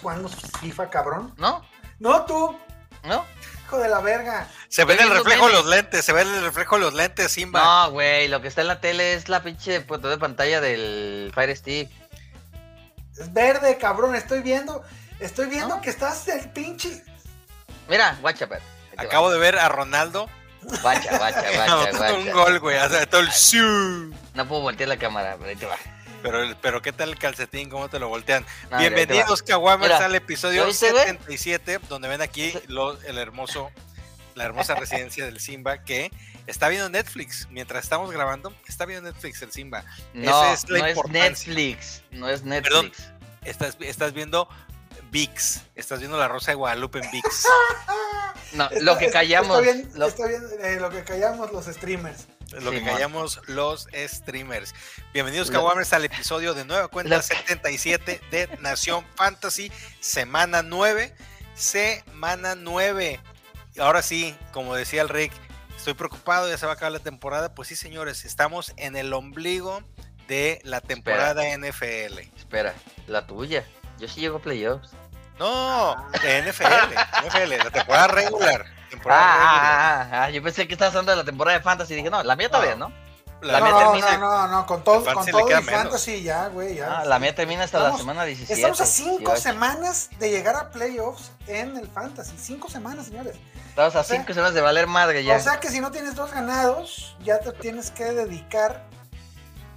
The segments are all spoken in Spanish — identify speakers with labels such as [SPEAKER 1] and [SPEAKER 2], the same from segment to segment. [SPEAKER 1] jugando FIFA, cabrón?
[SPEAKER 2] ¿No?
[SPEAKER 1] No, tú,
[SPEAKER 2] ¿No?
[SPEAKER 1] hijo de la verga.
[SPEAKER 3] Se ve en el
[SPEAKER 2] Esos
[SPEAKER 3] reflejo de
[SPEAKER 2] memes.
[SPEAKER 3] los lentes, se ve en el reflejo de los lentes, Simba.
[SPEAKER 2] No, güey, lo que está en la tele es la pinche protector de pantalla del Fire Stick.
[SPEAKER 1] Es verde, cabrón. Estoy viendo, estoy viendo
[SPEAKER 2] ¿No?
[SPEAKER 1] que estás el pinche.
[SPEAKER 2] Mira, guacha, Pep. Ahí te va.
[SPEAKER 3] Acabo de ver a Ronaldo
[SPEAKER 2] Guacha, guacha, guacha,
[SPEAKER 3] anotando un
[SPEAKER 2] guacha.
[SPEAKER 3] gol, güey. o sea, todo el "Siu".
[SPEAKER 2] No puedo voltear la cámara, pero ahí te va.
[SPEAKER 3] Pero, el- pero ¿qué tal el calcetín? ¿Cómo te lo voltean?
[SPEAKER 2] No, mira, ahí te va.
[SPEAKER 3] Bienvenidos, Caguamers,
[SPEAKER 2] Mira,
[SPEAKER 3] al episodio
[SPEAKER 2] ¿lo viste, güey?
[SPEAKER 3] 77, donde ven aquí lo- el hermoso, la hermosa residencia del Simba que está viendo Netflix. Mientras estamos grabando, está viendo Netflix el Simba.
[SPEAKER 2] No,
[SPEAKER 3] Esa es la
[SPEAKER 2] no es
[SPEAKER 3] importancia.
[SPEAKER 2] Netflix. No es Netflix.
[SPEAKER 3] Perdón. Estás, estás viendo VIX, estás viendo La Rosa de Guadalupe en VIX.
[SPEAKER 2] No,
[SPEAKER 1] Está-
[SPEAKER 2] lo que
[SPEAKER 1] es-
[SPEAKER 2] callamos.
[SPEAKER 1] Está ah, bien,
[SPEAKER 2] lo-
[SPEAKER 1] está bien, eh, lo que callamos los streamers.
[SPEAKER 3] Lo que
[SPEAKER 2] Simón.
[SPEAKER 3] callamos los streamers. Bienvenidos,
[SPEAKER 2] Lo-
[SPEAKER 3] Caguamers, al episodio de Nueva Cuenta
[SPEAKER 2] Lo-
[SPEAKER 3] 77 de Nación Fantasy, semana 9. Semana 9. Y Ahora sí, como decía el Rick, estoy preocupado, ya se va a acabar la temporada. Pues sí, señores, estamos en el ombligo de la temporada NFL.
[SPEAKER 2] Espera, la tuya. Yo sí llego a playoffs.
[SPEAKER 3] No, de NFL, NFL, la temporada regular.
[SPEAKER 2] Ah,
[SPEAKER 3] temporada regular.
[SPEAKER 2] ah, ah, ah, yo pensé que estabas hablando de la temporada de Fantasy. Dije, no, la mía todavía,
[SPEAKER 3] Ah,
[SPEAKER 2] ¿no? La
[SPEAKER 1] no,
[SPEAKER 2] mía
[SPEAKER 1] no,
[SPEAKER 2] termina-
[SPEAKER 1] no, no, no, con todo,
[SPEAKER 3] El
[SPEAKER 1] con
[SPEAKER 3] fantasy le
[SPEAKER 1] todo
[SPEAKER 3] queda
[SPEAKER 1] y
[SPEAKER 3] menos.
[SPEAKER 1] fantasy ya, güey, ya.
[SPEAKER 2] Ah, la mía termina hasta la
[SPEAKER 1] Estamos-
[SPEAKER 2] semana 17.
[SPEAKER 1] Estamos a cinco
[SPEAKER 2] 18.
[SPEAKER 1] semanas de llegar a playoffs en el fantasy. Cinco semanas, señores.
[SPEAKER 2] Estamos a
[SPEAKER 1] o sea-
[SPEAKER 2] cinco semanas de valer madre ya.
[SPEAKER 1] O sea que si no tienes dos ganados, ya te tienes que dedicar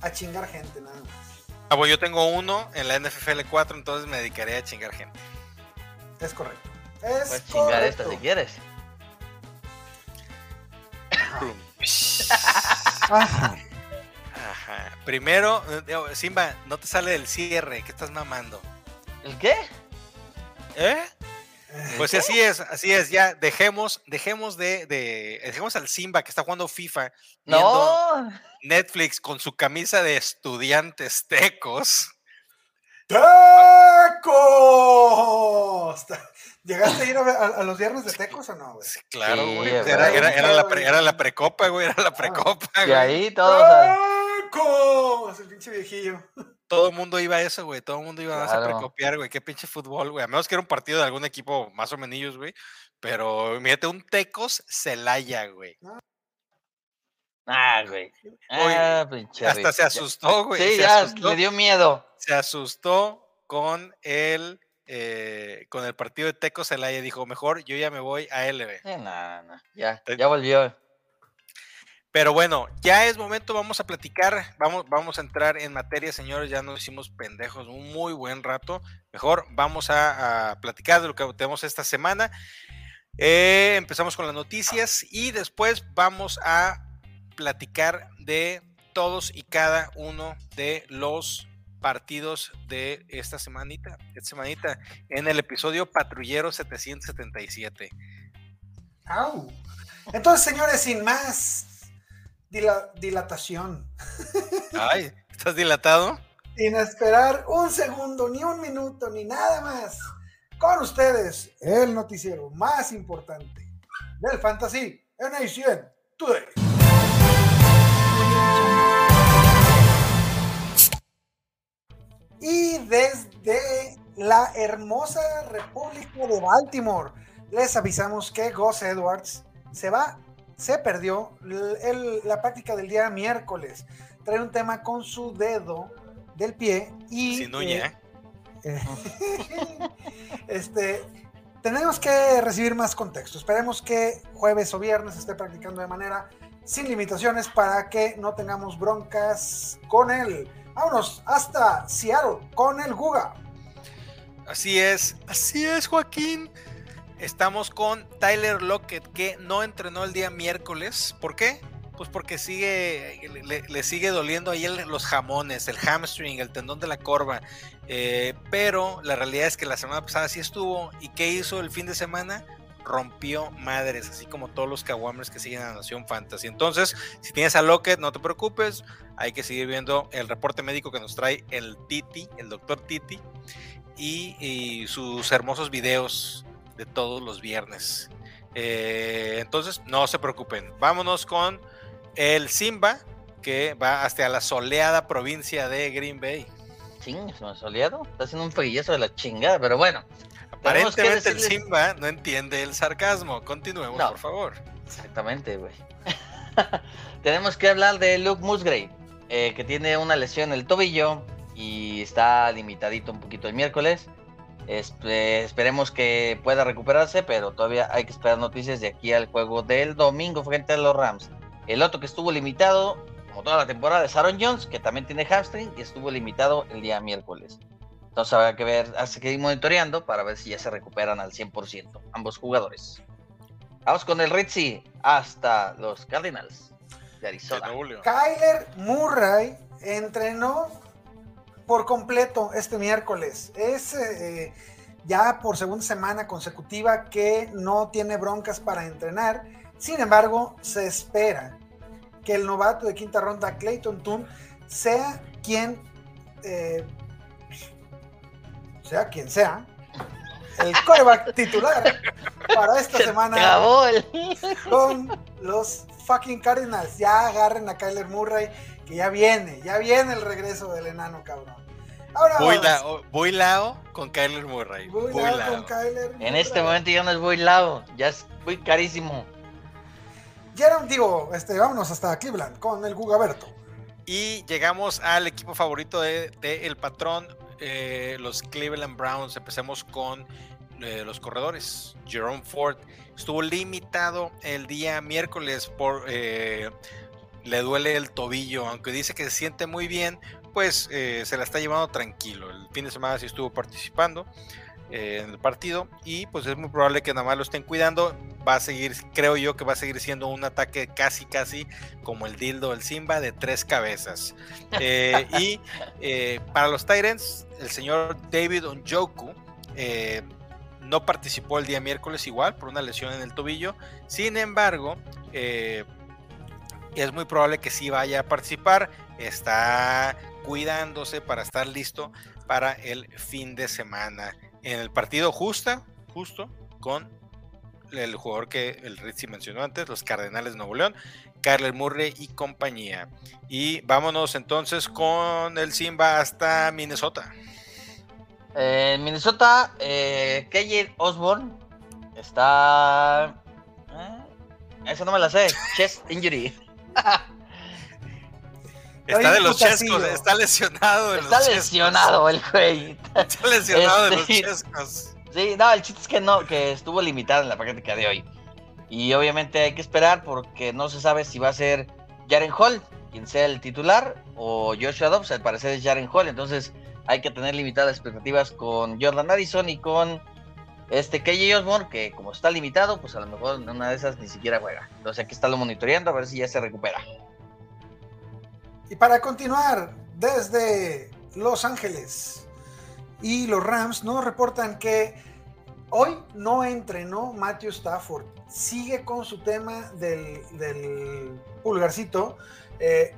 [SPEAKER 1] a chingar gente, nada más.
[SPEAKER 3] Ah, bueno, yo tengo uno en la NFL 4, entonces me dedicaré a chingar gente.
[SPEAKER 1] Es correcto. Es
[SPEAKER 2] Puedes chingar
[SPEAKER 1] correcto.
[SPEAKER 2] Pues esta si quieres.
[SPEAKER 1] Ajá.
[SPEAKER 3] Ajá. Primero, eh, Simba, no te sale del cierre, ¿qué estás mamando?
[SPEAKER 2] ¿El qué?
[SPEAKER 3] ¿Eh? Pues así es, así es, ya dejemos, dejemos de, de- dejemos al Simba que está jugando FIFA, viendo
[SPEAKER 2] No.
[SPEAKER 3] Netflix con su camisa de estudiantes tecos.
[SPEAKER 1] ¡Tecos! ¿Llegaste a ir a, ver- a- a los viernes de Tecos o no, güey?
[SPEAKER 3] Sí, Pues, Claro,
[SPEAKER 2] Sí,
[SPEAKER 3] güey.
[SPEAKER 2] güey.
[SPEAKER 3] era, era- era la pre- era la precopa, güey, era la precopa,
[SPEAKER 2] Y
[SPEAKER 3] güey.
[SPEAKER 2] ahí todos. a-
[SPEAKER 1] ¡Tecos! El pinche viejillo.
[SPEAKER 3] Todo el mundo iba a eso, güey. Todo el mundo iba a
[SPEAKER 2] Claro.
[SPEAKER 3] precopiar, güey. Qué pinche fútbol, güey. A menos que era un partido de algún equipo más o menos, güey. Pero mírate, un Tecos Celaya, güey.
[SPEAKER 2] Ah, güey.
[SPEAKER 3] Oye,
[SPEAKER 2] Ah, pinche.
[SPEAKER 3] Hasta
[SPEAKER 2] Rick.
[SPEAKER 3] se asustó, güey.
[SPEAKER 2] Sí,
[SPEAKER 3] se,
[SPEAKER 2] ya
[SPEAKER 3] asustó,
[SPEAKER 2] le dio miedo.
[SPEAKER 3] se asustó con el eh, con el partido de Teco Celaya. Dijo, mejor yo ya me voy a LB.
[SPEAKER 2] Eh, no, no, ya,
[SPEAKER 3] Te-
[SPEAKER 2] ya volvió.
[SPEAKER 3] Pero bueno, ya es momento, vamos a platicar, vamos, vamos a entrar en materia, señores. Ya nos hicimos pendejos un muy buen rato. Mejor vamos a, a platicar de lo que tenemos esta semana. Eh, empezamos con las noticias y después vamos a platicar de todos y cada uno de los partidos de esta semanita, esta semanita, en el episodio Patrullero 777.
[SPEAKER 1] ¡Au! Entonces, señores, sin más dila- dilatación.
[SPEAKER 3] Ay, ¿estás dilatado?
[SPEAKER 1] sin esperar un segundo, ni un minuto, ni nada más. Con ustedes, el noticiero más importante del Fantasy en ACN Today. Y desde la hermosa República de Baltimore, les avisamos que Gus Edwards se va, se perdió l- el- la práctica del día miércoles. Trae un tema con su dedo del pie y
[SPEAKER 3] Sin uña,
[SPEAKER 1] eh,
[SPEAKER 3] ¿eh?
[SPEAKER 1] este, tenemos que recibir más contexto. Esperemos que jueves o viernes esté practicando de manera sin limitaciones para que no tengamos broncas con él. Vámonos hasta Seattle con el Guga.
[SPEAKER 3] Así es, así es, Joaquín. Estamos con Tyler Lockett, que no entrenó el día miércoles. ¿Por qué? Pues porque sigue, le, le sigue doliendo ahí el- los jamones, el hamstring, el tendón de la corva. Eh, pero la realidad es que la semana pasada sí estuvo. ¿Y qué hizo el fin de semana? Rompió madres, así como todos los Kawamers que siguen a Nación Fantasy. Entonces, si tienes a Lockett, no te preocupes. Hay que seguir viendo el reporte médico que nos trae el Titi, el doctor Titi y, y sus hermosos videos de todos los viernes. Eh, entonces, no se preocupen. Vámonos con el Simba, que va hasta la soleada provincia de Green Bay.
[SPEAKER 2] Ching, se me ha soleado. Está haciendo un frillazo de la chingada, pero bueno. Tenemos que
[SPEAKER 3] Aparentemente el
[SPEAKER 2] decirles-
[SPEAKER 3] Simba no entiende el sarcasmo. Continuemos,
[SPEAKER 2] No.
[SPEAKER 3] por favor.
[SPEAKER 2] Exactamente, güey. Tenemos que hablar de Luke Musgrave, eh, que tiene una lesión en el tobillo y está limitadito un poquito el miércoles. Espe- esperemos que pueda recuperarse, pero todavía hay que esperar noticias de aquí al juego del domingo frente a los Rams. El otro que estuvo limitado, como toda la temporada, es Aaron Jones, que también tiene hamstring y estuvo limitado el día miércoles. Entonces habrá que ver, hay que ir monitoreando para ver si ya se recuperan al 100% ambos jugadores. Vamos con el Ritzy hasta los Cardinals de
[SPEAKER 3] De
[SPEAKER 2] Arizona.
[SPEAKER 3] Nuevo León.
[SPEAKER 1] Kyler Murray entrenó por completo este miércoles. Es eh, ya por segunda semana consecutiva que no tiene broncas para entrenar. Sin embargo, se espera que el novato de quinta ronda, Clayton Toon, sea quien eh, sea quien sea, el coreback titular para esta semana
[SPEAKER 2] Acabó el-
[SPEAKER 1] con los fucking Cardinals. Ya agarren a Kyler Murray, que ya viene, ya viene el regreso del enano, cabrón. Ahora vamos.
[SPEAKER 3] Builao, Builao con Kyler Murray.
[SPEAKER 1] Voy
[SPEAKER 3] Builao.
[SPEAKER 1] Lao con Kyler
[SPEAKER 2] En este
[SPEAKER 1] Murray.
[SPEAKER 2] momento ya no es muy lado, ya es muy carísimo.
[SPEAKER 1] Jerome, digo, este, vámonos hasta Cleveland con el Gugaberto.
[SPEAKER 3] Y llegamos al equipo favorito de, de el patrón, eh, los Cleveland Browns. Empecemos con eh, los corredores. Jerome Ford estuvo limitado el día miércoles por eh, le duele el tobillo, aunque dice que se siente muy bien, pues eh, se la está llevando tranquilo. El fin de semana sí estuvo participando eh, en el partido y pues es muy probable que nada más lo estén cuidando. Va a seguir, creo yo que va a seguir siendo un ataque casi, casi como el dildo del Simba de tres cabezas. Eh, y eh, para los Tyrants, el señor David Onjoku eh, no participó el día miércoles igual por una lesión en el tobillo. Sin embargo, eh, es muy probable que sí vaya a participar. Está cuidándose para estar listo para el fin de semana. En el partido justa, justo con el jugador que el Ritzy mencionó antes, los Cardenales de Nuevo León, Carler Murray y compañía. Y vámonos entonces con el Simba hasta Minnesota.
[SPEAKER 2] Eh, En Minnesota, eh, Osborne Osborne está. ¿Eh? Esa no me la sé. Chest injury.
[SPEAKER 3] Está de
[SPEAKER 1] un
[SPEAKER 3] los
[SPEAKER 1] putacillo.
[SPEAKER 3] chescos, está lesionado de
[SPEAKER 2] Está
[SPEAKER 3] los
[SPEAKER 2] lesionado el güey.
[SPEAKER 3] chescos. Está lesionado de los
[SPEAKER 2] Este-
[SPEAKER 3] chescos.
[SPEAKER 2] Sí, no, el chiste es que no, que estuvo limitado en la práctica de hoy. Y obviamente hay que esperar porque no se sabe si va a ser Jaren Hall, quien sea el titular, o Joshua Dobbs, al parecer es Jaren Hall, entonces hay que tener limitadas expectativas con Jordan Addison y con este KJ Osborne, que como está limitado, pues a lo mejor en una de esas ni siquiera juega. Entonces hay que estarlo monitoreando a ver si ya se recupera.
[SPEAKER 1] Y para continuar, desde Los Ángeles y los Rams nos reportan que hoy no entrenó Matthew Stafford. Sigue con su tema del, del pulgarcito. Eh,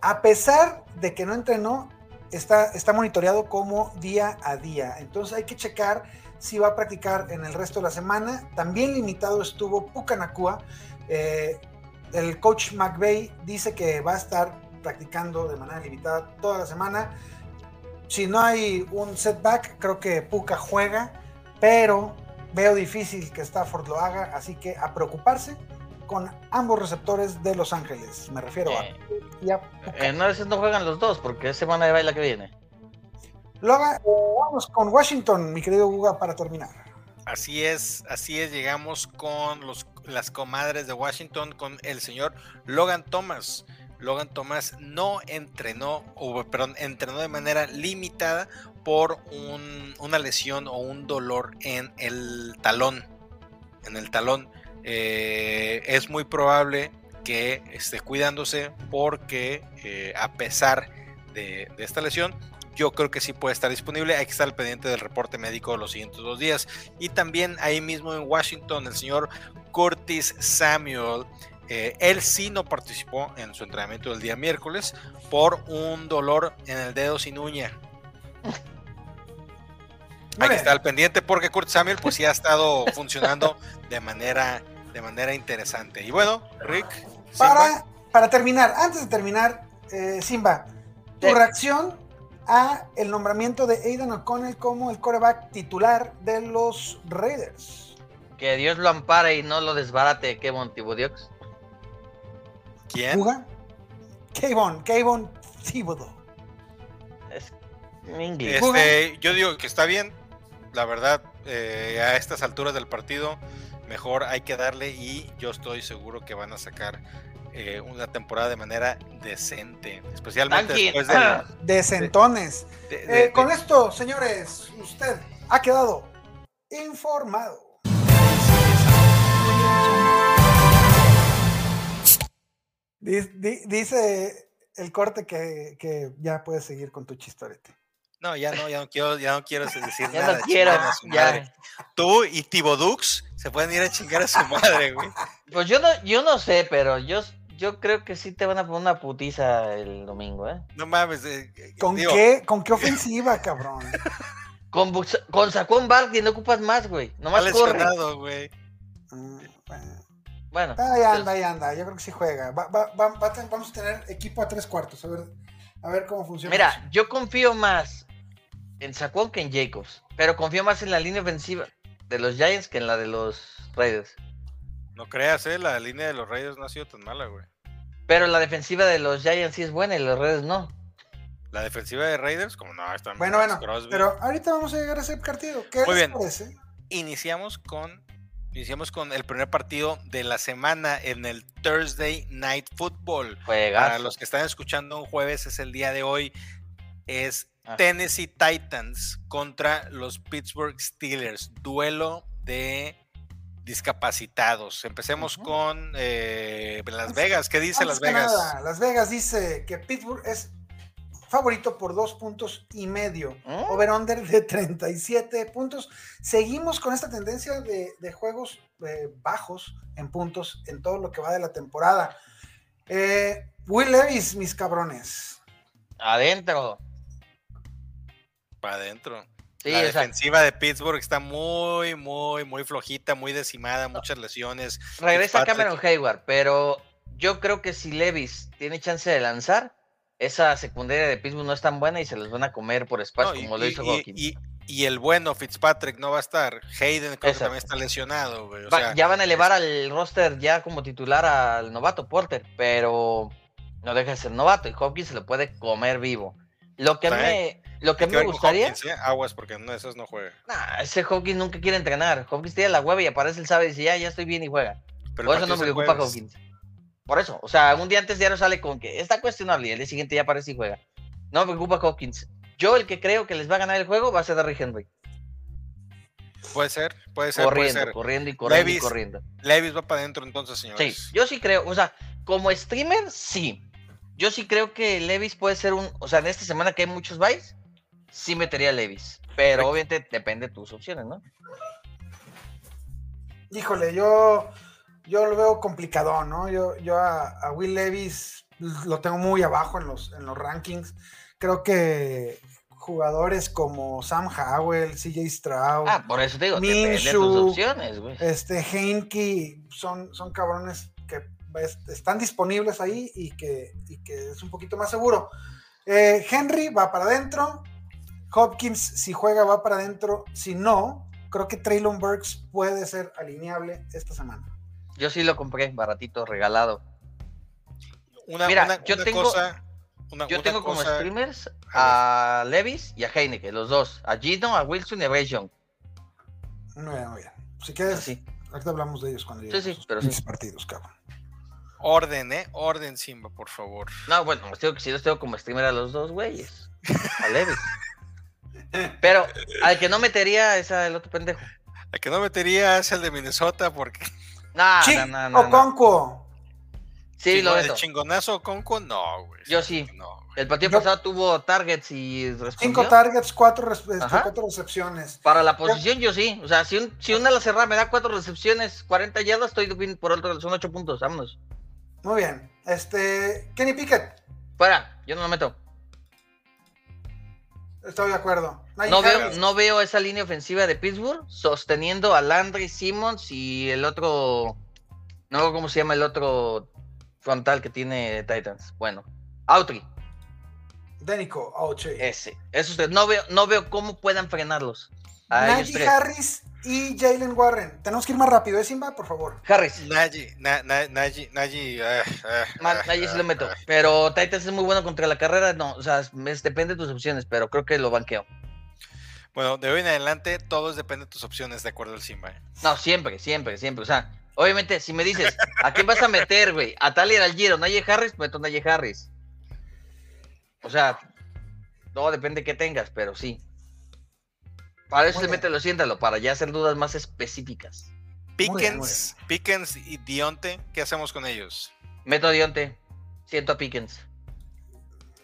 [SPEAKER 1] a pesar de que no entrenó, está, está monitoreado como día a día. Entonces hay que checar si va a practicar en el resto de la semana. También limitado estuvo Pucanacua. Eh, el coach McVeigh dice que va a estar practicando de manera limitada toda la semana. Si no hay un setback, creo que Puka juega, pero veo difícil que Stafford lo haga, así que a preocuparse con ambos receptores de Los Ángeles. Me refiero a,
[SPEAKER 2] Eh,
[SPEAKER 1] y a
[SPEAKER 2] eh, no, a veces no juegan los dos porque es semana de baila que viene.
[SPEAKER 1] Loga, eh, vamos con Washington, mi querido Guga, para terminar.
[SPEAKER 3] Así es, así es, llegamos con los, las comadres de Washington, con el señor Logan Thomas. Logan Thomas no entrenó, o perdón, entrenó de manera limitada por un- una lesión o un dolor en el talón. En el talón. Eh, es muy probable que esté cuidándose porque eh, a pesar de, de esta lesión, yo creo que sí puede estar disponible. Hay que estar al pendiente del reporte médico de los siguientes dos días. Y también ahí mismo en Washington, el señor Curtis Samuel. eh, él sí no participó en su entrenamiento del día miércoles por un dolor en el dedo sin uña. Hay que estar al pendiente porque Curtis Samuel pues sí ha estado funcionando de manera, de manera interesante. Y bueno, Rick. Simba,
[SPEAKER 1] Para, para terminar, antes de terminar, eh, Simba, tu
[SPEAKER 2] Sí.
[SPEAKER 1] reacción a el nombramiento de Aidan O'Connell como el coreback titular de los Raiders.
[SPEAKER 2] Que Dios lo ampare y no lo desbarate, Kevin Tibodiox.
[SPEAKER 3] ¿Quién?
[SPEAKER 1] ¿Juga? Kayvon, Kayvon Thibodeau.
[SPEAKER 2] Es en inglés.
[SPEAKER 3] Este, yo digo que está bien. La verdad, eh, a estas alturas del partido, mejor hay que darle y yo estoy seguro que van a sacar eh, una temporada de manera decente. Especialmente
[SPEAKER 2] Tanqui.
[SPEAKER 3] después de,
[SPEAKER 1] De centones.
[SPEAKER 3] de- de-
[SPEAKER 1] Eh,
[SPEAKER 3] de-
[SPEAKER 1] con esto, señores, usted ha quedado informado. Di- di- Dice el corte que, que ya puedes seguir con tu chistorete.
[SPEAKER 3] No, ya no, ya no quiero, ya no quiero decir
[SPEAKER 2] Ya
[SPEAKER 3] nada.
[SPEAKER 2] no quiero.
[SPEAKER 3] chinguen a su madre.
[SPEAKER 2] Ya.
[SPEAKER 3] Tú y Tibodux se pueden ir a chingar a su madre, güey.
[SPEAKER 2] Pues yo no, yo no sé, pero yo, yo creo que sí te van a poner una putiza el domingo, ¿eh?
[SPEAKER 3] No mames. eh, eh,
[SPEAKER 1] ¿Con,
[SPEAKER 3] digo,
[SPEAKER 1] qué, ¿Con qué ofensiva, cabrón?
[SPEAKER 2] Con, Bux- con Saquon Barkley no ocupas más, güey.
[SPEAKER 3] Está
[SPEAKER 2] Nomás corre.
[SPEAKER 3] lesionado, güey.
[SPEAKER 1] Mm, bueno.
[SPEAKER 2] Bueno,
[SPEAKER 3] Pues
[SPEAKER 1] Ahí Ah, anda, ahí anda. Yo creo que sí juega. Va- va- va- va a ten- vamos a tener equipo a tres cuartos. A ver, a ver cómo funciona. eso.
[SPEAKER 2] mira, yo confío más en Saquon que en Jacobs, pero confío más en la línea ofensiva de los Giants que en la de los Raiders.
[SPEAKER 3] No creas, eh, la línea de los Reyes no ha sido tan mala, güey.
[SPEAKER 2] Pero la defensiva de los Giants sí es buena y los Raiders no.
[SPEAKER 3] La defensiva de Raiders, como no, están
[SPEAKER 1] Bueno,
[SPEAKER 3] Max
[SPEAKER 1] bueno.
[SPEAKER 3] Crosby.
[SPEAKER 1] Pero ahorita vamos a llegar a ese partido. ¿Qué
[SPEAKER 3] Muy
[SPEAKER 1] les
[SPEAKER 3] bien.
[SPEAKER 1] parece?
[SPEAKER 3] Iniciamos con, iniciamos con el primer partido de la semana en el Thursday Night Football. Para
[SPEAKER 2] Juegas.
[SPEAKER 3] Ah, los que están escuchando un jueves, es el día de hoy. Es
[SPEAKER 2] Ah.
[SPEAKER 3] Tennessee Titans contra los Pittsburgh Steelers. Duelo de discapacitados. Empecemos
[SPEAKER 2] Ujú.
[SPEAKER 3] con eh, Las
[SPEAKER 1] Antes-
[SPEAKER 3] Vegas. ¿Qué dice
[SPEAKER 1] Antes
[SPEAKER 3] Las
[SPEAKER 1] que
[SPEAKER 3] Vegas?
[SPEAKER 1] nada, Las Vegas dice que Pittsburgh es favorito por dos puntos y medio.
[SPEAKER 3] Oh.
[SPEAKER 2] ¿Mm?
[SPEAKER 1] Over-under de 37 puntos. Seguimos con esta tendencia de, de juegos eh, bajos en puntos en todo lo que va de la temporada. Eh, Will Levis, mis cabrones.
[SPEAKER 2] Adentro.
[SPEAKER 3] Para adentro.
[SPEAKER 2] Sí,
[SPEAKER 3] la
[SPEAKER 2] o sea,
[SPEAKER 3] defensiva de Pittsburgh está muy, muy, muy flojita, muy decimada, muchas lesiones.
[SPEAKER 2] regresa
[SPEAKER 3] Fitzpatrick.
[SPEAKER 2] Cameron Hayward, pero yo creo que si Levis tiene chance de lanzar, esa secundaria de Pittsburgh no es tan buena y se los van a comer por espacio,
[SPEAKER 3] No, y-
[SPEAKER 2] como lo
[SPEAKER 3] y-
[SPEAKER 2] hizo
[SPEAKER 3] y-
[SPEAKER 2] Hawkins.
[SPEAKER 3] y- y el bueno Fitzpatrick no va a estar. Hayden creo que
[SPEAKER 2] Exacto.
[SPEAKER 3] también está lesionado, güey. O
[SPEAKER 2] Va-
[SPEAKER 3] sea,
[SPEAKER 2] ya van a elevar al roster ya como titular al novato Porter, pero no deja de ser novato y Hopkins se lo puede comer vivo. Lo que a mí
[SPEAKER 3] También
[SPEAKER 2] me, lo que a mí
[SPEAKER 3] hay que
[SPEAKER 2] me
[SPEAKER 3] ver con
[SPEAKER 2] gustaría,
[SPEAKER 3] Hopkins, ¿eh? Aguas, porque no, esas no juega.
[SPEAKER 2] nah, ese Hopkins nunca quiere entrenar. Hopkins tiene la hueva y aparece el sábado y dice, ya, ya estoy bien y juega.
[SPEAKER 3] Pero
[SPEAKER 2] Por
[SPEAKER 3] el
[SPEAKER 2] eso no me
[SPEAKER 3] partido es el
[SPEAKER 2] preocupa
[SPEAKER 3] jueves.
[SPEAKER 2] Hawkins. Por eso, o sea, un día antes ya no sale con que está cuestionable y el día siguiente ya aparece y juega. No me preocupa Hawkins. Yo el que creo que les va a ganar el juego va a ser Derrick Henry.
[SPEAKER 3] Puede ser, puede ser, puede
[SPEAKER 2] Corriendo, pues.
[SPEAKER 3] ser.
[SPEAKER 2] corriendo y corriendo y
[SPEAKER 3] Levis,
[SPEAKER 2] corriendo.
[SPEAKER 3] Levis va para adentro entonces,
[SPEAKER 2] Sí,
[SPEAKER 3] señores.
[SPEAKER 2] yo sí creo, o sea, como streamer, sí. Yo sí creo que Levis puede ser un, o sea, en esta semana que hay muchos buys, sí metería a Levis. Pero
[SPEAKER 3] Correcto.
[SPEAKER 2] obviamente depende de tus opciones, ¿no?
[SPEAKER 1] Híjole, yo, yo lo veo complicado, ¿no? Yo, yo a, a Will Levis lo tengo muy abajo en los, en los rankings. Creo que jugadores como Sam Howell, CJ Stroud,
[SPEAKER 2] Ah, por eso te digo, depende de tus
[SPEAKER 1] Minshew,
[SPEAKER 2] opciones, güey.
[SPEAKER 1] este Heinke, son, son cabrones que es- están disponibles ahí y que, y que es un poquito más seguro. Eh, Henry va para adentro. Hopkins, si juega, va para adentro. Si no, creo que Traylon Burks puede ser alineable esta semana.
[SPEAKER 2] Yo sí lo compré, baratito, regalado.
[SPEAKER 3] Una,
[SPEAKER 2] Mira,
[SPEAKER 3] una-
[SPEAKER 2] yo
[SPEAKER 3] una
[SPEAKER 2] tengo-
[SPEAKER 3] cosa. una-
[SPEAKER 2] Yo
[SPEAKER 3] una
[SPEAKER 2] tengo como
[SPEAKER 3] cosa-
[SPEAKER 2] streamers a Levis y a Heineken, los dos. A Gino, a Wilson y a Bryce Young.
[SPEAKER 1] Muy bien, muy bien. Si quieres,
[SPEAKER 2] Sí.
[SPEAKER 1] ahorita hablamos de ellos cuando lleguen
[SPEAKER 2] sí,
[SPEAKER 1] esos
[SPEAKER 2] pero sí.
[SPEAKER 1] pinches partidos, cabrón.
[SPEAKER 3] Orden, ¿eh? Orden, Simba, por favor.
[SPEAKER 2] No, bueno, os digo que sí los tengo como streamer a los dos güeyes. A Levis. Pero al que no metería es al otro pendejo.
[SPEAKER 3] La que no metería es el de Minnesota porque
[SPEAKER 2] No,
[SPEAKER 1] Chi-
[SPEAKER 2] Ah, no, no, no, no.
[SPEAKER 1] Okonkwo.
[SPEAKER 2] Sí, lo
[SPEAKER 3] chingo-
[SPEAKER 2] meto.
[SPEAKER 3] el chingonazo Conco, no, güey.
[SPEAKER 2] Yo sí.
[SPEAKER 3] No, güey.
[SPEAKER 2] El partido
[SPEAKER 1] Yo-
[SPEAKER 2] pasado tuvo targets y
[SPEAKER 1] Cinco
[SPEAKER 2] respondió.
[SPEAKER 1] targets, cuatro, res- este,
[SPEAKER 2] Ajá.
[SPEAKER 1] cuatro recepciones.
[SPEAKER 2] Para la posición yo sí. O sea, si, un, si una la cerrada me da cuatro recepciones, 40 yardas, estoy bien por otro. Son ocho puntos, vámonos.
[SPEAKER 1] Muy bien. Este, Kenny Pickett,
[SPEAKER 2] Fuera, yo no lo meto.
[SPEAKER 1] estoy de acuerdo. Najee
[SPEAKER 2] No veo,
[SPEAKER 1] Harris,
[SPEAKER 2] no veo esa línea ofensiva de Pittsburgh sosteniendo a Landry Simmons y el otro. No sé cómo se llama el otro frontal que tiene Titans. Bueno, Autry.
[SPEAKER 1] De Denico Aoche.
[SPEAKER 2] Ese, es usted. No veo, no veo cómo puedan frenarlos. A ellos
[SPEAKER 1] Najee
[SPEAKER 2] tres.
[SPEAKER 1] Harris y Jalen Warren. Tenemos que ir más rápido, ¿eh, Simba? Por favor.
[SPEAKER 2] Harris.
[SPEAKER 3] Najee, na, na, Najee, Najee, ah, ah,
[SPEAKER 2] Man,
[SPEAKER 3] ah,
[SPEAKER 2] ahí sí lo
[SPEAKER 3] ah,
[SPEAKER 2] meto.
[SPEAKER 3] ah.
[SPEAKER 2] Pero Titans es muy bueno contra la carrera. No, o sea, es- depende de tus opciones, pero creo que lo banqueo.
[SPEAKER 3] Bueno, de hoy en adelante, todo es- depende de tus opciones, de acuerdo al Simba. ¿eh?
[SPEAKER 2] No, siempre, siempre, siempre. O sea, obviamente, si me dices, ¿a quién vas a meter, güey? A Talia al giro, Naye Harris, meto a Naye Harris. O sea, todo depende que tengas, pero sí. Para eso
[SPEAKER 1] Muy
[SPEAKER 2] se
[SPEAKER 1] bien.
[SPEAKER 2] mete lo siéntalo, para ya hacer dudas más específicas.
[SPEAKER 1] bien, muy
[SPEAKER 3] Pickens, Pickens y Dionte, ¿qué hacemos con ellos?
[SPEAKER 2] Meto a Dionte, siento a Pickens.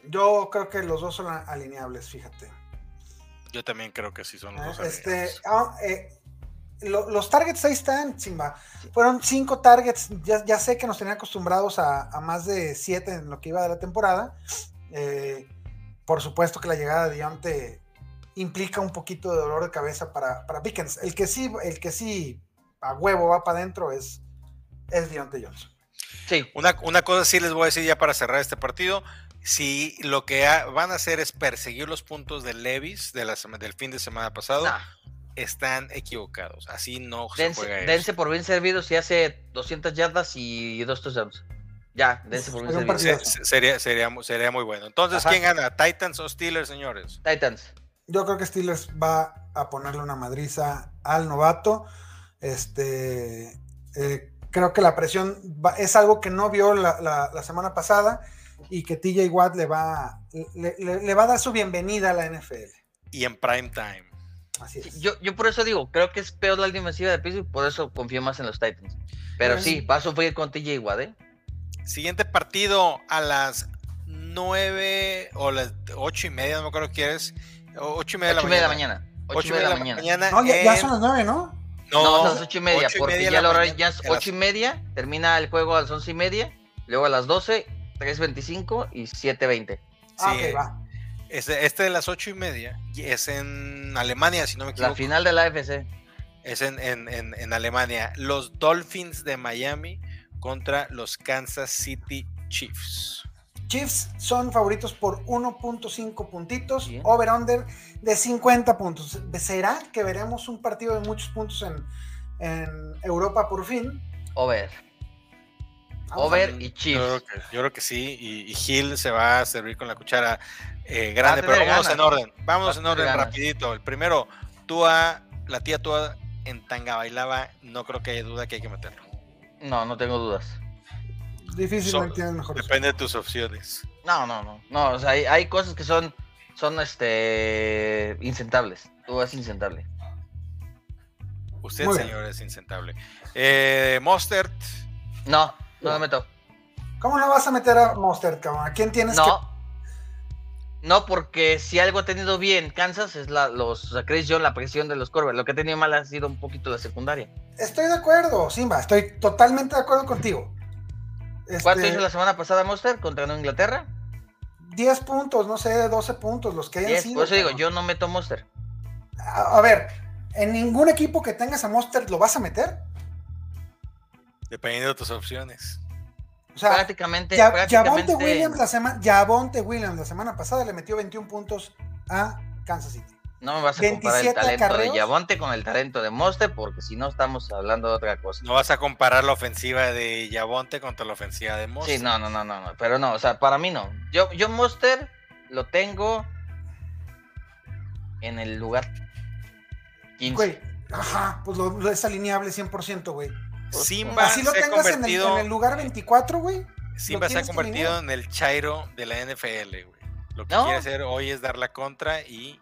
[SPEAKER 1] Yo creo que los dos son a- alineables, fíjate.
[SPEAKER 3] Yo también creo que sí son los
[SPEAKER 1] Ah,
[SPEAKER 3] dos
[SPEAKER 1] Este,
[SPEAKER 3] alineados.
[SPEAKER 1] ah, eh, lo- los targets ahí están, Simba. Fueron cinco targets. Ya, ya sé que nos tenían acostumbrados a, a más de siete en lo que iba de la temporada. Eh, por supuesto que la llegada de Deontay implica un poquito de dolor de cabeza para, para Pickens. El que sí, el que sí a huevo va para adentro es, es Deontay Johnson.
[SPEAKER 2] Sí,
[SPEAKER 3] Una, una cosa sí les voy a decir ya para cerrar este partido. Si lo que ha- van a hacer es perseguir los puntos de Levis de la sema- del fin de semana pasado,
[SPEAKER 2] nah,
[SPEAKER 3] están equivocados. Así no se
[SPEAKER 2] dense,
[SPEAKER 3] juega
[SPEAKER 2] dense
[SPEAKER 3] eso.
[SPEAKER 2] por bien servido si hace 200 yardas y dos touchdowns. Ya, dense por bien
[SPEAKER 1] Fue Pues, un
[SPEAKER 2] servido.
[SPEAKER 1] partido.
[SPEAKER 3] Se- se- sería, sería, mu- sería muy bueno. Entonces,
[SPEAKER 2] Ajá.
[SPEAKER 3] ¿quién gana? ¿Titans o Steelers, señores?
[SPEAKER 2] Titans.
[SPEAKER 1] Yo creo que Steelers va a ponerle una madriza al novato. Este, eh, creo que la presión va- es algo que no vio la, la- la semana pasada y que TJ Watt le va, le, le- le va a dar su bienvenida a la NFL.
[SPEAKER 3] Y en prime time.
[SPEAKER 1] Así es.
[SPEAKER 2] Yo, yo por eso digo, creo que es peor la defensiva de Pittsburgh, por eso confío más en los Titans. Pero
[SPEAKER 1] Bueno,
[SPEAKER 2] sí,
[SPEAKER 1] sí.
[SPEAKER 2] va a sufrir con TJ Watt, ¿eh?
[SPEAKER 3] Siguiente partido a las 9 o las 8 y media, no me acuerdo quién es. 8 y media,
[SPEAKER 2] 8 y media de la mañana. 8 y media de la mañana.
[SPEAKER 1] No, ya, ya
[SPEAKER 3] en-
[SPEAKER 1] son las nueve, ¿no?
[SPEAKER 2] No, son las 8 y media,
[SPEAKER 3] ocho
[SPEAKER 2] porque
[SPEAKER 3] media de
[SPEAKER 2] ya
[SPEAKER 3] la
[SPEAKER 2] lo horario
[SPEAKER 3] mañana,
[SPEAKER 2] ya es
[SPEAKER 3] a las-
[SPEAKER 2] 8 y media, termina el juego a las 11 y media, luego a las 12, 3.25 y 7.20.
[SPEAKER 1] Ah,
[SPEAKER 3] Sí.
[SPEAKER 1] ok, va.
[SPEAKER 3] Este, este de las ocho y media y es en Alemania, si no me
[SPEAKER 2] La
[SPEAKER 3] equivoco.
[SPEAKER 2] final de la AFC.
[SPEAKER 3] Es en, en- en- en Alemania. Los Dolphins de Miami contra los Kansas City Chiefs.
[SPEAKER 1] Chiefs son favoritos por 1.5 puntitos,
[SPEAKER 2] Bien.
[SPEAKER 1] over-under de 50 puntos. ¿Será que veremos un partido de muchos puntos en, en Europa por fin?
[SPEAKER 2] Over.
[SPEAKER 1] Vamos a
[SPEAKER 2] Over.
[SPEAKER 1] ver.
[SPEAKER 2] y
[SPEAKER 3] Yo creo
[SPEAKER 2] Chiefs.
[SPEAKER 3] que, yo creo que sí. Y, y Hill se va a servir con la cuchara eh, grande.
[SPEAKER 2] Va a
[SPEAKER 3] Pero
[SPEAKER 2] tener
[SPEAKER 3] vamos
[SPEAKER 2] ganas.
[SPEAKER 3] en orden.
[SPEAKER 2] Va a
[SPEAKER 3] Vamos en
[SPEAKER 2] tener
[SPEAKER 3] orden
[SPEAKER 2] ganas.
[SPEAKER 3] rapidito. El primero, Tua, la tía Tua en Tanga Bailaba. No creo que haya duda que hay que meterlo.
[SPEAKER 2] No, no tengo dudas.
[SPEAKER 1] Difícilmente
[SPEAKER 3] So-
[SPEAKER 1] tienen mejores.
[SPEAKER 3] Depende de tus opciones.
[SPEAKER 2] No, no, no. No, o sea, hay, hay cosas que son, son este, insentables. Tú es insentable.
[SPEAKER 3] Usted,
[SPEAKER 1] Muy bien.
[SPEAKER 3] señor, es insentable. Eh, Mostert.
[SPEAKER 2] No, no lo meto.
[SPEAKER 1] ¿Cómo no vas a meter a Mostert, cabrón? ¿A quién tienes que...?
[SPEAKER 2] No. No, porque si algo ha tenido bien Kansas es la, los, o sea, Chris Jones, la presión de los Corbett. Lo que ha tenido mal ha sido un poquito la secundaria.
[SPEAKER 1] Estoy de acuerdo, Simba. Estoy totalmente de acuerdo contigo.
[SPEAKER 2] ¿Cuánto
[SPEAKER 1] Este,
[SPEAKER 2] hizo la semana pasada Monster contra Nueva Inglaterra?
[SPEAKER 1] 10 puntos, no sé, 12 puntos, los que hayan
[SPEAKER 2] Diez.
[SPEAKER 1] sido.
[SPEAKER 2] Por eso digo,
[SPEAKER 1] cabrón.
[SPEAKER 2] yo no meto Monster.
[SPEAKER 1] A, a ver, ¿en ningún equipo que tengas a Mostert lo vas a meter?
[SPEAKER 3] Dependiendo de tus opciones.
[SPEAKER 1] O sea,
[SPEAKER 2] prácticamente,
[SPEAKER 1] Ya- Javonte
[SPEAKER 2] prácticamente.
[SPEAKER 1] Williams, la sema- Javonte Williams la semana pasada le metió 21 puntos a Kansas City.
[SPEAKER 2] No me vas a comparar
[SPEAKER 1] 27
[SPEAKER 2] el talento
[SPEAKER 1] acarreos.
[SPEAKER 2] de Yavonte con el talento de Monster, porque si no estamos hablando de otra cosa.
[SPEAKER 3] No vas a comparar la ofensiva de Yabonte contra la ofensiva de Moss.
[SPEAKER 2] Sí, no, no, no, no, no, pero no, o sea, para mí no. Yo, yo Monster lo tengo en el lugar 15.
[SPEAKER 1] Güey, ajá, pues lo, lo es alineable 100%, güey.
[SPEAKER 3] Simba
[SPEAKER 1] Así lo
[SPEAKER 3] se ha
[SPEAKER 1] tengas en el,
[SPEAKER 3] convertido,
[SPEAKER 1] en el lugar 24, güey.
[SPEAKER 3] Simba se ha
[SPEAKER 1] tienes que
[SPEAKER 3] convertido
[SPEAKER 1] eliminar.
[SPEAKER 3] en el Chairo de la NFL, güey. Lo que
[SPEAKER 2] No.
[SPEAKER 3] quiere hacer hoy es dar la contra y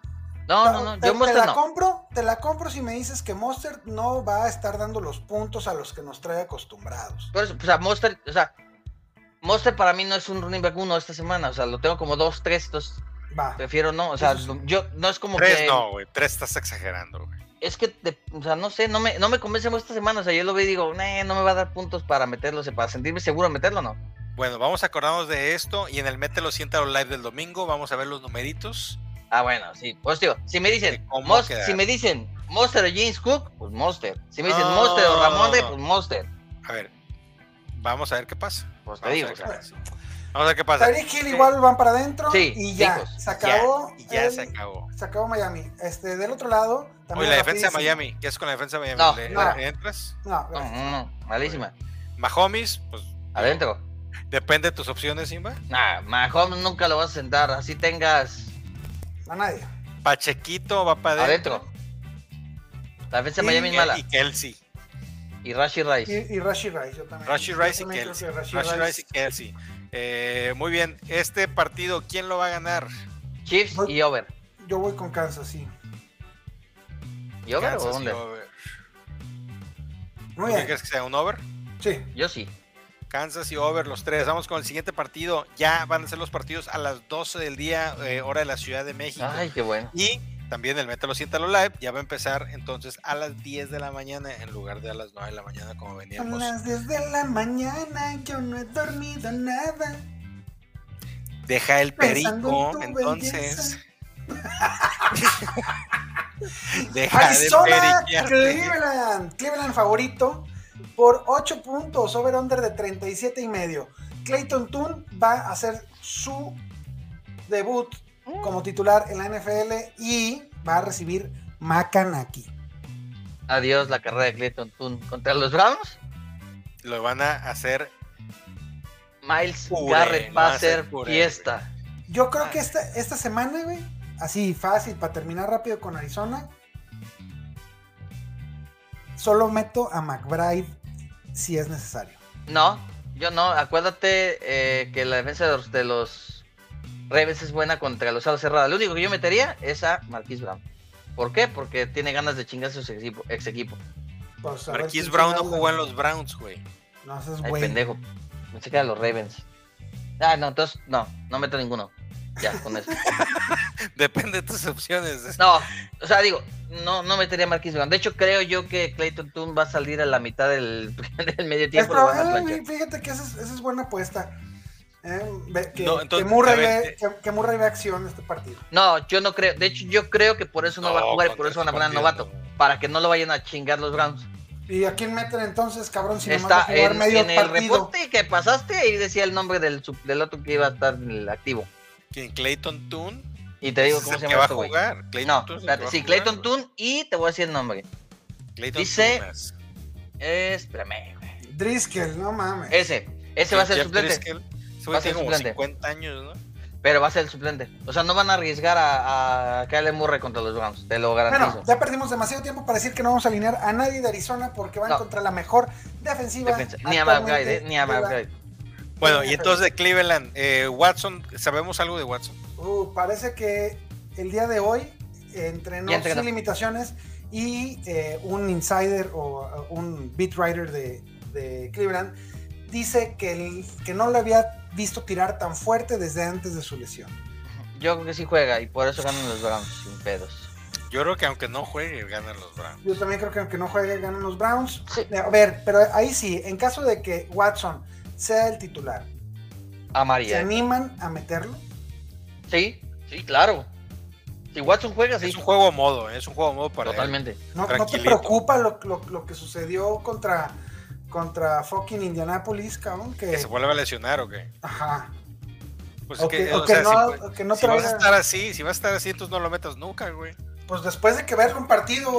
[SPEAKER 2] No, no, no,
[SPEAKER 1] te,
[SPEAKER 2] yo
[SPEAKER 1] te
[SPEAKER 2] Monster
[SPEAKER 1] la
[SPEAKER 2] no.
[SPEAKER 1] compro, te la compro si me dices que Monster no va a estar dando los puntos a los que nos trae acostumbrados.
[SPEAKER 2] Por eso, o sea, Monster, o sea, Monster para mí no es un running back uno esta semana, o sea, lo tengo como dos, tres, dos,
[SPEAKER 1] Va.
[SPEAKER 2] prefiero no, o sea,
[SPEAKER 1] Eso
[SPEAKER 2] yo no es como
[SPEAKER 3] tres
[SPEAKER 2] que
[SPEAKER 3] no, güey. Tres estás exagerando, güey.
[SPEAKER 2] es que de- o sea, no sé, no me no me convence mucho esta semana, o sea, yo lo veo y digo, "Nee, no me va a dar puntos para meterlo, o sea, para sentirme seguro en meterlo, no.
[SPEAKER 3] Bueno, vamos a acordarnos de esto y en el Mételo Siéntalo Live del domingo vamos a ver los numeritos.
[SPEAKER 2] Ah, bueno, sí, pues tío, si me
[SPEAKER 3] ¿De
[SPEAKER 2] dicen,
[SPEAKER 3] cómo
[SPEAKER 2] Mos-
[SPEAKER 3] quedar?
[SPEAKER 2] si me dicen Monster o James Cook, pues Monster. Si me dicen
[SPEAKER 3] No,
[SPEAKER 2] Monster o Ramón,
[SPEAKER 3] no, no.
[SPEAKER 2] pues Monster.
[SPEAKER 3] A ver, vamos a ver qué pasa.
[SPEAKER 2] Pues te
[SPEAKER 3] Vamos a
[SPEAKER 2] digo,
[SPEAKER 3] ver
[SPEAKER 2] o
[SPEAKER 3] qué
[SPEAKER 2] sea,
[SPEAKER 3] pasa. Vamos a ver qué pasa.
[SPEAKER 1] Tyreek Hill igual van para adentro
[SPEAKER 2] Sí,
[SPEAKER 1] y ya,
[SPEAKER 2] hijos,
[SPEAKER 1] se acabó.
[SPEAKER 3] Y ya
[SPEAKER 1] el-
[SPEAKER 3] se acabó.
[SPEAKER 1] se acabó Miami. Este, del otro lado,
[SPEAKER 3] Oye, la defensa de
[SPEAKER 1] rapidísimo.
[SPEAKER 3] Miami. ¿Qué haces con la defensa de Miami?
[SPEAKER 2] No,
[SPEAKER 3] ¿Le,
[SPEAKER 1] no.
[SPEAKER 3] le entras?
[SPEAKER 1] No,
[SPEAKER 2] No,
[SPEAKER 1] gracias.
[SPEAKER 2] no, no, malísima.
[SPEAKER 3] Mahomes, pues
[SPEAKER 2] Adentro.
[SPEAKER 3] depende de tus opciones, Simba.
[SPEAKER 2] Nah, Mahomes nunca lo vas a sentar. Así tengas
[SPEAKER 1] a nadie.
[SPEAKER 3] Pachequito va para adentro.
[SPEAKER 2] adentro. La defensa de
[SPEAKER 1] Y-
[SPEAKER 2] Miami es mala.
[SPEAKER 3] Y Kelsey.
[SPEAKER 2] Y Rashi Rice.
[SPEAKER 1] Y, y Rashi Rice, yo también.
[SPEAKER 3] Rashi
[SPEAKER 1] Yo
[SPEAKER 3] Rice y
[SPEAKER 1] también creo
[SPEAKER 3] Kelsey.
[SPEAKER 1] que Rashi
[SPEAKER 3] Rashi
[SPEAKER 1] Rice-
[SPEAKER 3] Rice y Kelsey. Eh, muy bien. Este partido, ¿quién lo va a ganar?
[SPEAKER 2] Chiefs y
[SPEAKER 3] Pues,
[SPEAKER 2] Over.
[SPEAKER 1] Yo voy con Kansas, sí.
[SPEAKER 2] ¿Y Over
[SPEAKER 3] Kansas
[SPEAKER 2] o
[SPEAKER 3] y
[SPEAKER 2] Under?
[SPEAKER 3] over. ¿Tú
[SPEAKER 1] Muy
[SPEAKER 3] qué
[SPEAKER 1] bien.
[SPEAKER 3] crees que sea un over?
[SPEAKER 1] Sí.
[SPEAKER 2] Yo sí.
[SPEAKER 3] Kansas y over los tres. Vamos con el siguiente partido. Ya van a ser los partidos a las 12 del día, eh, hora de la Ciudad de México.
[SPEAKER 2] Ay, qué bueno.
[SPEAKER 3] Y también el Métalo Siéntalo Live ya va a empezar entonces a las 10 de la mañana en lugar de a las 9 de la mañana como
[SPEAKER 1] Son
[SPEAKER 3] veníamos.
[SPEAKER 1] las 10 de la mañana, yo no he dormido nada.
[SPEAKER 3] Deja el
[SPEAKER 1] Pensando en
[SPEAKER 3] perico,
[SPEAKER 1] tu
[SPEAKER 3] entonces. Deja de
[SPEAKER 1] Arizona,
[SPEAKER 3] periquearte.
[SPEAKER 1] Cleveland. Cleveland favorito por 8 puntos, over-under de 37 y medio. Clayton Toon va a hacer su debut como titular en la NFL y va a recibir Macanaki.
[SPEAKER 2] Adiós la carrera de Clayton Toon contra los Browns.
[SPEAKER 3] Lo van a hacer
[SPEAKER 2] Miles
[SPEAKER 3] Puré,
[SPEAKER 2] Garrett
[SPEAKER 3] no
[SPEAKER 2] va a
[SPEAKER 3] va a ser
[SPEAKER 2] ser
[SPEAKER 3] puré,
[SPEAKER 2] fiesta.
[SPEAKER 1] Yo creo que esta, esta semana, güey, así fácil, para terminar rápido con Arizona, solo meto a McBride si es necesario.
[SPEAKER 2] No, yo no. Acuérdate eh, que la defensa de los, de los Ravens es buena contra los alas cerradas. Lo único que yo metería es a Marquis Brown. ¿Por qué? Porque tiene ganas de chingar a su equipo, ex equipo.
[SPEAKER 1] Pues, a ver
[SPEAKER 3] Marquis
[SPEAKER 1] quién
[SPEAKER 3] Brown no
[SPEAKER 1] se habla.
[SPEAKER 3] jugó en los Browns, güey.
[SPEAKER 1] No, eso es
[SPEAKER 2] Ay,
[SPEAKER 1] güey.
[SPEAKER 2] pendejo. Me que eran los Ravens. Ah, no, entonces no, no meto ninguno. Ya, con eso.
[SPEAKER 3] Depende de tus opciones.
[SPEAKER 2] No, o sea, digo, no, no metería a Marquis Brown. De hecho, creo yo que Clayton Toon va a salir a la mitad del, del medio
[SPEAKER 1] Es
[SPEAKER 2] tiempo. lo van a
[SPEAKER 1] probable,
[SPEAKER 2] planchar.
[SPEAKER 1] eh, fíjate que esa es, esa es buena apuesta. Eh, ve- que,
[SPEAKER 3] No, entonces,
[SPEAKER 1] que Murray
[SPEAKER 3] a ver,
[SPEAKER 2] eh,
[SPEAKER 1] ve, que, que Murray ve acción en este partido.
[SPEAKER 2] No, yo no creo. De hecho, yo creo que por eso no, va a jugar y por eso van a poner al novato. Para que no lo vayan a chingar los Browns.
[SPEAKER 1] ¿Y a quién meten entonces, cabrón, si nomás va a
[SPEAKER 2] Está
[SPEAKER 1] jugar
[SPEAKER 2] en,
[SPEAKER 1] medio
[SPEAKER 2] en el
[SPEAKER 1] partido?
[SPEAKER 2] reporte que pasaste, ahí decía el nombre del, sub- del otro que iba a estar en el activo.
[SPEAKER 3] ¿Quién? Clayton Toon.
[SPEAKER 2] Y te digo
[SPEAKER 3] Ese
[SPEAKER 2] cómo
[SPEAKER 3] es
[SPEAKER 2] se
[SPEAKER 3] el que
[SPEAKER 2] llama
[SPEAKER 3] va a
[SPEAKER 2] este güey.
[SPEAKER 3] jugar. Clayton
[SPEAKER 2] No,
[SPEAKER 3] Toon es el
[SPEAKER 2] espérate,
[SPEAKER 3] que va a
[SPEAKER 2] sí,
[SPEAKER 3] jugar,
[SPEAKER 2] Clayton
[SPEAKER 3] güey.
[SPEAKER 2] Toon y te voy a decir el nombre.
[SPEAKER 3] Clayton
[SPEAKER 2] dice-
[SPEAKER 3] Toon es-
[SPEAKER 2] Eh, espérame, güey.
[SPEAKER 1] Driscoll, no mames.
[SPEAKER 2] Ese, ese va a ser el
[SPEAKER 3] Jeff
[SPEAKER 2] suplente,
[SPEAKER 3] Driscoll. Ese
[SPEAKER 2] Va
[SPEAKER 3] güey
[SPEAKER 2] a ser
[SPEAKER 3] tiene como
[SPEAKER 2] suplente.
[SPEAKER 3] 50 años, ¿no?
[SPEAKER 2] pero va a ser el suplente. O sea, no van a arriesgar a, a Kyle Murray contra los Browns, te lo garantizo.
[SPEAKER 1] Bueno, ya perdimos demasiado tiempo para decir que no vamos a alinear a nadie de Arizona porque van
[SPEAKER 2] No.
[SPEAKER 1] contra la mejor defensiva.
[SPEAKER 2] Defensa. Ni a
[SPEAKER 1] actualmente
[SPEAKER 2] McBride, eh, ni a
[SPEAKER 1] de la-
[SPEAKER 2] McBride.
[SPEAKER 3] Bueno, y entonces de Cleveland, eh, Watson, ¿sabemos algo de Watson?
[SPEAKER 1] Uh, parece que el día de hoy eh, entrenó
[SPEAKER 2] Ya entrenó.
[SPEAKER 1] sin limitaciones y eh, un insider o uh, un beat writer de, de Cleveland dice que, el- que no lo había visto tirar tan fuerte desde antes de su lesión.
[SPEAKER 2] Yo creo que sí juega y por eso ganan los Browns sin pedos.
[SPEAKER 3] Yo creo que aunque no juegue, ganan los Browns.
[SPEAKER 1] Yo también creo que aunque no juegue ganan los Browns.
[SPEAKER 2] Sí.
[SPEAKER 1] A ver, pero ahí sí, en caso de que Watson sea el titular,
[SPEAKER 2] A
[SPEAKER 1] ¿se
[SPEAKER 2] María.
[SPEAKER 1] animan a meterlo?
[SPEAKER 2] Sí, sí, claro. Si Watson juega, Ah, sí.
[SPEAKER 3] Es un juego a modo, eh, es un juego a modo para él.
[SPEAKER 2] Totalmente.
[SPEAKER 1] ¿No, no te
[SPEAKER 3] Tranquilito.
[SPEAKER 1] preocupa lo, lo- lo que sucedió contra, contra fucking Indianapolis, cabrón? Que,
[SPEAKER 3] ¿Que se vuelva a lesionar o qué?
[SPEAKER 1] Ajá.
[SPEAKER 3] Pues
[SPEAKER 1] o
[SPEAKER 3] es
[SPEAKER 1] que,
[SPEAKER 3] que,
[SPEAKER 1] o
[SPEAKER 3] o
[SPEAKER 1] que
[SPEAKER 3] sea,
[SPEAKER 1] no,
[SPEAKER 3] si,
[SPEAKER 1] o que no
[SPEAKER 3] si vas a
[SPEAKER 1] traiga-
[SPEAKER 3] estar así, si vas a estar así, entonces no lo metas nunca, güey.
[SPEAKER 1] Pues después de que veas un partido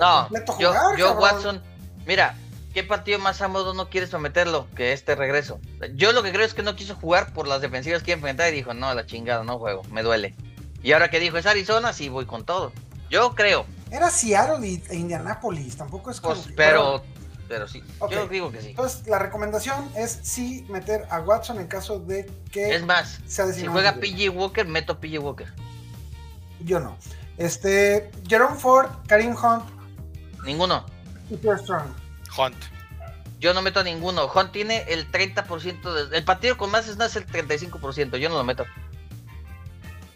[SPEAKER 2] No,
[SPEAKER 1] completo
[SPEAKER 2] yo,
[SPEAKER 1] jugar,
[SPEAKER 2] yo
[SPEAKER 1] cabrón.
[SPEAKER 2] Watson, mira, ¿qué partido más a modo no quieres someterlo que este regreso? Yo lo que creo es que no quiso jugar por las defensivas que enfrentaba y dijo, no, a la chingada, no juego, me duele. Y ahora que dijo, es Arizona, sí voy con todo. Yo creo,
[SPEAKER 1] Era Seattle y- e Indianapolis, tampoco es como
[SPEAKER 2] pues,
[SPEAKER 1] que-
[SPEAKER 2] pero,
[SPEAKER 1] bueno,
[SPEAKER 2] pero sí,
[SPEAKER 1] Ok.
[SPEAKER 2] yo digo que sí.
[SPEAKER 1] entonces, la recomendación es sí meter a Watson en caso de que
[SPEAKER 2] Es más,
[SPEAKER 1] sea
[SPEAKER 2] si
[SPEAKER 1] designado
[SPEAKER 2] juega
[SPEAKER 1] libre.
[SPEAKER 2] PG Walker, meto PG Walker.
[SPEAKER 1] Yo no. Este, Jerome Ford, Karim Hunt
[SPEAKER 2] Ninguno.
[SPEAKER 1] y Pierre Strong.
[SPEAKER 3] Hunt.
[SPEAKER 2] Yo no meto a ninguno. Juan tiene el 30%. De, el partido con más snaps es el 35%. Yo no lo meto.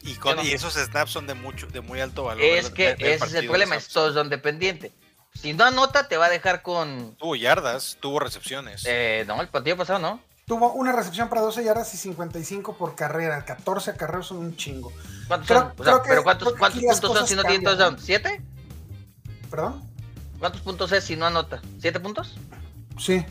[SPEAKER 3] Y,
[SPEAKER 2] Yo
[SPEAKER 3] con-
[SPEAKER 2] no.
[SPEAKER 3] y esos snaps son de mucho, de muy alto valor.
[SPEAKER 2] es
[SPEAKER 3] del-
[SPEAKER 2] que
[SPEAKER 3] del- del
[SPEAKER 2] ese es el
[SPEAKER 3] partido,
[SPEAKER 2] problema.
[SPEAKER 3] los
[SPEAKER 2] Es todo son dependiente. Si no anota, te va a dejar con.
[SPEAKER 3] snaps. Tuvo yardas, tuvo recepciones.
[SPEAKER 2] eh, no, el partido pasado no.
[SPEAKER 1] Tuvo una recepción para 12 yardas y 55 por carrera. 14 carreras son un chingo.
[SPEAKER 2] ¿Cuántos
[SPEAKER 1] Creo-
[SPEAKER 2] son? O sea,
[SPEAKER 1] creo que-
[SPEAKER 2] pero ¿cuántos,
[SPEAKER 1] creo que
[SPEAKER 2] cuántos
[SPEAKER 1] aquí las
[SPEAKER 2] puntos son si
[SPEAKER 1] cosas
[SPEAKER 2] no tiene
[SPEAKER 1] cambian,
[SPEAKER 2] touchdown? ¿Siete?
[SPEAKER 1] ¿Perdón?
[SPEAKER 2] ¿Cuántos puntos es si no anota? ¿Siete puntos?
[SPEAKER 1] Sí.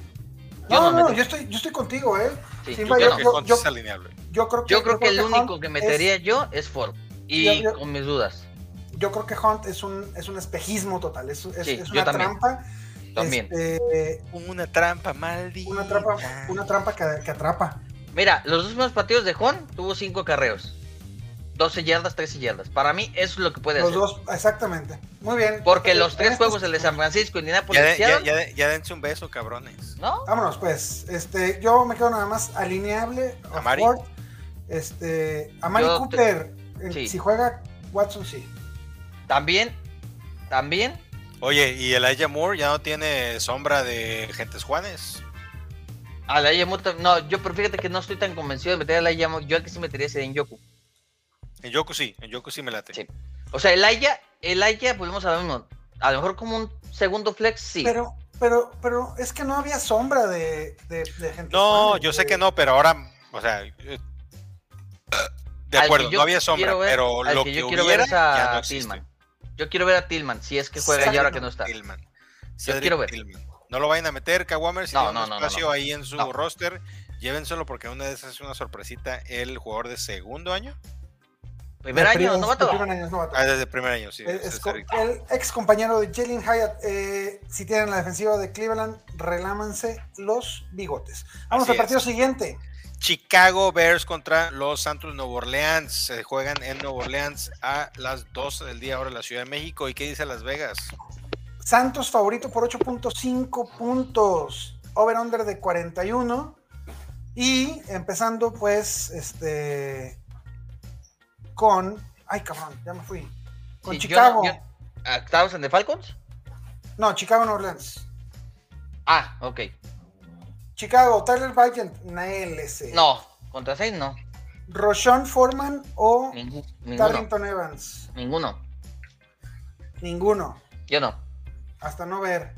[SPEAKER 2] Yo
[SPEAKER 1] No,
[SPEAKER 2] no
[SPEAKER 1] no,
[SPEAKER 2] meto.
[SPEAKER 1] yo estoy, yo estoy contigo, ¿eh?
[SPEAKER 2] Sí,
[SPEAKER 1] Sin
[SPEAKER 2] yo
[SPEAKER 1] mayor-
[SPEAKER 2] creo
[SPEAKER 3] Creo que
[SPEAKER 1] yo-
[SPEAKER 3] Hunt
[SPEAKER 1] yo-
[SPEAKER 3] es alineable.
[SPEAKER 1] Yo creo que,
[SPEAKER 2] Yo creo que el
[SPEAKER 1] Hunt
[SPEAKER 2] único que metería yo es Ford. Y
[SPEAKER 1] Yo- yo-
[SPEAKER 2] con mis dudas.
[SPEAKER 1] es- yo creo que Hunt es un, es un espejismo total, es, es-
[SPEAKER 2] Sí,
[SPEAKER 1] es
[SPEAKER 2] yo
[SPEAKER 1] una
[SPEAKER 2] también.
[SPEAKER 1] trampa.
[SPEAKER 2] También.
[SPEAKER 1] este,
[SPEAKER 3] Una trampa maldita.
[SPEAKER 1] una trampa,
[SPEAKER 3] Ah.
[SPEAKER 1] una trampa que, que atrapa.
[SPEAKER 2] Mira, los dos últimos partidos de Juan tuvo cinco carreos. 12 yardas, 13 yardas. Para mí eso es lo que puede
[SPEAKER 1] Los
[SPEAKER 2] hacer.
[SPEAKER 1] dos, exactamente. Muy bien.
[SPEAKER 2] Porque
[SPEAKER 1] Entonces,
[SPEAKER 2] los
[SPEAKER 1] en este
[SPEAKER 2] tres
[SPEAKER 1] estos-
[SPEAKER 2] juegos, el de San Francisco,
[SPEAKER 3] Ya,
[SPEAKER 2] Indianapolis,
[SPEAKER 3] de- ya,
[SPEAKER 2] Seattle,
[SPEAKER 3] ya de- ya dense un beso, cabrones.
[SPEAKER 2] ¿no?
[SPEAKER 1] Vámonos, pues. Este, yo me quedo nada más alineable. a
[SPEAKER 3] Amari.
[SPEAKER 1] Ford, este, a Mari
[SPEAKER 2] Yo te-
[SPEAKER 1] Cooper. eh,
[SPEAKER 2] sí.
[SPEAKER 1] Si juega Watson, sí.
[SPEAKER 2] También, también,
[SPEAKER 3] Oye, y Elijah Moore ya no tiene sombra de Gentes Juanes.
[SPEAKER 2] a la Aya Moore tam- No, yo, pero fíjate que no estoy tan convencido de meter a la Aya Moore. Yo al que sí metería sería en Yoku.
[SPEAKER 3] En Yoku sí, en Yoku sí me late.
[SPEAKER 2] Sí. O sea, el Aya, el Aya, volvemos a lo mismo. A lo mejor como un segundo flex, sí.
[SPEAKER 1] Pero, pero, pero es que no había sombra de, de, de gente.
[SPEAKER 3] No,
[SPEAKER 1] hispana,
[SPEAKER 3] yo sé
[SPEAKER 1] de-
[SPEAKER 3] que no, pero ahora, o sea, eh, de
[SPEAKER 2] Al que
[SPEAKER 3] acuerdo,
[SPEAKER 2] yo
[SPEAKER 3] no había sombra,
[SPEAKER 2] quiero ver-
[SPEAKER 3] pero
[SPEAKER 2] al
[SPEAKER 3] lo
[SPEAKER 2] que
[SPEAKER 3] que,
[SPEAKER 2] yo quiero ver
[SPEAKER 3] hubiera
[SPEAKER 2] es a
[SPEAKER 3] ya no existe.
[SPEAKER 2] Tillman. Yo quiero ver a Tillman, si es que juega ya ahora que no está.
[SPEAKER 3] Tillman.
[SPEAKER 2] Yo
[SPEAKER 3] Cedric
[SPEAKER 2] quiero ver.
[SPEAKER 3] Tillman. No lo vayan a meter, Kawamers, si
[SPEAKER 2] No,
[SPEAKER 3] tiene
[SPEAKER 2] no,
[SPEAKER 3] un
[SPEAKER 2] no, no,
[SPEAKER 3] espacio
[SPEAKER 2] no.
[SPEAKER 3] ahí en su
[SPEAKER 2] No.
[SPEAKER 3] roster, llévenselo porque una vez es una sorpresita el jugador de segundo año.
[SPEAKER 2] Primer
[SPEAKER 1] de
[SPEAKER 2] año,
[SPEAKER 1] primer-
[SPEAKER 2] novato.
[SPEAKER 1] de primer año, es novato.
[SPEAKER 3] Ah, desde primer año, sí.
[SPEAKER 1] Eh,
[SPEAKER 3] es
[SPEAKER 1] es co-
[SPEAKER 3] Cedric.
[SPEAKER 1] el ex compañero de Jalen Hyatt, eh, si tienen la defensiva de Cleveland, relámanse los bigotes. Vamos
[SPEAKER 3] Así
[SPEAKER 1] al partido
[SPEAKER 3] es.
[SPEAKER 1] siguiente.
[SPEAKER 3] Chicago Bears contra los Santos Nuevo Orleans. Se juegan en Nuevo Orleans a las 12 del día ahora en la Ciudad de México. ¿Y qué dice Las Vegas?
[SPEAKER 1] Santos favorito por 8.5 puntos. Over-under de 41. Y empezando, pues, este. Con. Ay, cabrón, ya me fui. Con
[SPEAKER 2] Sí, yo
[SPEAKER 1] Chicago.
[SPEAKER 2] no- yo- ¿Ah, ¿Estabas en The Falcons?
[SPEAKER 1] No, Chicago, New Orleans.
[SPEAKER 2] Ah, ok.
[SPEAKER 1] Chicago, Tyler Bryant, NLC.
[SPEAKER 2] No, contra seis no.
[SPEAKER 1] Roshan Foreman o
[SPEAKER 2] Ningú- ninguno.
[SPEAKER 1] Darrington Evans.
[SPEAKER 2] Ninguno.
[SPEAKER 1] Ninguno.
[SPEAKER 2] Yo no.
[SPEAKER 1] Hasta no ver.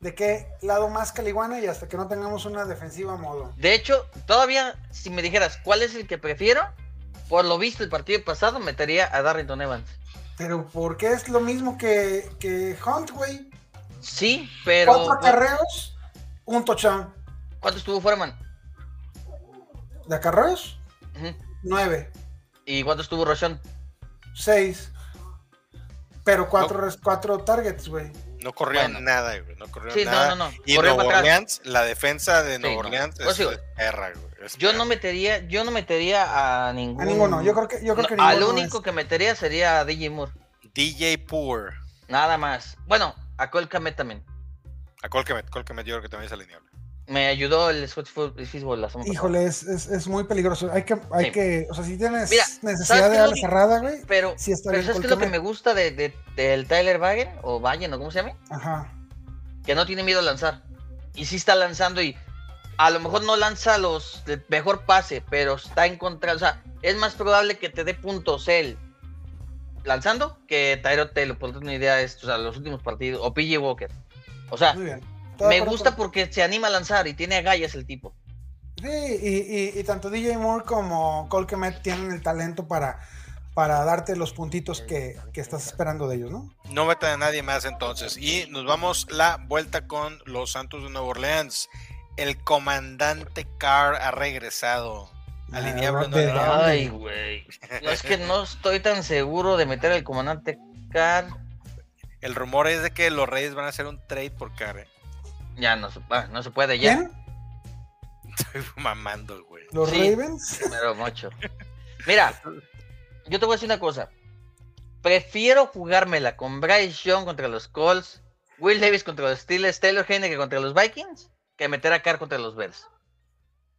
[SPEAKER 1] ¿De qué lado más caliguana y hasta que no tengamos una defensiva a modo?
[SPEAKER 2] De hecho, todavía, si me dijeras cuál es el que prefiero, por lo visto el partido pasado metería a Darrington Evans.
[SPEAKER 1] Pero porque es lo mismo que, que Hunt, güey.
[SPEAKER 2] Sí, pero.
[SPEAKER 1] Cuatro acarreos, un touchdown.
[SPEAKER 2] ¿Cuánto estuvo Foreman?
[SPEAKER 1] ¿De acarreos?
[SPEAKER 2] Ujú.
[SPEAKER 1] Nueve,
[SPEAKER 2] ¿Y cuánto estuvo Roshon?
[SPEAKER 1] seis. Pero cuatro, res- cuatro targets, güey.
[SPEAKER 3] No corrió
[SPEAKER 2] Bueno.
[SPEAKER 3] nada, güey. No corrió
[SPEAKER 2] Sí,
[SPEAKER 3] nada.
[SPEAKER 2] no, no, no.
[SPEAKER 3] Y
[SPEAKER 2] Corrió
[SPEAKER 3] Nuevo
[SPEAKER 2] para atrás.
[SPEAKER 3] Orleans, la defensa de Nuevo
[SPEAKER 2] no.
[SPEAKER 3] Orleans
[SPEAKER 2] Pues
[SPEAKER 3] es
[SPEAKER 2] sí, güey.
[SPEAKER 3] perra, güey. Es
[SPEAKER 2] Yo
[SPEAKER 3] perra.
[SPEAKER 2] no metería, yo no metería a ninguno.
[SPEAKER 1] A ninguno. Yo creo que, yo creo que
[SPEAKER 2] No, al
[SPEAKER 1] ninguno
[SPEAKER 2] único
[SPEAKER 1] es.
[SPEAKER 2] que metería sería a DJ Moore.
[SPEAKER 3] DJ Poor.
[SPEAKER 2] Nada más. Bueno, a Colcamet también.
[SPEAKER 3] A Ah, Colquemet, Colquemet yo creo que también es alineable.
[SPEAKER 2] Me ayudó el Scotch Fútbol la semana pasada.
[SPEAKER 1] Híjole, es, es, es muy peligroso. Hay que, hay
[SPEAKER 2] Sí.
[SPEAKER 1] que, o sea, si tienes
[SPEAKER 2] Mira,
[SPEAKER 1] necesidad
[SPEAKER 2] ¿sabes qué
[SPEAKER 1] de
[SPEAKER 2] es lo
[SPEAKER 1] ala
[SPEAKER 2] que-
[SPEAKER 1] cerrada, güey,
[SPEAKER 2] Pero,
[SPEAKER 1] sí está
[SPEAKER 2] pero
[SPEAKER 1] bien.
[SPEAKER 2] ¿sabes qué es lo que me
[SPEAKER 1] Colquemet.
[SPEAKER 2] gusta de, de- del Tyler Wagen o Vagen o cómo se llama?
[SPEAKER 1] Ajá.
[SPEAKER 2] Que no tiene miedo a lanzar. Y sí está lanzando y a lo mejor no lanza los el mejor pase, pero está en contra. O sea, es más probable que te dé puntos él lanzando que Tyro Taylor, por una idea, es, o sea, los últimos partidos, o PJ Walker. O sea,
[SPEAKER 1] Muy bien. Todo de
[SPEAKER 2] Ah, me
[SPEAKER 1] acuerdo
[SPEAKER 2] gusta
[SPEAKER 1] con-
[SPEAKER 2] porque se anima a lanzar y tiene agallas el tipo.
[SPEAKER 1] Sí, y, y- y tanto DJ Moore como Colquemet tienen el talento para, para darte los puntitos que, que estás esperando de ellos, ¿no?
[SPEAKER 3] No metan a nadie más entonces. Y nos vamos la vuelta con los Santos de Nueva Orleans. El comandante Carr ha regresado. Alineable,
[SPEAKER 1] Ah,
[SPEAKER 3] no
[SPEAKER 1] de-
[SPEAKER 3] alineable.
[SPEAKER 2] Ay, güey. No, es que no estoy tan seguro de meter al comandante Carr.
[SPEAKER 3] El rumor es de que los Reyes van a hacer un trade por Carr. eh.
[SPEAKER 2] Ya no, se- ah, no se puede, ya.
[SPEAKER 1] ¿Quién?
[SPEAKER 3] Estoy mamando, güey.
[SPEAKER 1] ¿Los
[SPEAKER 2] Sí.
[SPEAKER 1] Ravens?
[SPEAKER 2] Pero mucho. Mira, yo te voy a decir una cosa. Prefiero jugármela con Bryce Young contra los Colts, Will Davis contra los Steelers, Taylor Heineke contra los Vikings, que meter a Carr contra los Bears.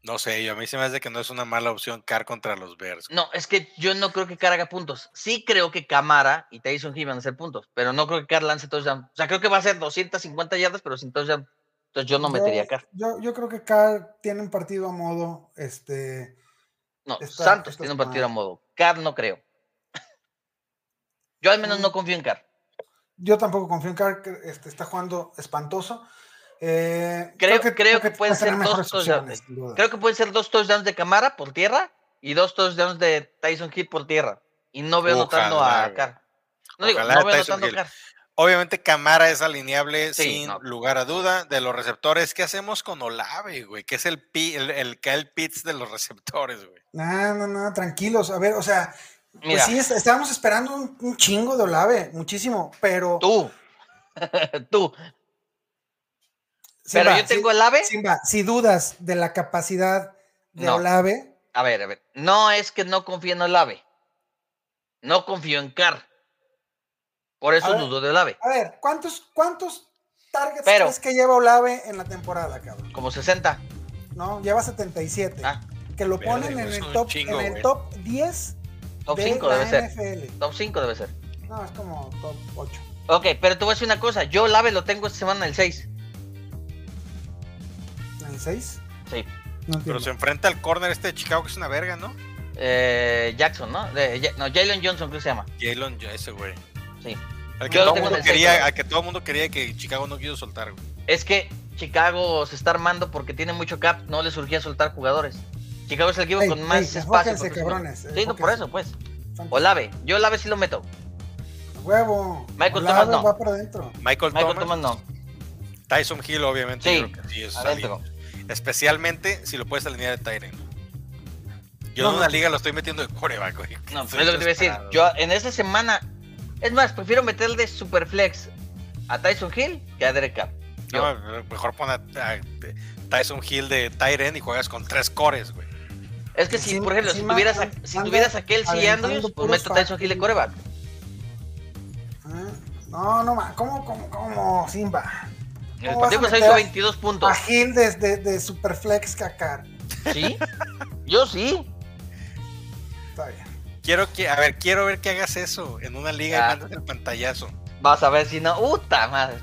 [SPEAKER 3] No sé, yo a mí se me hace que no es una mala opción Carr contra los Bears.
[SPEAKER 2] No, es que yo no creo que Carr haga puntos. Sí creo que Camara y Tyson Hill van a hacer puntos, pero no creo que Carr lance touchdown. O sea, creo que va a ser 250 yardas, pero sin touchdown. Entonces yo no metería a Carr.
[SPEAKER 1] Yo, yo creo que Carr tiene un partido a modo, este,
[SPEAKER 2] No,
[SPEAKER 1] Está-
[SPEAKER 2] Santos
[SPEAKER 1] está
[SPEAKER 2] tiene un partido a
[SPEAKER 1] mal.
[SPEAKER 2] modo. Carr no creo. Yo al menos
[SPEAKER 1] Mm.
[SPEAKER 2] no confío en Carr.
[SPEAKER 1] yo tampoco confío en Carr, que, este, está jugando espantoso. Eh,
[SPEAKER 2] Creo- creo que pueden
[SPEAKER 1] va a tener
[SPEAKER 2] ser
[SPEAKER 1] mejores
[SPEAKER 2] dos cosas,
[SPEAKER 1] opciones, sin duda.
[SPEAKER 2] Creo que pueden ser dos touchdowns de Camara por tierra y dos touchdowns de Tyson Hill por tierra. Y no veo notando
[SPEAKER 3] Ojalá,
[SPEAKER 2] a
[SPEAKER 3] güey.
[SPEAKER 2] Carr. No digo,
[SPEAKER 3] Ojalá
[SPEAKER 2] no veo
[SPEAKER 3] Tyson
[SPEAKER 2] notando a
[SPEAKER 3] Hill.
[SPEAKER 2] Carr.
[SPEAKER 3] Obviamente Camara es alineable
[SPEAKER 2] Sí,
[SPEAKER 3] sin
[SPEAKER 2] no.
[SPEAKER 3] lugar a duda. De los receptores, ¿qué hacemos con Olave, güey? Que es el, pi- el, el Kyle Pitts de los receptores, güey.
[SPEAKER 1] No, no, no, tranquilos. A ver, o sea, pues
[SPEAKER 2] Mira,
[SPEAKER 1] sí, es- estábamos esperando un, un chingo de Olave, muchísimo, pero.
[SPEAKER 2] tú. tú.
[SPEAKER 1] sin
[SPEAKER 2] Pero
[SPEAKER 1] va,
[SPEAKER 2] yo tengo el ave.
[SPEAKER 1] sin- sin va, si dudas de la capacidad de
[SPEAKER 2] No.
[SPEAKER 1] Olave,
[SPEAKER 2] A ver, a ver. No es que no confíe en el ave. No confío en Carr. Por eso
[SPEAKER 1] ver.
[SPEAKER 2] dudo del ave.
[SPEAKER 1] a ver, ¿cuántos, cuántos targets
[SPEAKER 2] Pero-
[SPEAKER 1] crees que lleva Olave en la temporada, cabrón?
[SPEAKER 2] Como 60.
[SPEAKER 1] No, lleva 77.
[SPEAKER 2] Ah,
[SPEAKER 1] que lo
[SPEAKER 3] Verde,
[SPEAKER 1] ponen
[SPEAKER 3] güey,
[SPEAKER 1] en
[SPEAKER 3] es
[SPEAKER 1] el
[SPEAKER 3] un
[SPEAKER 1] top,
[SPEAKER 3] chingo,
[SPEAKER 1] en el
[SPEAKER 3] güey.
[SPEAKER 1] top 10
[SPEAKER 2] top
[SPEAKER 1] de
[SPEAKER 2] 5
[SPEAKER 1] la
[SPEAKER 2] debe ser.
[SPEAKER 1] NFL.
[SPEAKER 2] Top 5 debe ser.
[SPEAKER 1] No, es como top 8.
[SPEAKER 2] Ok, pero te voy a decir una cosa. Yo el ave lo tengo esta semana en el 6.
[SPEAKER 1] ¿En el 6?
[SPEAKER 2] Sí.
[SPEAKER 1] No entiendo.
[SPEAKER 3] Pero se enfrenta al corner este de Chicago, que es una verga, ¿no?
[SPEAKER 2] Eh, Jackson, ¿no? De- ja- no, Jalen Johnson, creo que se llama.
[SPEAKER 3] Jalen, ese, güey.
[SPEAKER 2] Sí.
[SPEAKER 3] Al que,
[SPEAKER 2] Yo lo
[SPEAKER 3] todo
[SPEAKER 2] tengo en
[SPEAKER 3] mundo
[SPEAKER 2] el seis,
[SPEAKER 3] quería,
[SPEAKER 2] güey.
[SPEAKER 3] al que todo mundo quería y que Chicago no quiso soltar, güey.
[SPEAKER 2] Es que Chicago se está armando porque tiene mucho cap, no le surgía soltar jugadores. Chicago es el equipo
[SPEAKER 1] Ey,
[SPEAKER 2] con
[SPEAKER 1] ey,
[SPEAKER 2] más espacio.
[SPEAKER 1] enfóquense,
[SPEAKER 2] porque-
[SPEAKER 1] cabrones, eh,
[SPEAKER 2] Sí, no, por
[SPEAKER 1] enfóquense.
[SPEAKER 2] eso, pues.
[SPEAKER 1] Fan-
[SPEAKER 2] Olave, yo Olave sí lo meto.
[SPEAKER 1] Huevo.
[SPEAKER 2] Michael
[SPEAKER 1] Olave
[SPEAKER 2] Thomas no.
[SPEAKER 1] va para adentro. ¿eh?
[SPEAKER 3] Michael,
[SPEAKER 2] Michael Thomas
[SPEAKER 3] Thomas,
[SPEAKER 2] no,
[SPEAKER 3] Tyson Hill, obviamente.
[SPEAKER 2] Sí,
[SPEAKER 3] yo creo que sí, eso es
[SPEAKER 2] adentro.
[SPEAKER 3] alguien. Especialmente si lo puedes alinear de Tyren. Yo
[SPEAKER 1] No,
[SPEAKER 3] en
[SPEAKER 1] no.
[SPEAKER 3] una liga lo estoy metiendo de coreback, güey.
[SPEAKER 2] No, es
[SPEAKER 3] Estoy
[SPEAKER 2] lo que te iba a decir.
[SPEAKER 3] desesperado.
[SPEAKER 2] Yo en esta semana, es más, prefiero meter de Superflex a Tyson Hill que a Derek Carr. Yo,
[SPEAKER 3] No, mejor pon a, a Tyson Hill de Tyren y juegas con tres cores, güey.
[SPEAKER 2] es que si,
[SPEAKER 1] encima-
[SPEAKER 2] por ejemplo, si
[SPEAKER 1] encima
[SPEAKER 2] tuvieras, a,
[SPEAKER 1] anda-
[SPEAKER 2] si
[SPEAKER 1] anda
[SPEAKER 2] tuvieras a Kelsey y
[SPEAKER 1] aventando
[SPEAKER 2] Andrews, pues
[SPEAKER 1] puros
[SPEAKER 2] meto a Tyson Hill de
[SPEAKER 1] facts.
[SPEAKER 2] coreback.
[SPEAKER 1] Ah, No, no, ma, ¿cómo, cómo, cómo? Simba.
[SPEAKER 2] El
[SPEAKER 1] vas a
[SPEAKER 2] partido pasado
[SPEAKER 1] meter
[SPEAKER 2] hizo
[SPEAKER 1] a-
[SPEAKER 2] 22 puntos.
[SPEAKER 1] Agil desde de Superflex Cacar.
[SPEAKER 2] ¿Sí? Yo sí.
[SPEAKER 1] Está bien.
[SPEAKER 3] Quiero que, a ver, quiero ver que hagas eso en una liga
[SPEAKER 2] Ya.
[SPEAKER 3] y mandas el pantallazo.
[SPEAKER 2] Vas a ver si no. ¡Uta madre!